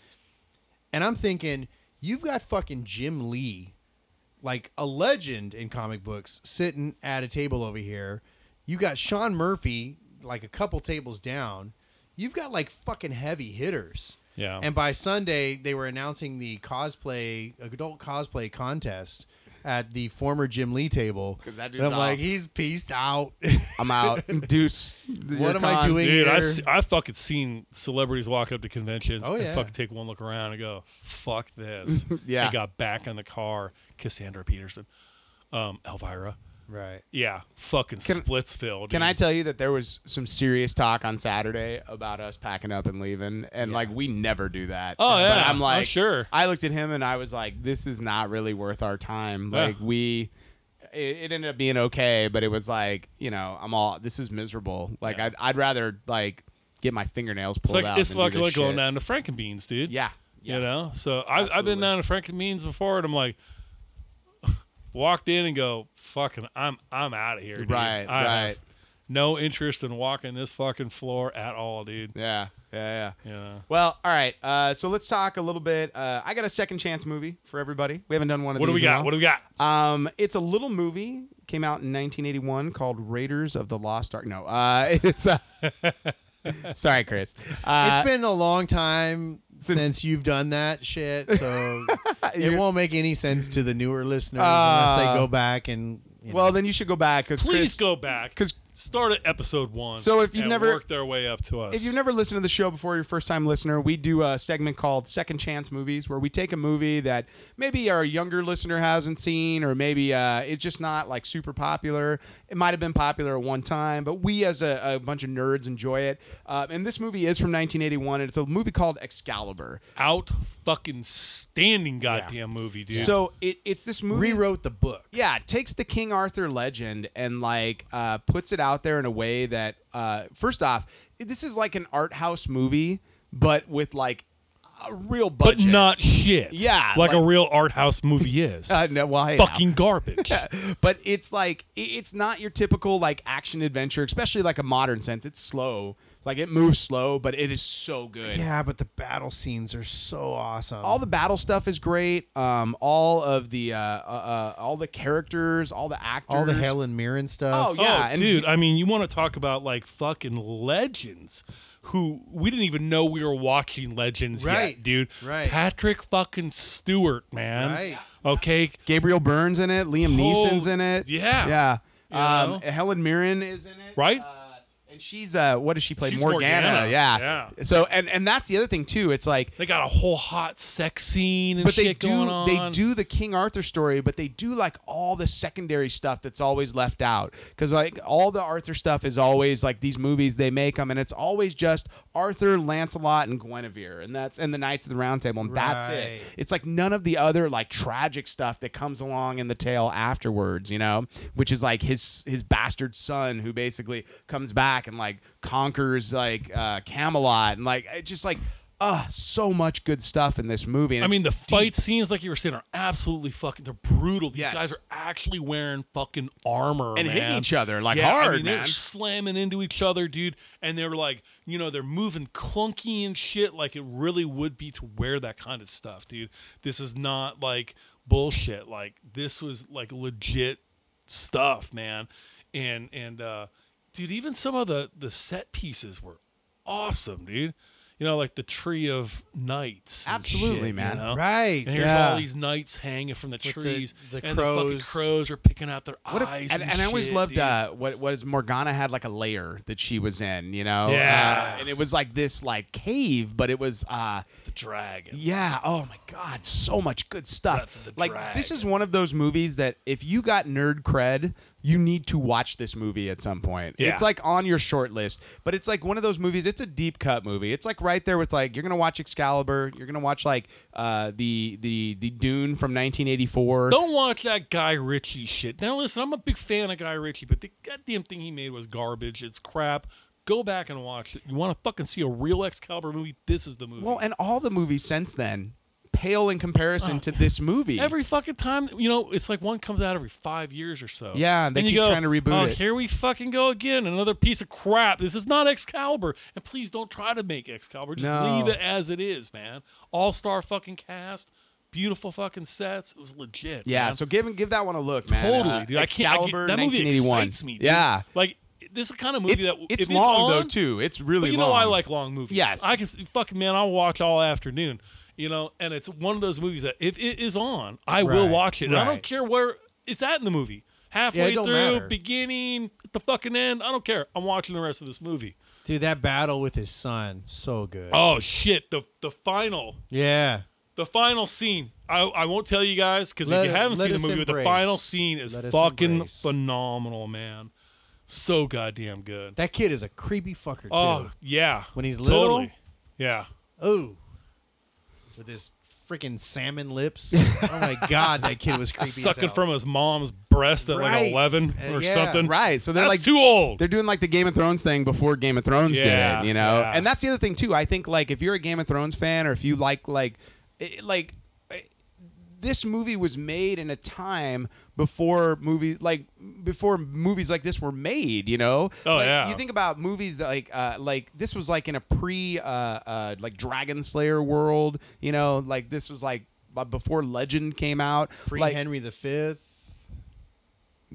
[SPEAKER 4] And I'm thinking, you've got fucking Jim Lee, like a legend in comic books, sitting at a table over here. You got Sean Murphy, like a couple tables down. You've got like fucking heavy hitters.
[SPEAKER 3] Yeah.
[SPEAKER 4] And by Sunday, they were announcing the cosplay, adult cosplay contest at the former Jim Lee table.
[SPEAKER 1] 'Cause that
[SPEAKER 4] and I'm
[SPEAKER 1] dude's
[SPEAKER 4] like,
[SPEAKER 1] off.
[SPEAKER 4] he's peaced out.
[SPEAKER 2] I'm out. Deuce.
[SPEAKER 4] what am I doing
[SPEAKER 3] Dude,
[SPEAKER 4] here?
[SPEAKER 3] I've, se- I've fucking seen celebrities walk up to conventions
[SPEAKER 4] Oh,
[SPEAKER 3] and
[SPEAKER 4] yeah.
[SPEAKER 3] fucking take one look around and go, fuck this.
[SPEAKER 2] Yeah.
[SPEAKER 3] And got back in the car. Cassandra Peterson, um, Elvira.
[SPEAKER 4] right.
[SPEAKER 3] Yeah. Fucking Splitsville. Dude.
[SPEAKER 2] Can I tell you that there was some serious talk on Saturday about us packing up and leaving, and like we never do that.
[SPEAKER 3] Oh, yeah.
[SPEAKER 2] But I'm
[SPEAKER 3] Oh,
[SPEAKER 2] like,
[SPEAKER 3] sure.
[SPEAKER 2] I looked at him and I was like, this is not really worth our time.
[SPEAKER 3] Yeah.
[SPEAKER 2] Like we, it, it ended up being okay, but it was like, you know, I'm all this is miserable. Like I'd, I'd rather like get my fingernails
[SPEAKER 3] It's
[SPEAKER 2] pulled
[SPEAKER 3] like
[SPEAKER 2] out.
[SPEAKER 3] it's
[SPEAKER 2] than do
[SPEAKER 3] like,
[SPEAKER 2] this
[SPEAKER 3] like going
[SPEAKER 2] shit.
[SPEAKER 3] down to Frankenbeans, dude.
[SPEAKER 2] Yeah. Yeah.
[SPEAKER 3] You know, so I, I've been
[SPEAKER 2] Absolutely.
[SPEAKER 3] down to Frankenbeans before, and I'm like, walked in and go, fucking, I'm I'm out of here, dude.
[SPEAKER 2] Right,
[SPEAKER 3] I have
[SPEAKER 2] right.
[SPEAKER 3] No interest in walking this fucking floor at all, dude.
[SPEAKER 2] Yeah. Yeah. Yeah.
[SPEAKER 3] Yeah.
[SPEAKER 2] Well, all right. Uh, so let's talk a little bit. Uh, I got a second chance movie for everybody. We haven't done one of
[SPEAKER 3] What do
[SPEAKER 2] these.
[SPEAKER 3] we
[SPEAKER 2] in a while.
[SPEAKER 3] got? What do we got?
[SPEAKER 2] Um, it's a little movie. Came out in 1981 called Raiders of the Lost Ark. No, uh, it's a. Sorry, Chris. Uh,
[SPEAKER 4] it's been a long time
[SPEAKER 2] since-
[SPEAKER 4] since, you've done that shit, so it
[SPEAKER 2] You're-
[SPEAKER 4] won't make any sense to the newer listeners unless
[SPEAKER 2] Uh,
[SPEAKER 4] they go back and you
[SPEAKER 2] well,
[SPEAKER 4] know.
[SPEAKER 2] then you should go back because
[SPEAKER 3] Please
[SPEAKER 2] Chris,
[SPEAKER 3] go back
[SPEAKER 2] 'cause-
[SPEAKER 3] start at episode one.
[SPEAKER 2] So if you've
[SPEAKER 3] and
[SPEAKER 2] never-
[SPEAKER 3] work their way up to us,
[SPEAKER 2] If you've never listened to the show before, you're a first time listener, we do a segment called Second Chance Movies where we take a movie that maybe our younger listener hasn't seen or maybe uh, it's just not like super popular. It might have been popular at one time, but we as a, a bunch of nerds enjoy it. Uh, and this movie is from 1981 and it's a movie called Excalibur.
[SPEAKER 3] out fucking standing goddamn movie, dude.
[SPEAKER 2] So it, it's this movie.
[SPEAKER 4] rewrote the book.
[SPEAKER 2] yeah, it takes the King Arthur legend and like uh, puts it out there in a way that, uh, first off, this is like an art house movie, but with like a real
[SPEAKER 3] but
[SPEAKER 2] budget.
[SPEAKER 3] not shit.
[SPEAKER 2] Yeah,
[SPEAKER 3] like, a
[SPEAKER 2] like-
[SPEAKER 3] real art house movie is.
[SPEAKER 2] Uh, no, well, hey,
[SPEAKER 3] fucking garbage. Oh,
[SPEAKER 2] but it's like i- it's not your typical like action adventure, especially like a modern sense. It's slow, like it moves slow, but it is so good.
[SPEAKER 4] Yeah, but the battle scenes are so awesome.
[SPEAKER 2] all the battle stuff is great. Um, all of the uh, uh, uh, all the characters, all the actors,
[SPEAKER 4] all the Helen Mirren stuff.
[SPEAKER 2] Oh yeah,
[SPEAKER 3] oh,
[SPEAKER 2] and
[SPEAKER 3] dude. I mean, you want to talk about like fucking legends who we didn't even know we were watching legends yet,
[SPEAKER 4] Right,
[SPEAKER 3] dude.
[SPEAKER 4] right.
[SPEAKER 3] Patrick fucking Stewart, man.
[SPEAKER 4] Right.
[SPEAKER 3] Okay.
[SPEAKER 2] Gabriel Burns in it. Liam
[SPEAKER 3] Whole-
[SPEAKER 2] Neeson's in it.
[SPEAKER 3] yeah.
[SPEAKER 2] yeah.
[SPEAKER 3] You know?
[SPEAKER 2] Um, Helen Mirren is in it.
[SPEAKER 3] Right?
[SPEAKER 2] Uh, and she's uh, what does she play?
[SPEAKER 3] She's
[SPEAKER 2] Morgana.
[SPEAKER 3] Morgana,
[SPEAKER 2] Yeah.
[SPEAKER 3] yeah.
[SPEAKER 2] So and and that's the other thing too. It's like.
[SPEAKER 3] They got a whole hot sex scene and
[SPEAKER 2] But
[SPEAKER 3] shit
[SPEAKER 2] they do
[SPEAKER 3] going on.
[SPEAKER 2] they do the King Arthur story, but they do like all the secondary stuff that's always left out because like all the Arthur stuff is always like these movies they make them, and it's always just Arthur, Lancelot, and Guinevere, and that's and the Knights of the Round Table, and that's it.
[SPEAKER 4] Right.
[SPEAKER 2] It's like none of the other like tragic stuff that comes along in the tale afterwards, you know, which is like his his bastard son who basically comes back and like conquers like uh, Camelot and like it just like. Uh, so much good stuff in this movie. and
[SPEAKER 3] I mean, the
[SPEAKER 2] it's
[SPEAKER 3] fight scenes, like you were saying, are absolutely fucking. They're brutal. These
[SPEAKER 2] Yes.
[SPEAKER 3] guys are actually wearing fucking armor
[SPEAKER 2] And hitting
[SPEAKER 3] man.
[SPEAKER 2] each other, like,
[SPEAKER 3] Yeah, I
[SPEAKER 2] hard,
[SPEAKER 3] mean, They're
[SPEAKER 2] man.
[SPEAKER 3] slamming into each other, dude. And they were like, you know, they're moving clunky and shit. Like it really would be to wear that kind of stuff, dude. This is not like bullshit. Like this was like legit stuff, man. And and uh, dude, even some of the the set pieces were awesome, dude. You know, like the tree of knights. and
[SPEAKER 2] Absolutely,
[SPEAKER 3] shit, you
[SPEAKER 2] man.
[SPEAKER 3] know?
[SPEAKER 4] Right.
[SPEAKER 3] And here's
[SPEAKER 4] yeah.
[SPEAKER 3] all these knights hanging from the
[SPEAKER 4] the-
[SPEAKER 3] trees.
[SPEAKER 4] the
[SPEAKER 3] and the fucking
[SPEAKER 4] crows.
[SPEAKER 3] crows are picking out their
[SPEAKER 2] What a-
[SPEAKER 3] eyes.
[SPEAKER 2] and,
[SPEAKER 3] and,
[SPEAKER 2] and I always
[SPEAKER 3] shit,
[SPEAKER 2] loved
[SPEAKER 3] dude.
[SPEAKER 2] uh, what was Morgana had like a lair that she was in, you know?
[SPEAKER 3] Yeah.
[SPEAKER 2] Uh, and it was like this like cave, but it was uh
[SPEAKER 3] the dragon.
[SPEAKER 2] yeah, oh my god, so much good
[SPEAKER 3] Breath
[SPEAKER 2] stuff.
[SPEAKER 3] of the
[SPEAKER 2] Like
[SPEAKER 3] Dragon.
[SPEAKER 2] this is one of those movies that if you got nerd cred, you need to watch this movie at some point.
[SPEAKER 3] Yeah.
[SPEAKER 2] It's like on your short list, but it's like one of those movies, it's a deep cut movie. It's like right there with like you're going to watch Excalibur, you're going to watch like uh the the the Dune from 1984.
[SPEAKER 3] Don't watch that Guy Ritchie shit. Now listen, I'm a big fan of Guy Ritchie, but the goddamn thing he made was garbage. It's crap. Go back and watch it. You want to fucking see a real Excalibur movie? This is the movie.
[SPEAKER 2] Well, and all the movies since then pale in comparison to this movie.
[SPEAKER 3] Oh, Every fucking time, you know, it's like one comes out every five years or so.
[SPEAKER 2] Yeah, they
[SPEAKER 3] and you
[SPEAKER 2] keep
[SPEAKER 3] go,
[SPEAKER 2] trying to reboot
[SPEAKER 3] Oh,
[SPEAKER 2] it."
[SPEAKER 3] here we fucking go again. Another piece of crap. This is not Excalibur. And please don't try to make Excalibur. Just
[SPEAKER 2] No.
[SPEAKER 3] leave it as it is, man. All star fucking cast, beautiful fucking sets. It was legit.
[SPEAKER 2] yeah,
[SPEAKER 3] man.
[SPEAKER 2] so give give that one a look, man.
[SPEAKER 3] totally,
[SPEAKER 2] Uh,
[SPEAKER 3] dude. I can't. I
[SPEAKER 2] Excalibur,
[SPEAKER 3] get, that movie
[SPEAKER 2] 1981.
[SPEAKER 3] excites me. Dude.
[SPEAKER 2] Yeah,
[SPEAKER 3] like this is the kind of movie
[SPEAKER 2] it's,
[SPEAKER 3] that
[SPEAKER 2] it's
[SPEAKER 3] if
[SPEAKER 2] long
[SPEAKER 3] it's on,
[SPEAKER 2] though too. It's really
[SPEAKER 3] But you
[SPEAKER 2] long.
[SPEAKER 3] know, I like long movies.
[SPEAKER 2] Yes.
[SPEAKER 3] I can s- fucking man, I'll watch all afternoon. You know, and it's one of those movies that if it is on, I will
[SPEAKER 2] Right,
[SPEAKER 3] watch it. And I
[SPEAKER 2] right.
[SPEAKER 3] don't care where it's at in the movie. Halfway
[SPEAKER 4] don't
[SPEAKER 3] through,
[SPEAKER 4] matter.
[SPEAKER 3] beginning, at the fucking end. I don't care. I'm watching the rest of this movie.
[SPEAKER 4] Dude, that battle with his son, so good.
[SPEAKER 3] Oh shit! The the final,
[SPEAKER 4] Yeah.
[SPEAKER 3] the final scene. I, I won't tell you guys because if
[SPEAKER 4] Let
[SPEAKER 3] you
[SPEAKER 4] it-
[SPEAKER 3] haven't seen
[SPEAKER 4] let
[SPEAKER 3] the
[SPEAKER 4] us
[SPEAKER 3] movie, but the
[SPEAKER 4] embrace.
[SPEAKER 3] final scene is
[SPEAKER 4] Let us
[SPEAKER 3] fucking
[SPEAKER 4] embrace.
[SPEAKER 3] phenomenal, man. So goddamn good.
[SPEAKER 4] That kid is a creepy fucker too.
[SPEAKER 3] Oh yeah.
[SPEAKER 4] When he's little?
[SPEAKER 3] totally. Yeah.
[SPEAKER 4] Ooh. With his freaking salmon lips. oh my god, that kid was creepy. as
[SPEAKER 3] sucking
[SPEAKER 4] hell.
[SPEAKER 3] from his mom's breast at
[SPEAKER 4] Right.
[SPEAKER 3] like 11
[SPEAKER 4] Uh,
[SPEAKER 3] or
[SPEAKER 4] yeah.
[SPEAKER 3] something.
[SPEAKER 2] Right, so they're
[SPEAKER 3] That's
[SPEAKER 2] like
[SPEAKER 3] too old.
[SPEAKER 2] They're doing like the Game of Thrones thing before Game of Thrones
[SPEAKER 3] Yeah,
[SPEAKER 2] did it, you know.
[SPEAKER 3] yeah.
[SPEAKER 2] And that's the other thing too. I think like if you're a Game of Thrones fan or if you like like it- like it- this movie was made in a time before movies like before movies like this were made, you know.
[SPEAKER 3] Oh,
[SPEAKER 2] Like,
[SPEAKER 3] yeah.
[SPEAKER 2] You think about movies like uh, like this was like in a pre uh, uh, like Dragon Slayer world, you know. Like this was like b- before Legend came out.
[SPEAKER 4] pre
[SPEAKER 2] like
[SPEAKER 4] Henry V,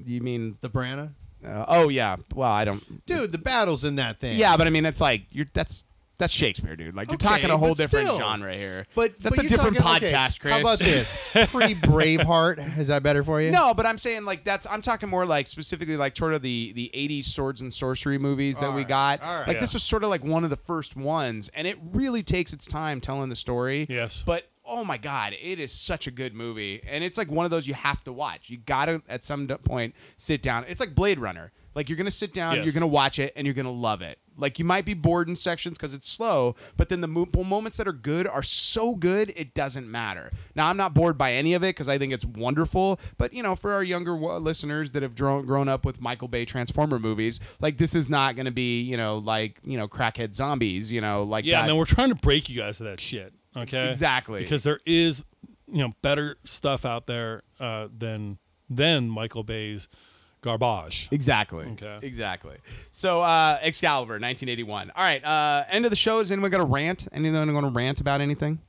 [SPEAKER 2] you mean?
[SPEAKER 4] the Branna.
[SPEAKER 2] Uh, oh yeah. Well, I don't.
[SPEAKER 4] Dude, the battles in that thing.
[SPEAKER 2] Yeah, but I mean, it's like you're that's that's Shakespeare, dude. Like you're
[SPEAKER 4] Okay,
[SPEAKER 2] talking a whole
[SPEAKER 4] but
[SPEAKER 2] different
[SPEAKER 4] still.
[SPEAKER 2] genre here.
[SPEAKER 4] But
[SPEAKER 2] that's
[SPEAKER 4] but
[SPEAKER 2] a
[SPEAKER 4] you're
[SPEAKER 2] different
[SPEAKER 4] talking- okay,
[SPEAKER 2] podcast, Chris.
[SPEAKER 4] How about this? Pre Braveheart. Is that better for you?
[SPEAKER 2] No, but I'm saying like that's I'm talking more like specifically like sort of the the 80s swords and sorcery movies that we
[SPEAKER 4] Alright,
[SPEAKER 2] got.
[SPEAKER 4] alright.
[SPEAKER 2] Like this
[SPEAKER 3] Yeah.
[SPEAKER 2] was sort of like one of the first ones, and it really takes its time telling the story.
[SPEAKER 3] Yes.
[SPEAKER 2] but. Oh my God! It is such a good movie, and it's like one of those you have to watch. You gotta at some d- point sit down. It's like Blade Runner. Like you're gonna sit down,
[SPEAKER 3] Yes.
[SPEAKER 2] you're gonna watch it, and you're gonna love it. Like you might be bored in sections because it's slow, but then the mo- moments that are good are so good it doesn't matter. Now I'm not bored by any of it because I think it's wonderful. But you know, for our younger w- listeners that have dro- grown up with Michael Bay Transformer movies, like this is not going to be you know like you know crackhead zombies, you know like
[SPEAKER 3] yeah,
[SPEAKER 2] that.
[SPEAKER 3] and then we're trying to break you guys to that shit. Okay.
[SPEAKER 2] Exactly.
[SPEAKER 3] Because there is, you know, better stuff out there uh, than than Michael Bay's garbage.
[SPEAKER 2] Exactly.
[SPEAKER 3] Okay.
[SPEAKER 2] Exactly. So uh, Excalibur, 1981. All right. Uh, end of the show. Is anyone going to rant? Anyone going to rant about anything?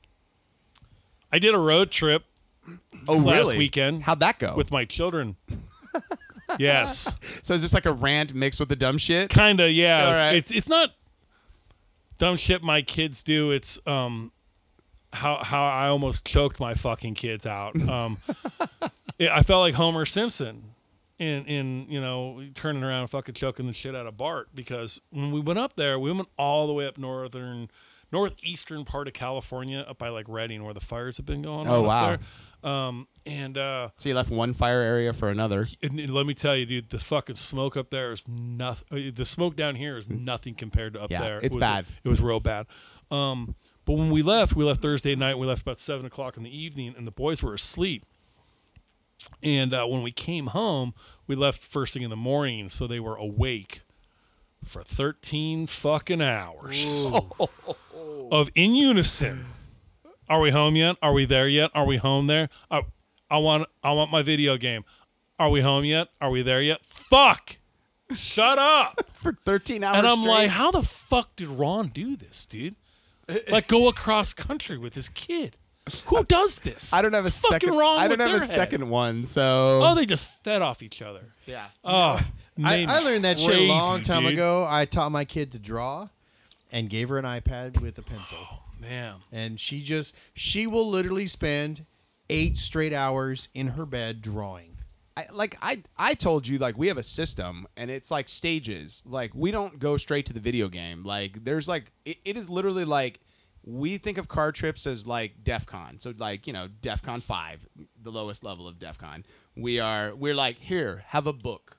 [SPEAKER 3] I did a road trip
[SPEAKER 2] Oh,
[SPEAKER 3] this last weekend
[SPEAKER 2] How'd that
[SPEAKER 4] Oh.
[SPEAKER 2] go?
[SPEAKER 3] with my children. yes.
[SPEAKER 2] so it's just like a rant mixed with the dumb shit.
[SPEAKER 3] Kinda, yeah.
[SPEAKER 2] All right.
[SPEAKER 3] It's it's not dumb shit my kids do. It's um how how I almost choked my fucking kids out. Um yeah, I felt like Homer Simpson in in you know turning around and fucking choking the shit out of Bart because when we went up there, we went all the way up northern northeastern part of California up by like Redding where the fires have been going on
[SPEAKER 2] Oh,
[SPEAKER 3] up
[SPEAKER 2] wow.
[SPEAKER 3] there. Um and uh
[SPEAKER 2] So you left one fire area for another.
[SPEAKER 3] and, and let me tell you, dude, the fucking smoke up there is nothing. The smoke down here is nothing compared to up
[SPEAKER 2] Mm. Yeah,
[SPEAKER 3] there.
[SPEAKER 2] it's
[SPEAKER 3] it was,
[SPEAKER 2] bad.
[SPEAKER 3] It was real bad. Um, but when we left, we left Thursday night. We left about seven o'clock in the evening, and the boys were asleep. And uh, when we came home, we left first thing in the morning, so they were awake for thirteen fucking hours of in unison. Are we home yet? Are we there yet? Are we home there? I, I want I want my video game. Are we home yet? Are we there yet? Fuck! Shut up!
[SPEAKER 2] for 13 hours
[SPEAKER 3] and I'm
[SPEAKER 2] straight.
[SPEAKER 3] like, how the fuck did Ron do this, dude? Like go across country with his kid? Who does this?
[SPEAKER 2] I don't have a
[SPEAKER 3] It's
[SPEAKER 2] second.
[SPEAKER 3] Fucking wrong
[SPEAKER 2] I don't
[SPEAKER 3] with
[SPEAKER 2] have a
[SPEAKER 3] their head.
[SPEAKER 2] second one. So
[SPEAKER 3] Oh, they just fed off each other.
[SPEAKER 2] yeah.
[SPEAKER 3] Oh,
[SPEAKER 4] I,
[SPEAKER 3] man,
[SPEAKER 4] I learned that shit a
[SPEAKER 3] crazy,
[SPEAKER 4] long time
[SPEAKER 3] dude.
[SPEAKER 4] ago. I taught my kid to draw and gave her an iPad with a pencil.
[SPEAKER 3] Man,
[SPEAKER 4] And she just she will literally spend eight straight hours in her bed drawing.
[SPEAKER 2] I, like I I told you like we have a system and it's like stages. Like we don't go straight to the video game. Like there's like it, it is literally like we think of car trips as like DEF CON. So like, you know, DEF CON 5, the lowest level of DEF CON. We are we're like, "Here, have a book."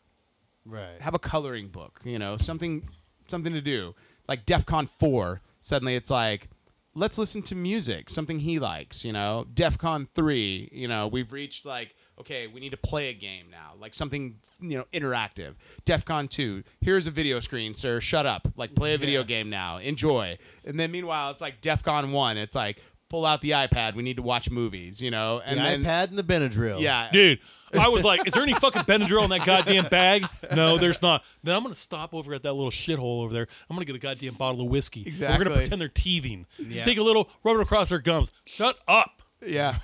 [SPEAKER 4] Right.
[SPEAKER 2] have a coloring book, you know, something something to do. Like DEF CON 4, suddenly it's like, let's listen to music, something he likes, you know. DEF CON 3, you know, we've reached like, okay, we need to play a game now, like something, you know, interactive. DEF CON 2, here's a video screen, sir, shut up. Like, play a video game now, enjoy. And then meanwhile, it's like DEF CON 1, it's like, pull out the iPad. We need to watch movies, you know.
[SPEAKER 4] The
[SPEAKER 2] And then
[SPEAKER 4] iPad and the Benadryl.
[SPEAKER 2] yeah,
[SPEAKER 3] dude. I was like, is there any fucking Benadryl in that goddamn bag? No, there's not. Then I'm gonna stop over at that little shithole over there. I'm gonna get a goddamn bottle of whiskey. We're
[SPEAKER 2] Exactly.
[SPEAKER 3] gonna pretend they're teething. Just take a little, rub it across their gums. Shut up.
[SPEAKER 2] yeah.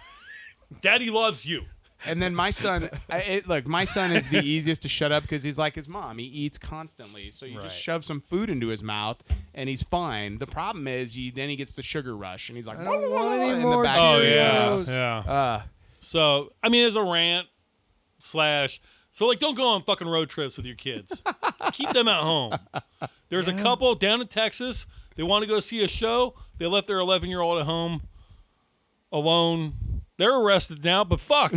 [SPEAKER 3] Daddy loves you.
[SPEAKER 2] And then my son, I, it, look, my son is the easiest to shut up because he's like his mom. He eats constantly, so you
[SPEAKER 4] Right.
[SPEAKER 2] just shove some food into his mouth, and he's fine. The problem is, you then he gets the sugar rush, and he's like,
[SPEAKER 4] I don't want
[SPEAKER 2] in
[SPEAKER 4] any
[SPEAKER 2] the
[SPEAKER 4] more
[SPEAKER 2] back-
[SPEAKER 3] Oh yeah,
[SPEAKER 4] Cheerios. Ah.
[SPEAKER 3] yeah. so I mean, as a rant slash, so like, don't go on fucking road trips with your kids. Keep them at home. There's a couple down in Texas. They want to go see a show. They left their 11 year old at home, alone. They're arrested now, but fuck,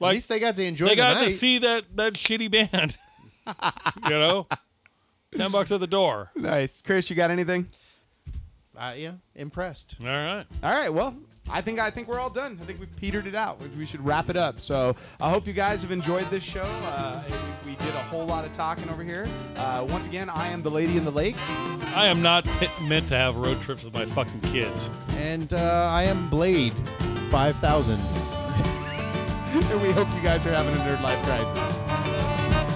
[SPEAKER 4] At least they got to enjoy
[SPEAKER 3] they
[SPEAKER 4] the
[SPEAKER 3] got
[SPEAKER 4] night.
[SPEAKER 3] to see that that shitty band. you know, ten bucks at the door.
[SPEAKER 2] Nice, Chris. You got anything?
[SPEAKER 4] Uh, yeah, impressed.
[SPEAKER 3] All right.
[SPEAKER 2] All right. Well, I think I think we're all done. I think we've petered it out. We should wrap it up. So I hope you guys have enjoyed this show. Uh, we, we did a whole lot of talking over here. Uh, once again, I am the Lady in the Lake.
[SPEAKER 3] I am not t- meant to have road trips with my fucking kids.
[SPEAKER 4] And uh, I am Blade 5000.
[SPEAKER 2] and we hope you guys are having a nerd life crisis.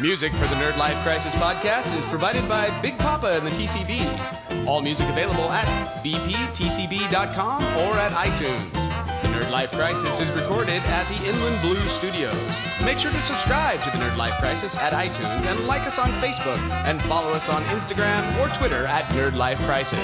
[SPEAKER 5] Music for the Nerd Life Crisis podcast is provided by Big Papa and the TCB. All music available at bptcb.com or at iTunes. The Nerd Life Crisis is recorded at the Inland Blue Studios. Make sure to subscribe to the Nerd Life Crisis at iTunes and like us on Facebook and follow us on Instagram or Twitter at Nerd Life Crisis.